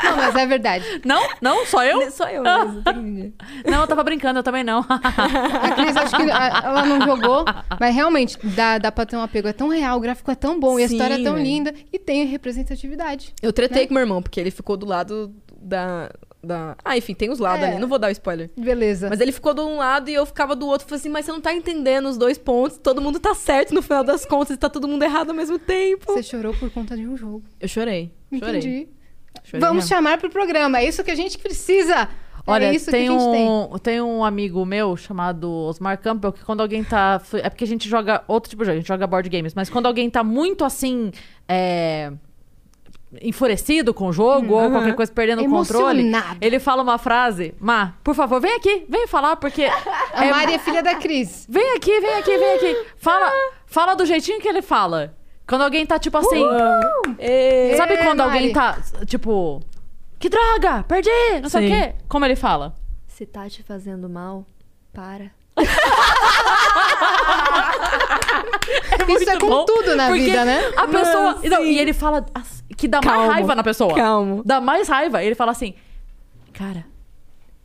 Speaker 2: Não, mas é verdade.
Speaker 3: Não? Não? Só eu?
Speaker 5: Só eu mesmo, entendi.
Speaker 3: Não, eu tava brincando, eu também não.
Speaker 2: A Cris, acho que a- ela não jogou, mas realmente dá, dá pra ter um apego. É tão real, o gráfico é tão bom, e a
Speaker 5: Sim,
Speaker 2: história é tão
Speaker 5: velho.
Speaker 2: linda, e tem representatividade.
Speaker 5: Eu tretei com meu irmão, porque ele ficou do lado da... da... Ah, enfim, tem os lados
Speaker 2: É.
Speaker 5: ali, não vou dar o spoiler.
Speaker 2: Beleza.
Speaker 5: Mas ele ficou de um lado e eu ficava do outro. Falei assim, mas você não tá entendendo os dois pontos. Todo mundo tá certo no final das contas. Tá todo mundo errado ao mesmo tempo.
Speaker 2: Você chorou por conta de um jogo.
Speaker 5: Eu chorei. Chorei.
Speaker 2: Entendi.
Speaker 5: Chorei
Speaker 2: Vamos
Speaker 5: mesmo.
Speaker 2: chamar pro programa. É isso que a gente precisa.
Speaker 3: Olha,
Speaker 2: é isso
Speaker 3: tem,
Speaker 2: que a gente tem.
Speaker 3: um, tem. um amigo meu chamado Osmar Campbell que quando alguém tá. fl- É porque a gente joga outro tipo de jogo, a gente joga board games, mas quando alguém tá muito assim. É, enfurecido com o jogo ou qualquer coisa perdendo o controle.
Speaker 2: Emocionado.
Speaker 3: Ele fala uma frase, Má, por favor, vem aqui, vem falar, porque.
Speaker 2: A
Speaker 3: é-
Speaker 2: Mari é filha da Cris.
Speaker 3: Vem aqui, vem aqui, vem aqui. Fala, fala do jeitinho que ele fala. Quando alguém tá, tipo assim.
Speaker 5: Ê,
Speaker 3: Sabe
Speaker 2: Ê,
Speaker 3: quando
Speaker 2: Mari.
Speaker 3: alguém tá, tipo. Que droga! Perdi! Não sei o
Speaker 5: Sim.
Speaker 3: quê. Como ele fala?
Speaker 4: Se tá te fazendo mal, para.
Speaker 2: Isso é com
Speaker 3: bom,
Speaker 2: tudo na
Speaker 3: porque
Speaker 2: vida, né?
Speaker 3: A pessoa.
Speaker 5: Mano,
Speaker 3: não,
Speaker 5: sim.
Speaker 3: e ele fala as- que dá mais
Speaker 5: Calmo,
Speaker 3: raiva na pessoa.
Speaker 5: calmo.
Speaker 3: Dá mais raiva. Ele fala assim: Cara,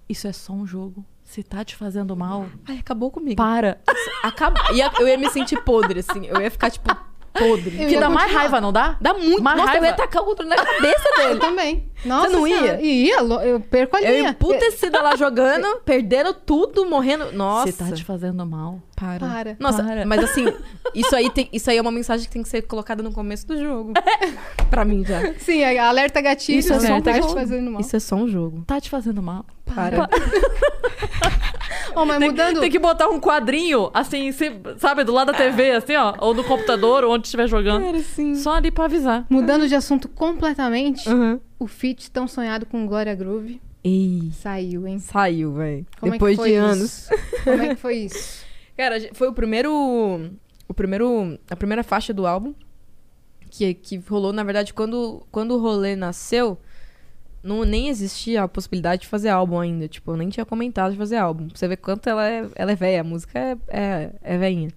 Speaker 3: isso é só um jogo. Se tá te fazendo mal,
Speaker 5: Ai, acabou comigo.
Speaker 3: para.
Speaker 5: Acabou. Ia, eu ia me sentir podre, assim. Eu ia ficar, tipo, podre.
Speaker 2: Eu
Speaker 3: Que
Speaker 2: ia
Speaker 3: dá mais
Speaker 2: continuar.
Speaker 3: raiva, não dá?
Speaker 5: Dá muito.
Speaker 3: Mais
Speaker 5: Nossa,
Speaker 3: raiva.
Speaker 5: eu ia tacar o controle na cabeça
Speaker 2: Eu Ah,
Speaker 5: dele.
Speaker 2: também. Nossa
Speaker 5: não ia?
Speaker 2: Senhora. Ia, lo- eu perco a
Speaker 5: Eu
Speaker 2: linha.
Speaker 5: emputecida lá jogando, perdendo tudo, morrendo. Nossa.
Speaker 3: Se tá te fazendo mal.
Speaker 5: Para.
Speaker 2: Para.
Speaker 5: Nossa,
Speaker 3: Para.
Speaker 5: mas assim, isso aí, tem, isso aí é uma mensagem que tem que ser colocada no começo do jogo. pra mim já.
Speaker 2: Sim, é alerta gatilho.
Speaker 5: Isso é
Speaker 2: não
Speaker 5: só um
Speaker 2: tá te
Speaker 5: jogo.
Speaker 2: fazendo mal.
Speaker 5: Isso é só um jogo.
Speaker 3: Tá te fazendo mal.
Speaker 5: Para. é
Speaker 2: Ó, mas
Speaker 3: Tem,
Speaker 2: mudando...
Speaker 3: tem que botar um quadrinho, assim, se- sabe, do lado da TV, assim, ó. Ou do computador, ou onde estiver jogando.
Speaker 5: Cara, sim.
Speaker 3: Só ali pra avisar.
Speaker 2: Mudando de assunto completamente,
Speaker 5: Uhum.
Speaker 2: o feat tão sonhado com Glória Groove
Speaker 5: Ei,
Speaker 2: saiu, hein?
Speaker 5: saiu, velho.
Speaker 2: Como é que
Speaker 5: Depois
Speaker 2: foi
Speaker 5: de
Speaker 2: isso?
Speaker 5: anos.
Speaker 2: Como é que foi isso?
Speaker 5: Cara, a gen- foi o primeiro. O primeiro. A primeira faixa do álbum. Que, que rolou, na verdade, quando, quando o rolê nasceu, não, nem existia a possibilidade de fazer álbum ainda. Tipo, eu nem tinha comentado de fazer álbum. Pra você ver quanto ela é, ela é velha. A música é, é, é velhinha.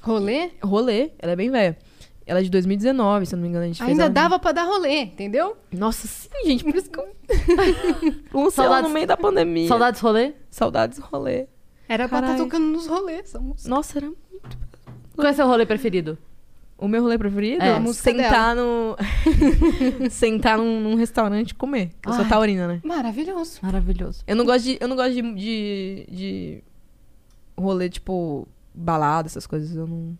Speaker 2: Rolê?
Speaker 5: Rolê, ela é bem velha. Ela é de 2019, se eu não me engano. A gente fez
Speaker 2: Ainda
Speaker 5: ela-
Speaker 2: dava pra dar rolê, entendeu?
Speaker 5: Nossa, sim, gente. Por isso que eu... Um
Speaker 3: Saudades-
Speaker 5: no meio da pandemia.
Speaker 3: Saudades rolê?
Speaker 5: Saudades rolê.
Speaker 2: Era pra estar
Speaker 5: Caralho.
Speaker 2: tocando nos rolês. essa música.
Speaker 5: Nossa, era...
Speaker 3: Qual é seu rolê preferido?
Speaker 5: O meu rolê preferido?
Speaker 3: É, a
Speaker 2: música
Speaker 5: sentar no... sentar num, num restaurante e comer. que Eu sou
Speaker 3: Ai.
Speaker 5: taurina, né?
Speaker 2: Maravilhoso.
Speaker 3: Maravilhoso.
Speaker 5: Eu não gosto de. Eu não gosto de, de, de rolê, tipo, balada, essas coisas. Eu não.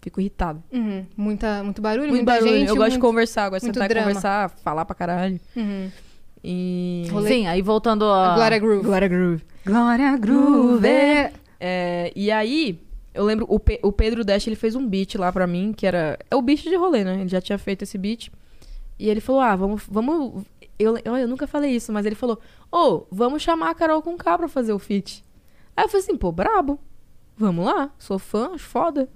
Speaker 5: Fico irritada.
Speaker 2: Uhum. Muita, muito barulho,
Speaker 5: Muito
Speaker 2: muita
Speaker 5: barulho.
Speaker 2: gente.
Speaker 5: eu gosto de
Speaker 2: muito-
Speaker 5: conversar, eu gosto de
Speaker 2: muito
Speaker 5: sentar e
Speaker 2: drama.
Speaker 5: conversar, falar pra caralho.
Speaker 2: Uhum.
Speaker 5: E.
Speaker 2: Rolê.
Speaker 3: Sim, aí voltando a...
Speaker 2: A Glória Groove.
Speaker 5: Ah. Glória Groove.
Speaker 2: Glória Groove.
Speaker 5: É, e aí, eu lembro, o, Pe- o Pedro Dash ele fez um beat lá pra mim, que era. É o beat de rolê, né? Ele já tinha feito esse beat. E ele falou: ah, vamos. vamos eu, eu, eu nunca falei isso, mas ele falou: ô, vamos chamar a Carol com K pra fazer o feat. Aí eu falei assim: pô, brabo. Vamos lá, sou fã, acho foda.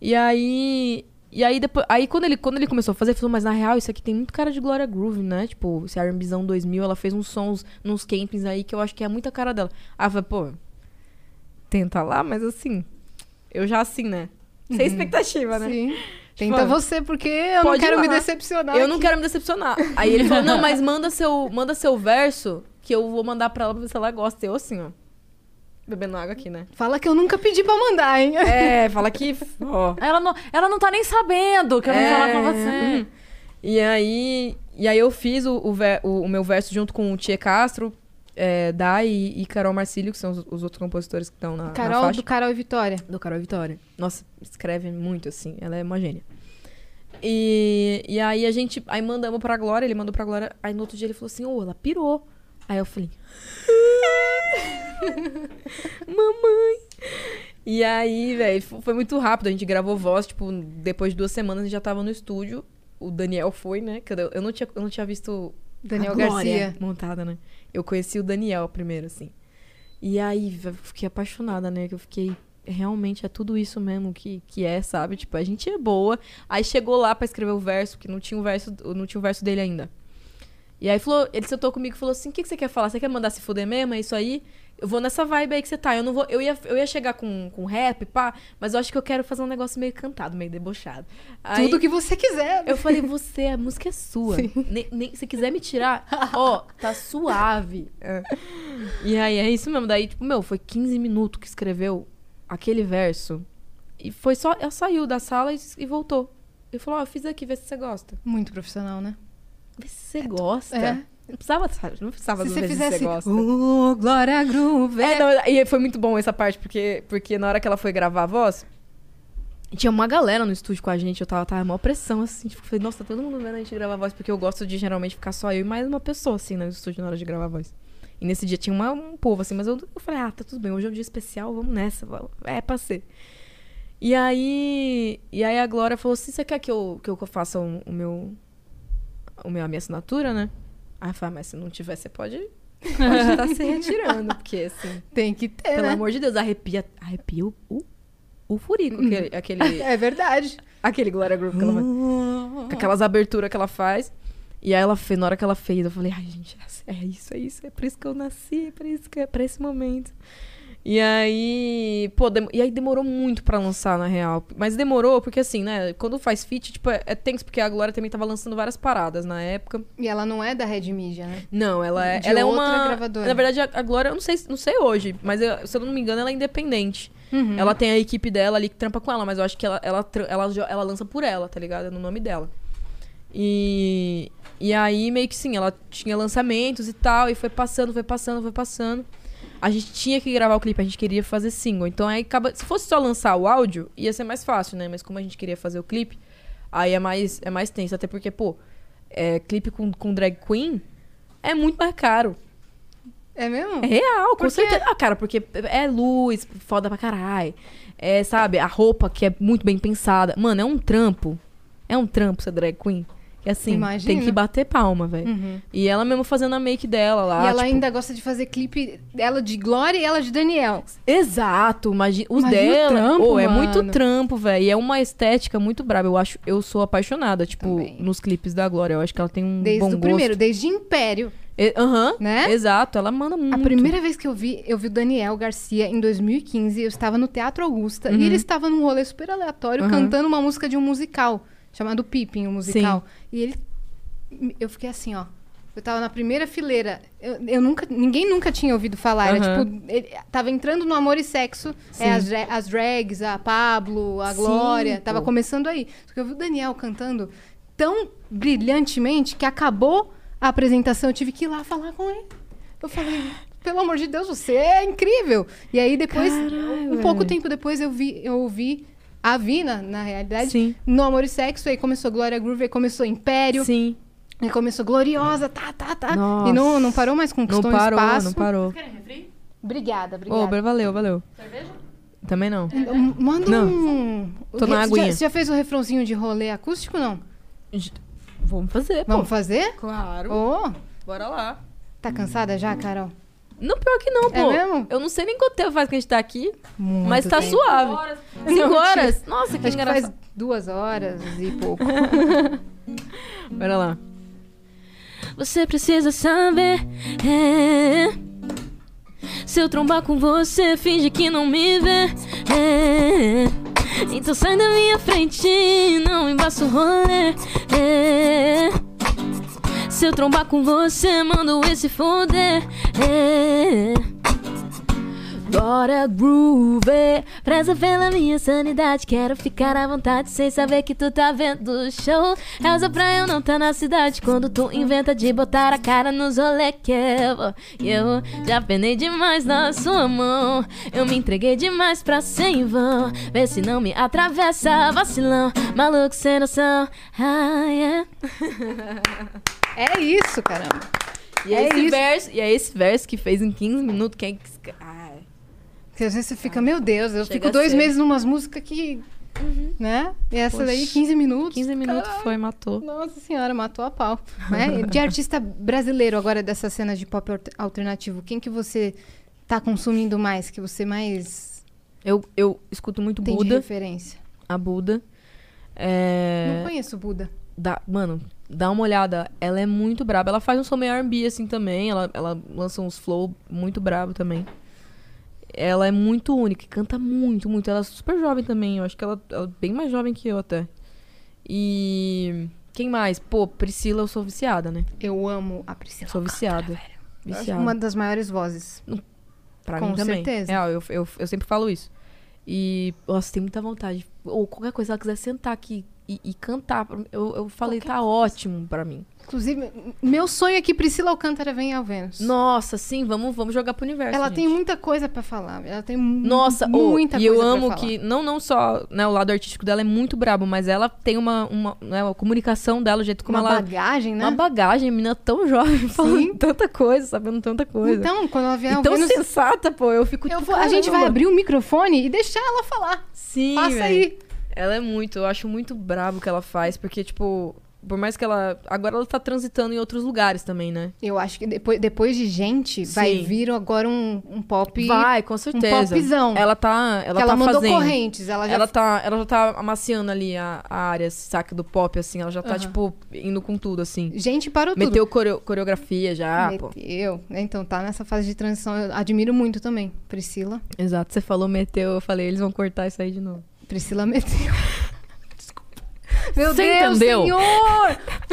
Speaker 5: E aí. E aí, depois, aí quando, ele, quando ele começou a fazer, ele falou, mas na real, isso aqui tem muito cara de Gloria Groove, né? Tipo, esse R&Bzão 2000, ela fez uns sons, nos campings aí, que eu acho que é muita cara dela. Aí eu falei, pô, tenta lá, mas assim, eu já assim, né? Sem expectativa, né?
Speaker 2: Sim. Tenta
Speaker 5: Fã.
Speaker 2: você, porque eu não
Speaker 5: Pode ir
Speaker 2: quero me
Speaker 5: lá.
Speaker 2: decepcionar.
Speaker 5: Eu não
Speaker 2: aqui.
Speaker 5: quero me decepcionar. Aí ele falou, não, mas manda seu, manda seu verso, que eu vou mandar pra ela pra ver se ela gosta. Eu assim, ó, bebendo água aqui, né?
Speaker 2: Fala que eu nunca pedi pra mandar, hein?
Speaker 5: É, fala que, ó,
Speaker 3: Ela não, ela não tá nem sabendo que eu vim
Speaker 5: É.
Speaker 3: falar com você.
Speaker 5: E aí, e aí eu fiz o, o ver- o- o meu verso junto com o Tia Castro, é, Dai e, e Carol Marcílio, que são os, os outros compositores que estão na, na
Speaker 2: Carol,
Speaker 5: faixa.
Speaker 2: do Carol e Vitória.
Speaker 5: Do Carol Vitória. Nossa, escreve muito, assim. Ela é uma gênia. E, e aí a gente... Aí mandamos pra Glória, ele mandou pra Glória. Aí no outro dia ele falou assim, ô, ela pirou. Aí eu falei... "Ah, Mamãe! E aí, velho, fo- foi muito rápido. A gente gravou voz, tipo, depois de duas semanas a gente já tava no estúdio. O Daniel foi, né? Que eu- Eu não tinha, eu não tinha visto
Speaker 2: Daniel
Speaker 5: a Glória
Speaker 2: Garcia.
Speaker 5: montada, né? Eu conheci o Daniel primeiro, assim. E aí, eu fiquei apaixonada, né? Que eu fiquei. Realmente é tudo isso mesmo que, que é, sabe? Tipo, a gente é boa. Aí chegou lá pra escrever o verso, porque não tinha o verso, não tinha o verso dele ainda. E aí falou, ele sentou comigo e falou assim: o que, que você quer falar? Você quer mandar se fuder mesmo? É isso aí? Eu vou nessa vibe aí que você tá. Eu não vou. Eu ia, eu ia chegar com, com rap, pá, mas eu acho que eu quero fazer um negócio meio cantado, meio debochado. Aí-
Speaker 2: Tudo que você quiser.
Speaker 5: eu falei, você, a música é sua. Nem, nem- se quiser me tirar, ó, tá suave. E aí é isso mesmo. Daí, tipo, meu, foi 15 minutos que escreveu aquele verso. E foi só. Ela saiu da sala e, e voltou. Eu falou, ó, eu fiz aqui, vê se você gosta.
Speaker 2: Muito profissional, né?
Speaker 5: Vê se você gosta.
Speaker 2: é.
Speaker 5: Não precisava, sabe, não precisava
Speaker 2: Se
Speaker 5: do
Speaker 2: você
Speaker 5: ver se
Speaker 2: fizesse.
Speaker 5: você gosta.
Speaker 2: Uh, Glória Groove.
Speaker 5: É, não, e foi muito bom essa parte, porque, porque na hora que ela foi gravar a voz, tinha uma galera no estúdio com a gente, eu tava, tava maior pressão, assim, tipo, falei, nossa, tá todo mundo vendo a gente gravar a voz, porque eu gosto de geralmente ficar só eu e mais uma pessoa, assim, no estúdio na hora de gravar a voz. E nesse dia tinha uma- um povo, assim, mas eu, eu falei, ah, tá tudo bem, hoje é um dia especial, vamos nessa, vamos- é pra ser. E aí, e aí a Glória falou assim, você quer que eu, que eu faça o, o meu, o meu, a minha assinatura, né? Aí eu falei, "Ah, mas se não tiver, você pode, pode estar se retirando, porque assim...
Speaker 2: Tem que ter,
Speaker 5: Pelo
Speaker 2: né?
Speaker 5: amor de Deus, arrepia, arrepia o, o, o furico, aquele, aquele,
Speaker 2: É verdade.
Speaker 5: aquele Gloria Groove que ela faz. Com aquelas aberturas que ela faz. E aí ela fez, na hora que ela fez, eu falei, ai, gente, é isso, é isso, é por isso que eu nasci, é por isso que é pra esse momento. E aí, pô, dem- e aí demorou muito pra lançar, na real. Mas demorou, porque assim, né, quando faz feat, tipo, é, é tenso, porque a Glória também tava lançando várias paradas na época.
Speaker 2: E ela não é da Red Media, né?
Speaker 5: Não, ela é,
Speaker 2: De
Speaker 5: ela é
Speaker 2: outra
Speaker 5: uma.
Speaker 2: gravadora.
Speaker 5: Na verdade, a, a Glória, eu não sei, não sei hoje, mas eu- se eu não me engano, ela é independente.
Speaker 2: Uhum.
Speaker 5: Ela tem a equipe dela ali que trampa com ela, mas eu acho que ela, ela, tra- ela, jo- ela lança por ela, tá ligado? É no nome dela. E, e aí, meio que sim, ela tinha lançamentos e tal, e foi passando, foi passando, foi passando. A gente tinha que gravar o clipe, a gente queria fazer single. Então aí acaba. Se fosse só lançar o áudio, ia ser mais fácil, né? Mas como a gente queria fazer o clipe, aí é mais, é mais tenso. Até porque, pô, é, clipe com, com drag queen é muito mais caro.
Speaker 2: É mesmo?
Speaker 5: É real, com
Speaker 2: Por quê?
Speaker 5: certeza. Ah, cara, porque é luz, foda pra caralho. É, sabe, a roupa que é muito bem pensada. Mano, é um trampo. É um trampo ser drag queen. E assim,
Speaker 2: Imagino.
Speaker 5: tem que bater palma, velho.
Speaker 2: Uhum.
Speaker 5: E ela mesmo fazendo a make dela lá.
Speaker 2: e ela
Speaker 5: tipo-
Speaker 2: ainda gosta de fazer clipe, ela de Glória e ela de Daniel.
Speaker 5: Exato, imagina os
Speaker 2: Imagina o
Speaker 5: dela.
Speaker 2: trampo,
Speaker 5: Ô, é
Speaker 2: mano.
Speaker 5: muito trampo, velho. E é uma estética muito braba. Eu acho, eu sou apaixonada, tipo,
Speaker 2: Também.
Speaker 5: nos clipes da Glória. Eu acho que ela tem um
Speaker 2: Desde
Speaker 5: bom
Speaker 2: o
Speaker 5: gosto.
Speaker 2: primeiro, desde Império.
Speaker 5: E- Aham.
Speaker 2: Né?
Speaker 5: Exato, ela manda muito.
Speaker 2: A primeira vez que eu vi, eu vi o Daniel Garcia em 2015. Eu estava no Teatro Augusta e ele estava num rolê super aleatório
Speaker 5: Uhum.
Speaker 2: cantando uma música de um musical chamado Pippin, um musical. E ele, eu fiquei assim, ó. Eu tava na primeira fileira. Eu, eu nunca, ninguém nunca tinha ouvido falar. Era
Speaker 5: Uhum.
Speaker 2: tipo, ele tava entrando no Amor e Sexo. É, as, dra- as drags, a Pablo, a
Speaker 5: Sim,
Speaker 2: Glória.
Speaker 5: pô.
Speaker 2: Tava começando aí. Só que eu vi o Daniel cantando tão brilhantemente que acabou a apresentação. Eu tive que ir lá falar com ele. Eu falei, pelo amor de Deus, você é incrível. E aí depois, um pouco tempo depois, eu vi, eu ouvi a Vina, na realidade,
Speaker 5: Sim.
Speaker 2: no Amor e Sexo, aí começou Glória Groove, aí começou Império,
Speaker 5: Sim.
Speaker 2: aí começou Gloriosa, tá, tá, tá.
Speaker 5: Nossa.
Speaker 2: E não, não parou mais,
Speaker 5: Não
Speaker 2: conquistou
Speaker 5: parou,
Speaker 2: um espaço.
Speaker 5: não parou.
Speaker 2: Obrigada,
Speaker 5: Ô,
Speaker 2: obrigada.
Speaker 5: valeu, valeu. Cerveja? Também não.
Speaker 2: M- Manda
Speaker 5: Não.
Speaker 2: um...
Speaker 5: Tô na
Speaker 2: Você
Speaker 5: aguinha.
Speaker 2: Já, você já fez o refrãozinho de rolê acústico, não?
Speaker 5: Vamos fazer, pô.
Speaker 2: Vamos fazer?
Speaker 5: Claro.
Speaker 2: Ô,
Speaker 5: Bora lá.
Speaker 2: tá cansada já, Carol?
Speaker 5: Não, pior que não, pô.
Speaker 2: É mesmo?
Speaker 5: Eu não sei nem quanto tempo faz que a gente tá aqui,
Speaker 2: Muito
Speaker 5: mas tá
Speaker 2: bem.
Speaker 5: suave. Cinco horas? Nossa, que
Speaker 2: Acho que faz
Speaker 5: engraçado.
Speaker 2: duas horas e pouco.
Speaker 5: Bora lá.
Speaker 4: Você precisa saber. é. Se eu trombar com você, finge que não me vê. é. Então sai da minha frente, não embaça o rolê. é. Se eu trombar com você, mando esse foder. é. Bora groove, preza pela minha sanidade. Quero ficar à vontade sem saber que tu tá vendo o show. Essa pra eu não tá na cidade. Quando tu inventa de botar a cara nos rolê que eu vou. E Eu já penei demais na sua mão. Eu me entreguei demais pra ser em vão. Vê se não me atravessa, vacilão. Maluco sem noção. Ah, yeah.
Speaker 2: É isso, caramba.
Speaker 5: E
Speaker 2: É
Speaker 5: é, esse
Speaker 2: isso.
Speaker 5: verso, e é esse verso que fez em 15 minutos. Quem é que. Ai.
Speaker 2: Porque às vezes você fica, meu Deus, eu
Speaker 5: Chega
Speaker 2: fico
Speaker 5: a
Speaker 2: dois
Speaker 5: ser. Uhum.
Speaker 2: meses numas músicas que. Né? E essa daí, 15 minutos.
Speaker 5: 15 minutos foi, matou.
Speaker 2: Nossa senhora, matou a pau. né? De artista brasileiro agora dessa cena de pop alter- alternativo, quem que você tá consumindo mais? Que você mais
Speaker 5: Eu, eu escuto muito
Speaker 2: tem de
Speaker 5: Buda,
Speaker 2: referência?
Speaker 5: a Buda.
Speaker 2: Não
Speaker 5: É,
Speaker 2: conheço o Buda.
Speaker 5: dá- mano, dá uma olhada. Ela é muito braba. Ela faz um som meio R&B, assim, também. Ela, ela lança uns flow muito brabo também. Ela é muito única. e Canta muito, muito. Ela é super jovem também. Eu acho que ela, ela é bem mais jovem que eu, até. E... Quem mais? Pô, Priscila, eu sou viciada, né?
Speaker 2: Eu amo a Priscila.
Speaker 5: Sou viciada.
Speaker 2: Eu acho
Speaker 5: Viciada.
Speaker 2: Uma das maiores vozes.
Speaker 5: Pra
Speaker 2: Com
Speaker 5: mim também.
Speaker 2: certeza.
Speaker 5: É, eu, eu, eu sempre falo isso. E, nossa, tem muita vontade. Ou qualquer coisa, ela quiser sentar aqui e, e cantar. pra mim, Eu, eu falei, tá ótimo pra mim.
Speaker 2: Inclusive, m- meu sonho é que Priscila Alcântara venha ao Vênus.
Speaker 5: Nossa, sim, vamos, vamos jogar pro universo.
Speaker 2: Ela
Speaker 5: gente.
Speaker 2: tem muita coisa pra falar. Ela tem mu-
Speaker 5: Nossa, oh,
Speaker 2: muita
Speaker 5: e
Speaker 2: coisa
Speaker 5: eu
Speaker 2: pra
Speaker 5: amo
Speaker 2: falar.
Speaker 5: que não, não só né, o lado artístico dela é muito brabo, mas ela tem uma, uma, né, uma comunicação dela, o jeito como
Speaker 2: uma
Speaker 5: ela.
Speaker 2: bagagem, né?
Speaker 5: Uma bagagem, a menina tão jovem, falando
Speaker 2: Sim.
Speaker 5: tanta coisa, sabendo tanta coisa.
Speaker 2: Então, quando ela vier
Speaker 5: e
Speaker 2: ao
Speaker 5: tão
Speaker 2: Vênus,
Speaker 5: sensata, pô. Eu fico
Speaker 2: Eu
Speaker 5: tipo,
Speaker 2: vou- a gente vai
Speaker 5: caramba.
Speaker 2: abrir o microfone e deixar ela falar.
Speaker 5: Sim,
Speaker 2: Passa
Speaker 5: velho.
Speaker 2: aí.
Speaker 5: Ela é muito, eu acho muito brabo o que ela faz, porque, tipo, por mais que ela. Agora ela tá transitando em outros lugares também, né?
Speaker 2: Eu acho que depois, depois de gente, vai
Speaker 5: Sim.
Speaker 2: vir agora um, um pop.
Speaker 5: Vai, com certeza.
Speaker 2: popzão.
Speaker 5: Ela tá.
Speaker 2: que
Speaker 5: Ela tá
Speaker 2: ela mandou
Speaker 5: fazendo.
Speaker 2: correntes. Ela já
Speaker 5: Ela, tá, ela já tá amaciando ali a, a área, saca, do pop, assim. Ela já tá, tipo, indo com tudo, assim.
Speaker 2: Gente parou
Speaker 5: Meteu coreo- coreografia já,
Speaker 2: tudo.
Speaker 5: pô.
Speaker 2: Meteu. Então tá nessa fase de transição. Eu admiro muito também. Priscila.
Speaker 5: Exato, você falou meteu, eu falei, eles vão cortar isso aí de novo.
Speaker 2: Priscila meteu. Meu
Speaker 3: Você
Speaker 2: Deus,
Speaker 3: entendeu?
Speaker 2: senhor!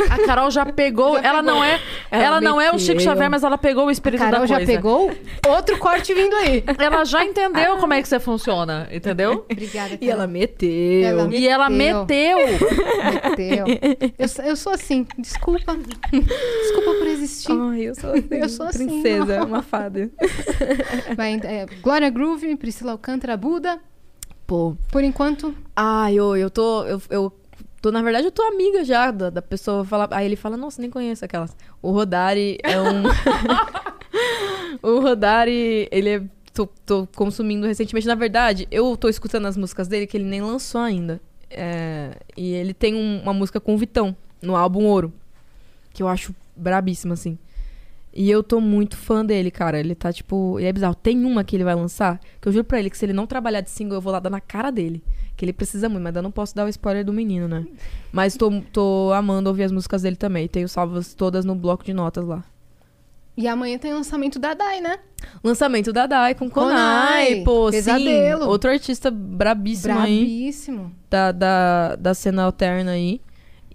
Speaker 3: A Carol já pegou. ela não é, ela, não é o Chico
Speaker 5: meteu.
Speaker 3: Xavier, mas ela pegou o espírito
Speaker 2: Carol
Speaker 3: da
Speaker 2: já
Speaker 3: coisa.
Speaker 2: pegou outro corte vindo aí.
Speaker 3: Ela já entendeu como é que você funciona, entendeu?
Speaker 2: Obrigada,
Speaker 5: E ela
Speaker 2: Carol.
Speaker 5: meteu.
Speaker 2: Ela-
Speaker 3: E ela
Speaker 2: Meteu.
Speaker 3: meteu.
Speaker 2: Meteu. Eu, sou- eu sou assim. Desculpa. Desculpa por existir.
Speaker 5: Ai, eu sou assim,
Speaker 2: Eu sou assim,
Speaker 5: princesa, uma fada.
Speaker 2: Vai, é, Glória Groove, Priscila Alcântara, Buda.
Speaker 5: Pô,
Speaker 2: Por enquanto,
Speaker 5: Ai, eu, eu tô. Eu, eu tô, na verdade, eu tô amiga já da, da pessoa. Fala, aí ele fala, nossa, nem conheço aquelas. O Rodari é um. o Rodari, ele é. Tô, tô consumindo recentemente. Na verdade, eu tô escutando as músicas dele que ele nem lançou ainda. É, e ele tem um- uma música com o Vitão, no álbum Ouro. Que eu acho brabíssima, assim. E eu tô muito fã dele, cara. Ele tá, tipo. Ele é bizarro. Tem uma que ele vai lançar, que eu juro pra ele que se ele não trabalhar de single, eu vou lá dar na cara dele. Que ele precisa muito, mas eu não posso dar o spoiler do menino, né? Mas tô, tô amando ouvir as músicas dele também. Tenho salvas todas no bloco de notas lá.
Speaker 2: E amanhã tem lançamento da Dai, né?
Speaker 5: Lançamento da Dai com Konai,
Speaker 2: Konai,
Speaker 5: pô,
Speaker 2: pesadelo.
Speaker 5: sim. Outro artista brabíssimo aí Tá
Speaker 2: Brabíssimo.
Speaker 5: da, da, da cena alterna aí.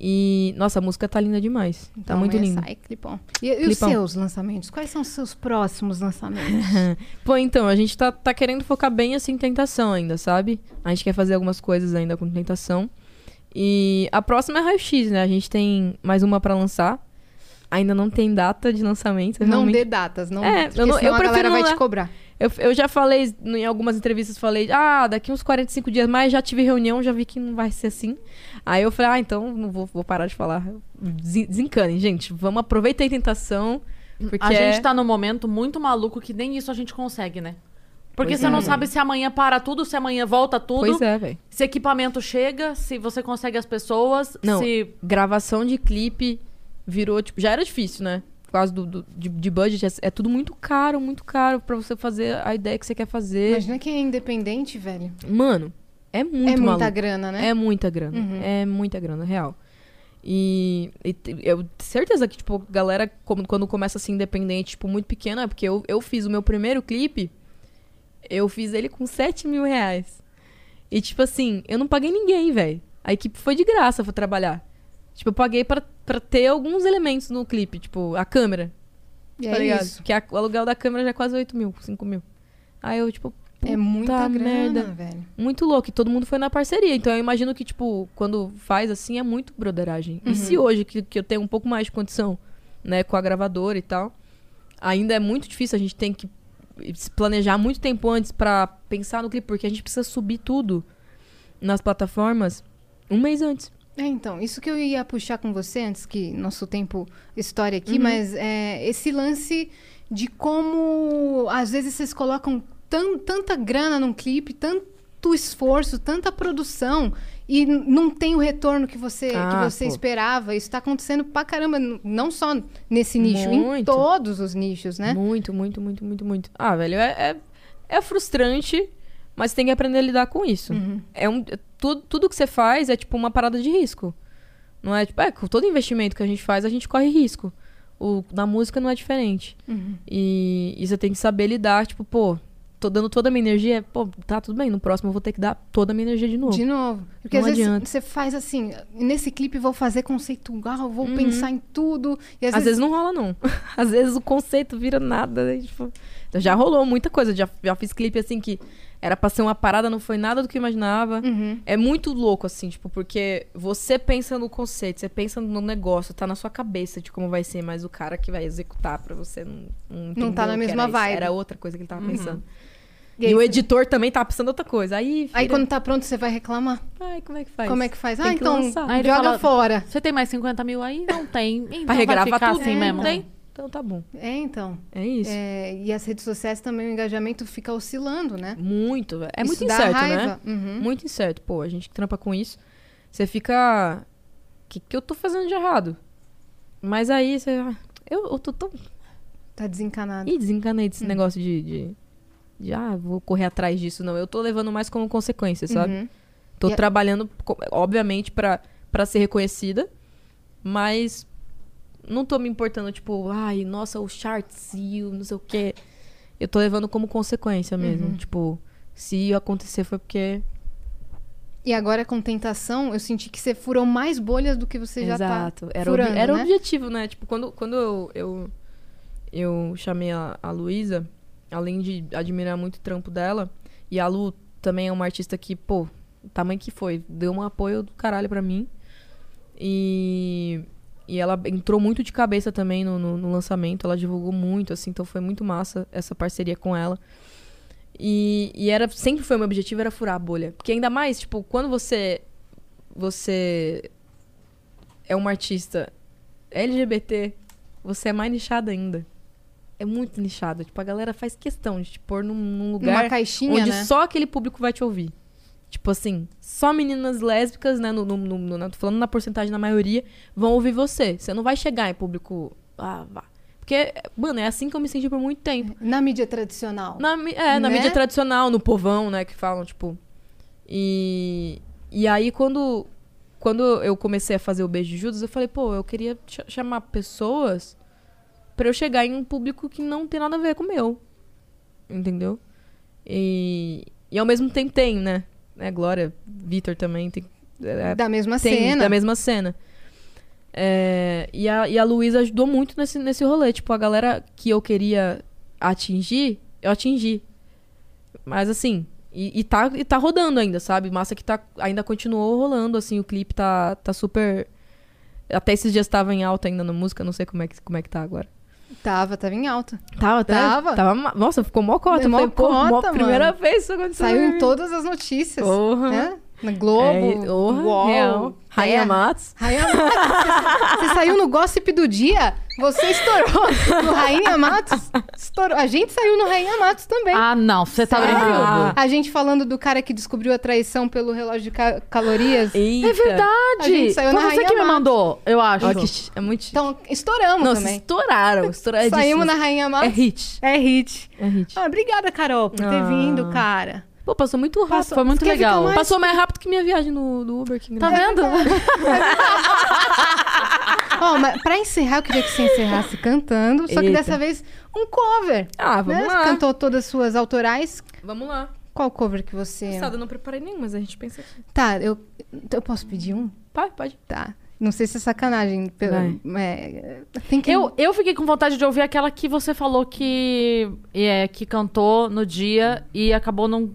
Speaker 5: E, nossa, a música tá linda demais. tá
Speaker 2: Então
Speaker 5: muito
Speaker 2: amanhã
Speaker 5: linda.
Speaker 2: Sai, clipão. E, e os
Speaker 5: Clipão.
Speaker 2: seus lançamentos? Quais são os seus próximos lançamentos?
Speaker 5: Pô, então, a gente tá, tá querendo focar bem assim em tentação ainda, sabe? A gente quer fazer algumas coisas ainda com tentação. E a próxima é raio-x, né? A gente tem mais uma pra lançar. Ainda não tem data de lançamento.
Speaker 2: Não
Speaker 5: realmente.
Speaker 2: dê datas, não.
Speaker 5: É,
Speaker 2: porque
Speaker 5: eu não-
Speaker 2: senão
Speaker 5: eu
Speaker 2: a
Speaker 5: prefiro
Speaker 2: galera
Speaker 5: não
Speaker 2: vai te
Speaker 5: dar.
Speaker 2: cobrar.
Speaker 5: Eu, eu já falei no- em algumas entrevistas, falei, ah, daqui uns 45 dias mais, já tive reunião, já vi que não vai ser assim. Aí eu falei, ah, então não vou, vou parar de falar. Desen- Desencanem, gente. Vamos aproveitar a tentação. Porque
Speaker 3: a
Speaker 5: é-
Speaker 3: gente tá num momento muito maluco que nem isso a gente consegue, né? Porque
Speaker 5: Pois
Speaker 3: você
Speaker 5: é,
Speaker 3: não
Speaker 5: velho.
Speaker 3: sabe se amanhã para tudo, se amanhã volta tudo,
Speaker 5: Pois é, velho.
Speaker 3: se equipamento chega, se você consegue as pessoas,
Speaker 5: Não.
Speaker 3: se
Speaker 5: gravação de clipe virou, tipo, já era difícil, né? Por causa do, do- de, de budget, é, é tudo muito caro, muito caro pra você fazer a ideia que você quer fazer.
Speaker 2: Imagina quem é independente, velho.
Speaker 5: Mano, é muito
Speaker 2: é muita
Speaker 5: maluco.
Speaker 2: grana, né?
Speaker 5: É muita grana.
Speaker 2: Uhum.
Speaker 5: É muita grana, real. E, e te- eu tenho certeza que, tipo, galera, como, quando começa a ser independente, tipo, muito pequena, porque eu, eu fiz o meu primeiro clipe, eu fiz ele com 7 mil reais. E, tipo assim, eu não paguei ninguém, velho. A equipe foi de graça pra trabalhar. Tipo, eu paguei pra, pra ter alguns elementos no clipe, tipo, a câmera.
Speaker 2: E
Speaker 5: tá
Speaker 2: é
Speaker 5: ligado?
Speaker 2: isso.
Speaker 5: Que a- o aluguel da câmera já é quase 8 mil, 5 mil. Aí eu, tipo,
Speaker 2: É muita grana,
Speaker 5: merda.
Speaker 2: velho.
Speaker 5: muito louco. E todo mundo foi na parceria. Então eu imagino que, tipo, quando faz assim é muito broderagem. E se hoje, que, que eu tenho um pouco mais de condição, né, com a gravadora e tal, ainda é muito difícil. A gente tem que se planejar muito tempo antes pra pensar no clipe, porque a gente precisa subir tudo nas plataformas um mês antes.
Speaker 2: É, então, isso que eu ia puxar com você antes que nosso tempo história aqui,
Speaker 5: Uhum.
Speaker 2: mas é, esse lance de como às vezes vocês colocam tan- tanta grana num clipe, tanto esforço, tanta produção e n- não tem o retorno que você,
Speaker 5: Ah,
Speaker 2: que você
Speaker 5: pô.
Speaker 2: esperava. Isso tá acontecendo pra caramba, n- não só nesse nicho, em
Speaker 5: Muito.
Speaker 2: todos os nichos, né?
Speaker 5: Muito, muito, muito, muito, muito. Ah, velho, é, é, é frustrante, mas tem que aprender a lidar com isso. É um, tudo, tudo que você faz é tipo uma parada de risco. Não é tipo, é, com todo investimento que a gente faz, a gente corre risco. O, na música não é diferente. E, e você tem que saber lidar, tipo, pô, tô dando toda a minha energia, pô, tá tudo bem, no próximo eu vou ter que dar toda a minha energia de novo.
Speaker 2: De novo. Porque
Speaker 5: Não
Speaker 2: às
Speaker 5: adianta.
Speaker 2: vezes você faz assim, nesse clipe vou fazer conceitual, vou pensar em tudo. E às,
Speaker 5: Uhum. Às vezes não rola, não. Às vezes o conceito vira nada. né? Tipo, então já rolou muita coisa. Já, já fiz clipe assim que era pra ser uma parada, não foi nada do que eu imaginava.
Speaker 2: Uhum.
Speaker 5: É muito louco, assim, tipo, porque você pensa no conceito, você pensa no negócio, tá na sua cabeça de como vai ser, mas o cara que vai executar pra você não. Não, entendeu
Speaker 2: tá na
Speaker 5: que
Speaker 2: mesma
Speaker 5: era isso,
Speaker 2: vibe. Uhum.
Speaker 5: Era outra coisa que ele tava pensando.
Speaker 2: E
Speaker 5: E,
Speaker 2: aí
Speaker 5: o
Speaker 2: você-
Speaker 5: editor também tava pensando outra coisa. Aí.
Speaker 2: Aí
Speaker 5: vira-
Speaker 2: quando tá pronto, você vai reclamar.
Speaker 5: Ai, como é que faz?
Speaker 2: Como é que faz?
Speaker 5: Tem
Speaker 2: ah,
Speaker 5: que
Speaker 2: então
Speaker 5: lançar.
Speaker 3: Aí ele
Speaker 2: joga
Speaker 3: fala-
Speaker 2: fora.
Speaker 3: você tem mais 50 mil aí, não tem. Então
Speaker 5: Pra
Speaker 3: vai
Speaker 5: regravar
Speaker 3: ficar
Speaker 5: tudo?
Speaker 3: assim
Speaker 5: É,
Speaker 3: mesmo.
Speaker 5: Não tem? Então tá bom.
Speaker 2: É, então.
Speaker 5: É isso.
Speaker 2: É, e as redes sociais também, o engajamento fica oscilando, né?
Speaker 5: Muito. velho. É
Speaker 2: Isso
Speaker 5: muito
Speaker 2: dá
Speaker 5: incerto, né?
Speaker 2: raiva. Uhum.
Speaker 5: Muito incerto. Pô, a gente que trampa com isso, você fica. O que, que eu tô fazendo de errado? Mas aí você. ah, Eu, eu tô tão.
Speaker 2: Tá desencanado.
Speaker 5: Ih, desencanei
Speaker 2: hum.
Speaker 5: desse negócio de, de. de, ah, vou correr atrás disso. Não, eu tô levando mais como consequência, sabe?
Speaker 2: Uhum.
Speaker 5: Tô
Speaker 2: E a-
Speaker 5: trabalhando, co- obviamente, pra, pra ser reconhecida, mas não tô me importando, tipo, ai, nossa, o charts e o não sei o quê. Eu tô levando como consequência mesmo.
Speaker 2: Uhum.
Speaker 5: Tipo, se acontecer foi porque
Speaker 2: E agora com tentação, eu senti que você furou mais bolhas do que você já tá.
Speaker 5: Exato. Era, o
Speaker 2: furando,
Speaker 5: obje- era o
Speaker 2: né?
Speaker 5: objetivo, né? Tipo, quando, quando eu, eu, eu chamei a, a Luísa, além de admirar muito o trampo dela, e a Lu também é uma artista que, pô, o tamanho que foi, deu um apoio do caralho pra mim. E, e ela entrou muito de cabeça também no, no- no lançamento, ela divulgou muito, assim, então foi muito massa essa parceria com ela. E, e era, sempre foi o meu objetivo, era furar a bolha. Porque ainda mais, tipo, quando você você é uma artista LGBT, você é mais nichada ainda. É muito nichada. Tipo, a galera faz questão de te pôr num, num lugar
Speaker 2: Numa caixinha,
Speaker 5: onde
Speaker 2: né?
Speaker 5: só aquele público vai te ouvir. Tipo assim, só meninas lésbicas, né? No, no, no- no- na- tô falando na porcentagem, na maioria, vão ouvir você. Você não vai chegar em público. Ah, vá. Porque, mano, é assim que eu me senti por muito tempo.
Speaker 2: Na mídia tradicional.
Speaker 5: Na, mi- é, na
Speaker 2: Né?
Speaker 5: mídia tradicional, no povão, né, que falam, tipo. E, e aí, quando, quando eu comecei a fazer o Beijo de Judas, eu falei, pô, eu queria ch- chamar pessoas pra eu chegar em um público que não tem nada a ver com o meu. Entendeu? E, e ao mesmo tempo tem, né? É, Glória, Vitor também tem. é-
Speaker 2: Da mesma
Speaker 5: tem,
Speaker 2: cena.
Speaker 5: Da mesma cena. É, e a, e a Luísa ajudou muito nesse, nesse rolê. Tipo, a galera que eu queria atingir, eu atingi. Mas assim, e, e tá, e tá rodando ainda, sabe? Massa que tá, ainda continuou rolando, assim, o clipe tá, tá super. Até esses dias tava em alta ainda na música, não sei como é que, como é que tá agora.
Speaker 2: Tava, tava em alta.
Speaker 5: Tava, tá?
Speaker 2: Tava.
Speaker 5: Tava ma- Nossa, ficou mó cota.
Speaker 2: Deu mó
Speaker 5: Mó cota,
Speaker 2: cota, mano.
Speaker 5: Primeira vez isso aconteceu.
Speaker 2: Saiu
Speaker 5: na
Speaker 2: em
Speaker 5: minha
Speaker 2: todas as notícias.
Speaker 5: Porra.
Speaker 2: né? Na
Speaker 5: vida.
Speaker 2: Globo.
Speaker 5: É, orra,
Speaker 2: Uol,
Speaker 5: real. Rainha
Speaker 2: Terra.
Speaker 5: Matos.
Speaker 2: Rainha Matos. Você saiu no gossip do dia? Você estourou no Rainha Matos? Estourou. A gente saiu no Rainha Matos também.
Speaker 3: Ah, não, você tá
Speaker 2: Sério?
Speaker 3: brincando.
Speaker 2: A gente falando do cara que descobriu a traição pelo relógio de ca- calorias.
Speaker 3: É
Speaker 2: A gente
Speaker 3: verdade.
Speaker 2: saiu
Speaker 3: Foi
Speaker 2: na
Speaker 3: você
Speaker 2: Rainha
Speaker 3: que me
Speaker 2: Matos.
Speaker 3: mandou, eu acho.
Speaker 5: Ó, que chi- é muito chique.
Speaker 2: Então, estouramos
Speaker 5: Nossa,
Speaker 2: também.
Speaker 5: estouraram. Estouradíssimos.
Speaker 2: Saímos na Rainha
Speaker 5: É
Speaker 2: Matos.
Speaker 5: hit.
Speaker 2: É hit.
Speaker 5: É hit.
Speaker 2: Ah, obrigada, Carol, por ter
Speaker 5: Ah.
Speaker 2: vindo, cara.
Speaker 5: Pô, passou muito rápido.
Speaker 2: Passou-
Speaker 3: Foi muito
Speaker 2: Quer ficar
Speaker 3: legal.
Speaker 2: mais?
Speaker 5: Passou mais rápido que minha viagem no, no Uber. Que
Speaker 3: Tá
Speaker 5: engraçado.
Speaker 3: vendo?
Speaker 2: Ó, mas pra encerrar, eu queria que você encerrasse cantando, só que
Speaker 5: Eita.
Speaker 2: dessa vez um cover.
Speaker 5: Ah, vamos
Speaker 2: né?
Speaker 5: lá.
Speaker 2: Cantou todas as suas autorais.
Speaker 5: Vamos lá.
Speaker 2: Qual cover que você.
Speaker 5: Engraçado, eu não preparei nenhum, mas a gente pensa aqui.
Speaker 2: Tá, eu, eu posso pedir um?
Speaker 5: Pode, pode.
Speaker 2: Tá. Não sei se é sacanagem. Pelo, é, tem que.
Speaker 3: Eu, eu fiquei com vontade de ouvir aquela que você falou que é, que cantou no dia e acabou não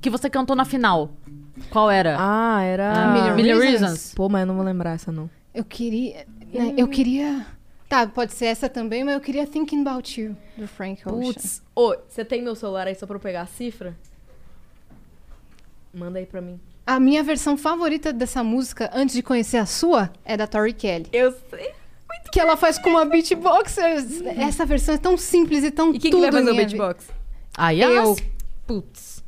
Speaker 3: que você cantou na final. Qual era?
Speaker 5: Ah, era...
Speaker 2: Million Reasons.
Speaker 5: Pô, mas eu não vou lembrar essa, não.
Speaker 2: Eu queria. né, eu queria. Tá, pode ser essa também, mas eu queria Thinking About You, do Frank Ocean.
Speaker 5: Putz. Ô, você tem meu celular aí só pra eu pegar a cifra? Manda aí pra mim.
Speaker 2: A minha versão favorita dessa música, antes de conhecer a sua, é da Tori Kelly.
Speaker 5: Eu sei.
Speaker 2: Que ela faz com uma beatboxer. Essa versão é tão simples e tão
Speaker 5: E quem que
Speaker 2: tudo
Speaker 5: vai fazer o
Speaker 2: minha
Speaker 5: beatbox?
Speaker 3: Aí
Speaker 2: Ah, Eu.
Speaker 5: Putz.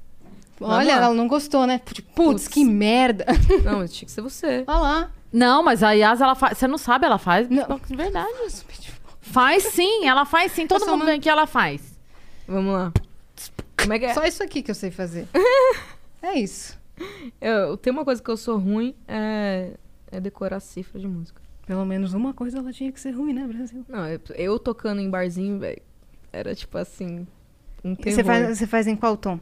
Speaker 5: Vamos
Speaker 2: Olha,
Speaker 5: lá.
Speaker 2: ela não gostou, né? Putz, putz, que merda.
Speaker 5: Não, tinha que ser você.
Speaker 2: Olha lá.
Speaker 3: Não, mas a Yas, ela faz. Você não sabe, ela faz.
Speaker 2: Não.
Speaker 3: beatbox de verdade. Faz sim, ela faz sim.
Speaker 2: Eu
Speaker 3: Todo
Speaker 2: só
Speaker 3: mundo
Speaker 2: não-
Speaker 3: vem aqui, ela faz.
Speaker 5: Vamos lá. Como é que é?
Speaker 2: Só isso aqui que eu sei fazer. É isso.
Speaker 5: Eu, tem uma coisa que eu sou ruim, é, é decorar cifra de música.
Speaker 2: Pelo menos uma coisa ela tinha que ser ruim, né, Brasil?
Speaker 5: Não, eu, eu tocando em barzinho, velho, era tipo assim, um
Speaker 2: E
Speaker 5: terror.
Speaker 2: Você faz, você faz em qual tom?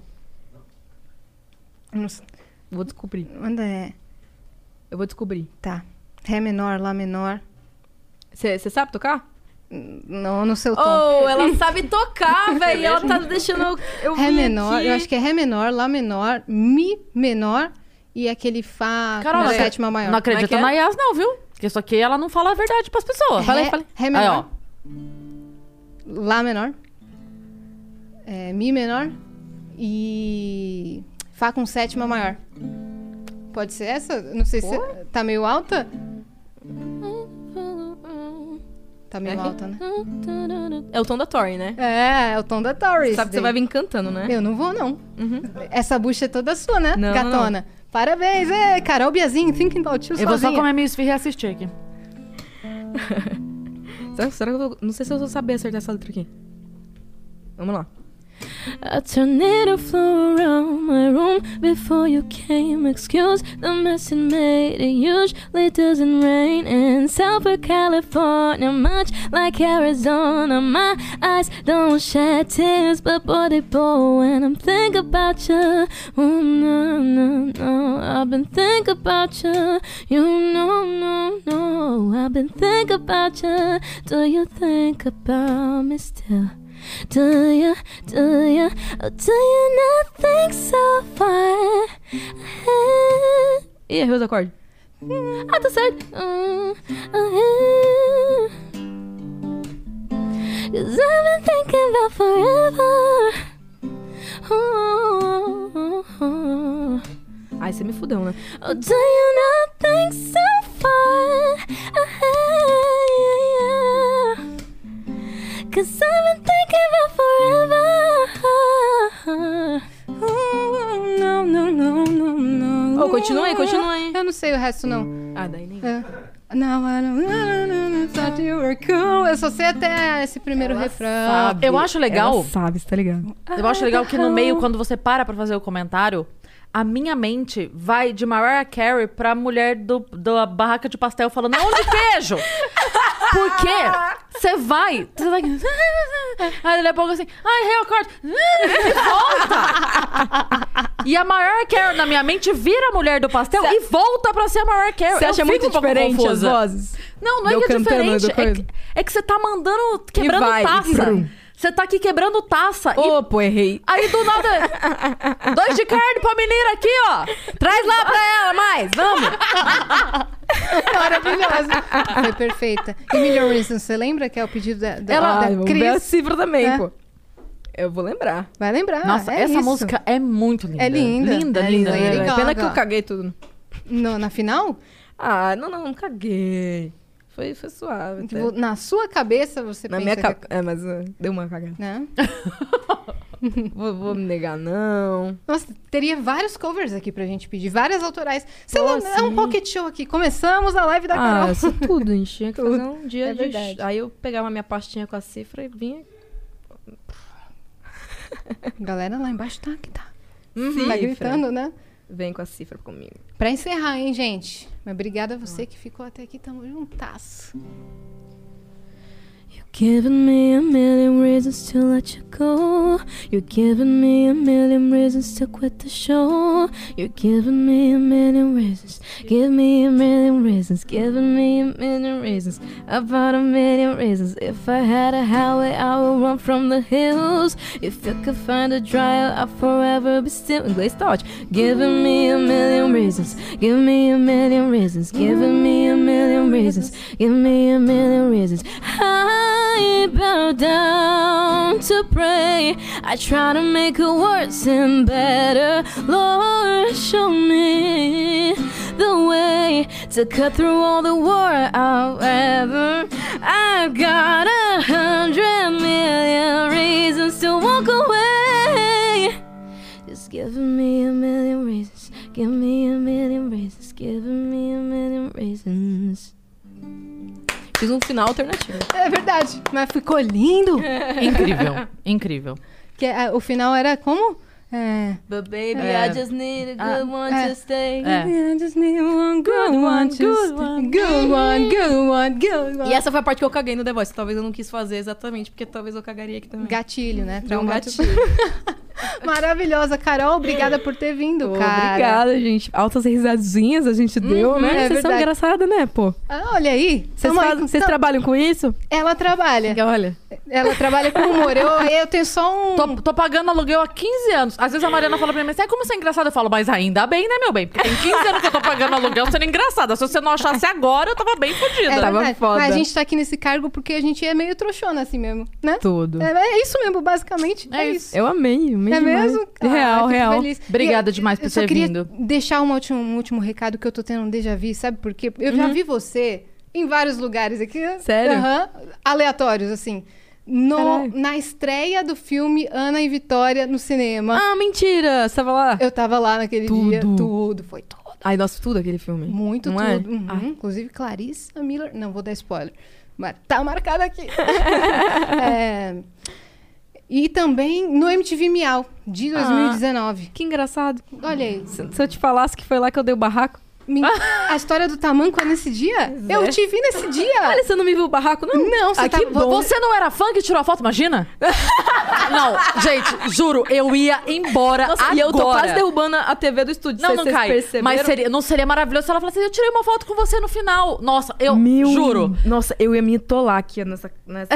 Speaker 2: Não sei.
Speaker 5: Vou descobrir,
Speaker 2: Onde é?
Speaker 5: eu vou descobrir.
Speaker 2: Tá. Ré menor, Lá menor.
Speaker 5: Você sabe tocar?
Speaker 2: Não, no seu tom.
Speaker 5: Oh, ela sabe tocar, velho, ela tá deixando eu, eu
Speaker 2: Ré
Speaker 5: vir
Speaker 2: É menor,
Speaker 5: aqui.
Speaker 2: eu acho que é Ré menor, Lá menor, Mi menor e aquele Fá
Speaker 3: Carol,
Speaker 2: com
Speaker 3: não
Speaker 2: a
Speaker 3: acre-
Speaker 2: sétima maior.
Speaker 3: Não acredita
Speaker 5: Como é que é?
Speaker 3: na Yas, não, viu? Porque isso aqui ela não fala a verdade pras pessoas.
Speaker 2: Ré,
Speaker 3: Falei, falei.
Speaker 2: Ré
Speaker 3: Aí,
Speaker 2: menor,
Speaker 3: ó.
Speaker 2: Lá menor, é, Mi menor e Fá com sétima maior. Pode ser essa? Não sei se tá meio alta. Tá meio
Speaker 5: aqui?
Speaker 2: alta, né?
Speaker 5: É o tom da Tori, né?
Speaker 2: É, é o tom da Taurus.
Speaker 5: Sabe que você vai vir cantando, né? Uhum.
Speaker 2: Eu não vou, não. Essa bucha é toda sua, né,
Speaker 5: Não,
Speaker 2: gatona? Parabéns, é, Carol Biazinho, thinking about you
Speaker 3: Eu vou só
Speaker 2: sozinha.
Speaker 3: comer minha esfirra e assistir aqui.
Speaker 5: Será, será que eu vou... Não sei se eu vou saber acertar essa letra aqui. Vamos lá.
Speaker 4: A tornado flew around my room before you came. Excuse the mess it made. It usually doesn't rain in Southern California, much like Arizona. My eyes don't shed tears, but boy they pour when I'm thinking about you. Oh no no no, I've been thinking about you. You know no no, I've been thinking about you. Do you think about me still? Do you, do you, oh, do you not think so far ahead?
Speaker 5: Ih, errei os acordes.
Speaker 4: Ah, tá certo.
Speaker 5: Ah,
Speaker 4: Hum, ahead. Cause
Speaker 5: ah.
Speaker 4: I've been thinking about forever. Oh, oh, oh.
Speaker 5: Ai, você me fudeu, né?
Speaker 4: Oh, do you not think so far ahead? Cause I've been thinking about forever. Oh, no, no, no, no, no.
Speaker 5: Ô, continua aí, continua aí.
Speaker 2: Eu não sei o resto, não.
Speaker 5: Ah, daí nem...
Speaker 2: É. Now I don't- I don't thought you were cool. Eu só sei até esse primeiro refrão.
Speaker 3: Eu acho legal.
Speaker 2: um
Speaker 5: Ela sabe, você tá ligado?
Speaker 3: Eu acho legal que no
Speaker 5: Ah,
Speaker 3: meio, quando você para pra fazer o comentário, a minha mente vai de Mariah Carey pra mulher do, da barraca de pastel falando, onde queijo? Por quê? Você vai. Você vai. Aí daqui a pouco assim. Ai, real corte. E volta. E a Mariah Carey na minha mente vira a mulher do pastel e volta pra ser a Mariah Carey.
Speaker 5: Você
Speaker 3: Eu
Speaker 5: acha
Speaker 3: fico
Speaker 5: muito
Speaker 3: um pouco
Speaker 5: diferente
Speaker 3: confusa.
Speaker 5: as vozes?
Speaker 3: Não, não é
Speaker 5: Deu
Speaker 3: que é
Speaker 5: cantando
Speaker 3: diferente.
Speaker 5: do
Speaker 3: É
Speaker 5: coisa.
Speaker 3: que, é que você tá mandando, quebrando
Speaker 5: vai.
Speaker 3: taça.
Speaker 5: Brum.
Speaker 3: Você tá aqui quebrando taça. E
Speaker 5: Ô, pô, errei.
Speaker 3: Aí do nada. Dois de carne pra menina aqui, ó. Traz lá pra ela mais. Vamos.
Speaker 2: Ah, Maravilhosa. Foi perfeita. E Million Reasons, você lembra que é o pedido da, da, da
Speaker 5: Ai, vamos ver assim. a
Speaker 2: Cris?
Speaker 5: cifra também,
Speaker 2: É.
Speaker 5: pô. Eu vou lembrar.
Speaker 2: Vai lembrar.
Speaker 3: Nossa,
Speaker 2: é
Speaker 3: essa
Speaker 2: isso.
Speaker 3: música é muito linda.
Speaker 2: É linda.
Speaker 3: Linda,
Speaker 2: É
Speaker 3: linda.
Speaker 2: linda, é
Speaker 3: linda.
Speaker 2: legal.
Speaker 5: Pena que eu
Speaker 2: Gaga.
Speaker 5: caguei tudo.
Speaker 2: No- na final?
Speaker 5: Ah, não, não, não caguei. Foi, foi suave. até.
Speaker 2: Tipo, na sua cabeça você
Speaker 5: Na
Speaker 2: pensa
Speaker 5: minha
Speaker 2: que-
Speaker 5: cabeça. É, mas ah, deu uma cagada.
Speaker 2: né?
Speaker 5: vou, vou me negar, não.
Speaker 2: Nossa, teria vários covers aqui pra gente pedir, várias autorais. Sei
Speaker 5: Pô,
Speaker 2: lá, é um
Speaker 5: sim.
Speaker 2: pocket show aqui. Começamos a live da
Speaker 5: Ah,
Speaker 2: Carol.
Speaker 5: isso tudo, a gente tinha que
Speaker 2: Tudo.
Speaker 5: fazer um dia
Speaker 2: É
Speaker 5: de...
Speaker 2: verdade.
Speaker 5: Aí eu pegava minha pastinha com a cifra e vinha...
Speaker 2: Galera lá embaixo tá que tá.
Speaker 5: Uhum. Cifra.
Speaker 2: Tá gritando, né?
Speaker 5: Vem com a cifra comigo.
Speaker 2: Pra encerrar, hein, gente? Mas obrigada a você que ficou até aqui. Tamo juntas.
Speaker 4: You're giving me a million reasons to let you go. You're giving me a million reasons to quit the show. You're giving me a million reasons. Give me a million reasons. Giving me a million reasons. About a million reasons. If I had a highway, I would run from the hills. If you could find a dryer, I'd forever be still. And glazed starch. Giving me a million reasons. Give me a million reasons. Giving me a million reasons. Give me a million reasons. I bow down to pray. I try to make it worse and better. Lord, show me the way to cut through all the war I'll ever. I've got a hundred million reasons to walk away. Just giving me a million reasons. Give me a million reasons. Giving me a million reasons.
Speaker 5: Fiz um final alternativo.
Speaker 2: É verdade, mas ficou lindo.
Speaker 3: Incrível. Incrível.
Speaker 2: Que, ah, o final era como? É...
Speaker 4: But baby,
Speaker 3: I
Speaker 4: just need a
Speaker 5: Ah,
Speaker 3: good
Speaker 4: one
Speaker 2: to
Speaker 4: stay.
Speaker 3: É.
Speaker 2: I just need one good one, just- good one, good one, good one.
Speaker 5: E essa foi a parte que eu caguei no The Voice. Talvez eu não quis fazer exatamente, porque talvez eu cagaria aqui também.
Speaker 2: Gatilho, né?
Speaker 5: Deu um
Speaker 2: Traumático.
Speaker 5: gatilho.
Speaker 2: Maravilhosa, Carol. Obrigada por ter vindo, cara.
Speaker 5: Obrigada, gente. Altas risadinhas a gente deu,
Speaker 2: é
Speaker 5: né? Vocês são
Speaker 2: verdade.
Speaker 5: engraçadas, né, pô?
Speaker 2: Ah, olha aí.
Speaker 5: Vocês
Speaker 2: Tamo aí
Speaker 5: fazem-
Speaker 2: com-
Speaker 5: vocês
Speaker 2: tam-
Speaker 5: trabalham com isso?
Speaker 2: Ela trabalha.
Speaker 5: Olha.
Speaker 2: Ela trabalha com humor. Eu, eu tenho só um.
Speaker 3: Tô, tô pagando aluguel há 15 anos. Às vezes a Mariana fala pra mim, "Mas é como você é engraçada? Eu falo, mas ainda bem, né, meu bem? Porque tem 15 anos que eu tô pagando aluguel sendo engraçada. Se você não achasse agora, eu tava bem
Speaker 2: É
Speaker 3: fodida.
Speaker 5: tava
Speaker 2: verdade.
Speaker 5: foda.
Speaker 2: Mas a gente tá aqui nesse cargo porque a gente é meio trouxona assim mesmo, né?
Speaker 5: Tudo.
Speaker 2: É, é isso mesmo, basicamente. É,
Speaker 3: É
Speaker 2: isso.
Speaker 5: Eu amei, amei
Speaker 2: É
Speaker 5: demais.
Speaker 2: mesmo? Ah,
Speaker 5: Real,
Speaker 2: fico
Speaker 5: real.
Speaker 2: feliz.
Speaker 3: Obrigada
Speaker 2: E,
Speaker 3: demais por
Speaker 2: eu só
Speaker 3: ter
Speaker 2: queria
Speaker 3: vindo.
Speaker 2: deixar um último, um último recado que eu tô tendo um déjà vu, sabe por quê? Eu já vi você em vários lugares aqui. né?
Speaker 5: Sério?
Speaker 2: Aham. aleatórios, assim. No,
Speaker 5: Caralho.
Speaker 2: na estreia do filme Ana e Vitória no cinema.
Speaker 5: Ah, mentira! Você tava lá?
Speaker 2: Eu tava lá naquele dia.
Speaker 5: Ah! Tudo.
Speaker 2: Tudo, foi tudo.
Speaker 5: Ai, nossa, tudo aquele filme.
Speaker 2: Muito
Speaker 5: Não é?
Speaker 2: tudo. Uhum. Inclusive, Clarissa Miller. Não, vou dar spoiler. Mas tá marcado aqui. É, E também no MTV Miau, de
Speaker 5: Ah.
Speaker 2: 2019.
Speaker 5: Que engraçado.
Speaker 2: Olha aí.
Speaker 5: Se, se eu te falasse que foi lá que eu dei o barraco.
Speaker 2: Me- A história do Tamanco é nesse dia? Eu te vi nesse dia!
Speaker 5: Olha, você não me viu o barraco, não?
Speaker 2: Não, você
Speaker 5: ah,
Speaker 2: tá-
Speaker 5: que bom.
Speaker 3: Você não era fã que tirou a foto, imagina? não, gente, juro, eu ia embora
Speaker 5: Nossa,
Speaker 3: agora.
Speaker 5: e eu tô quase derrubando a TV do estúdio.
Speaker 3: Não,
Speaker 5: Cês-
Speaker 3: não
Speaker 5: cês
Speaker 3: cai.
Speaker 5: perceberam?
Speaker 3: Mas seria, não seria maravilhoso se ela falasse, eu tirei uma foto com você no final. Nossa, eu
Speaker 5: Meu...
Speaker 3: juro.
Speaker 5: Nossa, eu ia me atolar aqui nessa... nessa...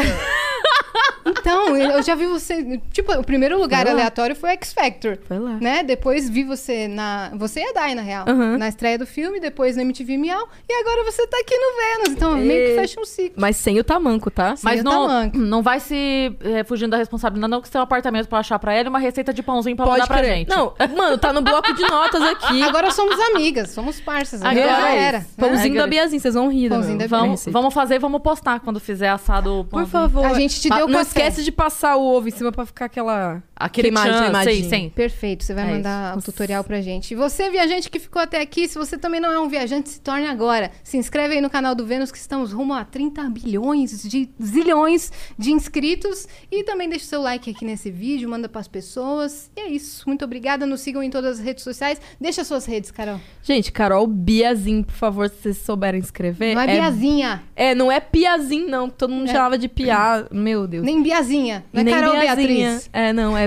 Speaker 2: Então, eu já vi você. Tipo, o primeiro lugar
Speaker 5: Foi lá.
Speaker 2: aleatório foi X Factor.
Speaker 5: Foi lá.
Speaker 2: Né? Depois vi você na. Você e a Dai, na real.
Speaker 5: Aham.
Speaker 2: Na estreia do filme, depois no MTV Miau. E agora você tá aqui no Vênus. Então, meio que
Speaker 5: E-
Speaker 2: fecha um ciclo.
Speaker 5: Mas sem o tamanco, tá?
Speaker 3: Mas
Speaker 2: eu
Speaker 3: não,
Speaker 2: tamanco.
Speaker 3: não vai se é, fugindo da responsabilidade, não, que você tem um apartamento pra achar pra ela e uma receita de pãozinho pra mandar pra
Speaker 5: crer.
Speaker 3: gente.
Speaker 5: Não, mano, tá no bloco de notas aqui.
Speaker 2: Agora somos amigas, somos parças. Agora
Speaker 3: Agora
Speaker 2: já
Speaker 3: é
Speaker 2: era.
Speaker 3: isso.
Speaker 2: né?
Speaker 5: Pãozinho
Speaker 3: Ah,
Speaker 5: da Biazinha, vocês vão rir. né,
Speaker 2: Pãozinho
Speaker 5: meu?
Speaker 2: da Biazinha.
Speaker 3: Vamos, vamos fazer e vamos postar quando fizer assado. o
Speaker 5: Por
Speaker 3: pãozinho.
Speaker 5: favor.
Speaker 2: A gente te
Speaker 5: Ah,
Speaker 2: deu
Speaker 5: não
Speaker 2: com as
Speaker 5: esquece de passar o ovo em cima pra ficar aquela.
Speaker 3: Aquele
Speaker 5: Queimagem,
Speaker 3: tchan,
Speaker 5: imagem.
Speaker 3: Sim, sim.
Speaker 2: Perfeito, você vai
Speaker 3: É
Speaker 2: mandar o tutorial pra gente. E você, viajante que ficou até aqui, se você também não é um viajante, se torne agora. Se inscreve aí no canal do Vênus, que estamos rumo a 30 bilhões de zilhões de inscritos. E também deixa o seu like aqui nesse vídeo, manda pras pessoas. E é isso. Muito obrigada. Nos sigam em todas as redes sociais. Deixa as suas redes, Carol.
Speaker 5: Gente, Carol Biazin, por favor, se vocês souberem escrever.
Speaker 2: Não é, Biazinha,
Speaker 5: É, não é Piazin, não. que Todo mundo
Speaker 2: É.
Speaker 5: chamava de Pia. Meu Deus.
Speaker 2: nem Biazinha. Não é
Speaker 5: Nem
Speaker 2: Carol
Speaker 5: Biazinha.
Speaker 2: Beatriz.
Speaker 5: É, não. É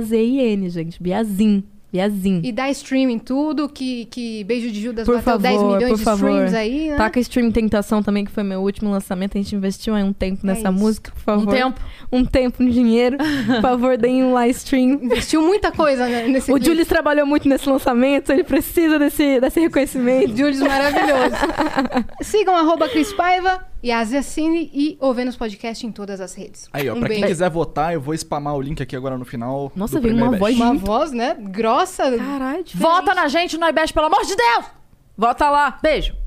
Speaker 5: B-I-A-Z-I-N, gente. Biazin. Biazin.
Speaker 2: E dá stream em tudo, que, que Beijo de Judas
Speaker 5: Por
Speaker 2: bateu 10
Speaker 5: favor,
Speaker 2: milhões
Speaker 5: por
Speaker 2: de
Speaker 5: favor. Tá
Speaker 2: streams aí, né?
Speaker 5: Taca Stream Tentação também, que foi meu último lançamento. A gente investiu aí um tempo
Speaker 2: É
Speaker 5: nessa
Speaker 2: isso.
Speaker 5: música, por favor.
Speaker 3: Um tempo.
Speaker 5: Um tempo, um dinheiro. Por favor, deem um live stream.
Speaker 2: Investiu muita coisa né, nesse
Speaker 5: O
Speaker 2: clipe.
Speaker 5: Julius trabalhou muito nesse lançamento, ele precisa desse, desse reconhecimento.
Speaker 2: Július maravilhoso. Sigam arroba Cris Paiva e a Cine e o Vênus Podcast em todas as redes.
Speaker 6: Aí, ó,
Speaker 2: um
Speaker 6: pra quem
Speaker 2: beijo.
Speaker 6: quiser votar, eu vou spamar o link aqui agora no final.
Speaker 5: Nossa,
Speaker 6: do
Speaker 5: veio
Speaker 6: primeiro
Speaker 5: uma
Speaker 6: batch.
Speaker 5: voz
Speaker 2: Uma
Speaker 5: junto.
Speaker 2: voz, né? Grossa.
Speaker 5: Caralho,
Speaker 3: Vota na gente no IBEST, pelo amor de Deus! Vota lá. Beijo.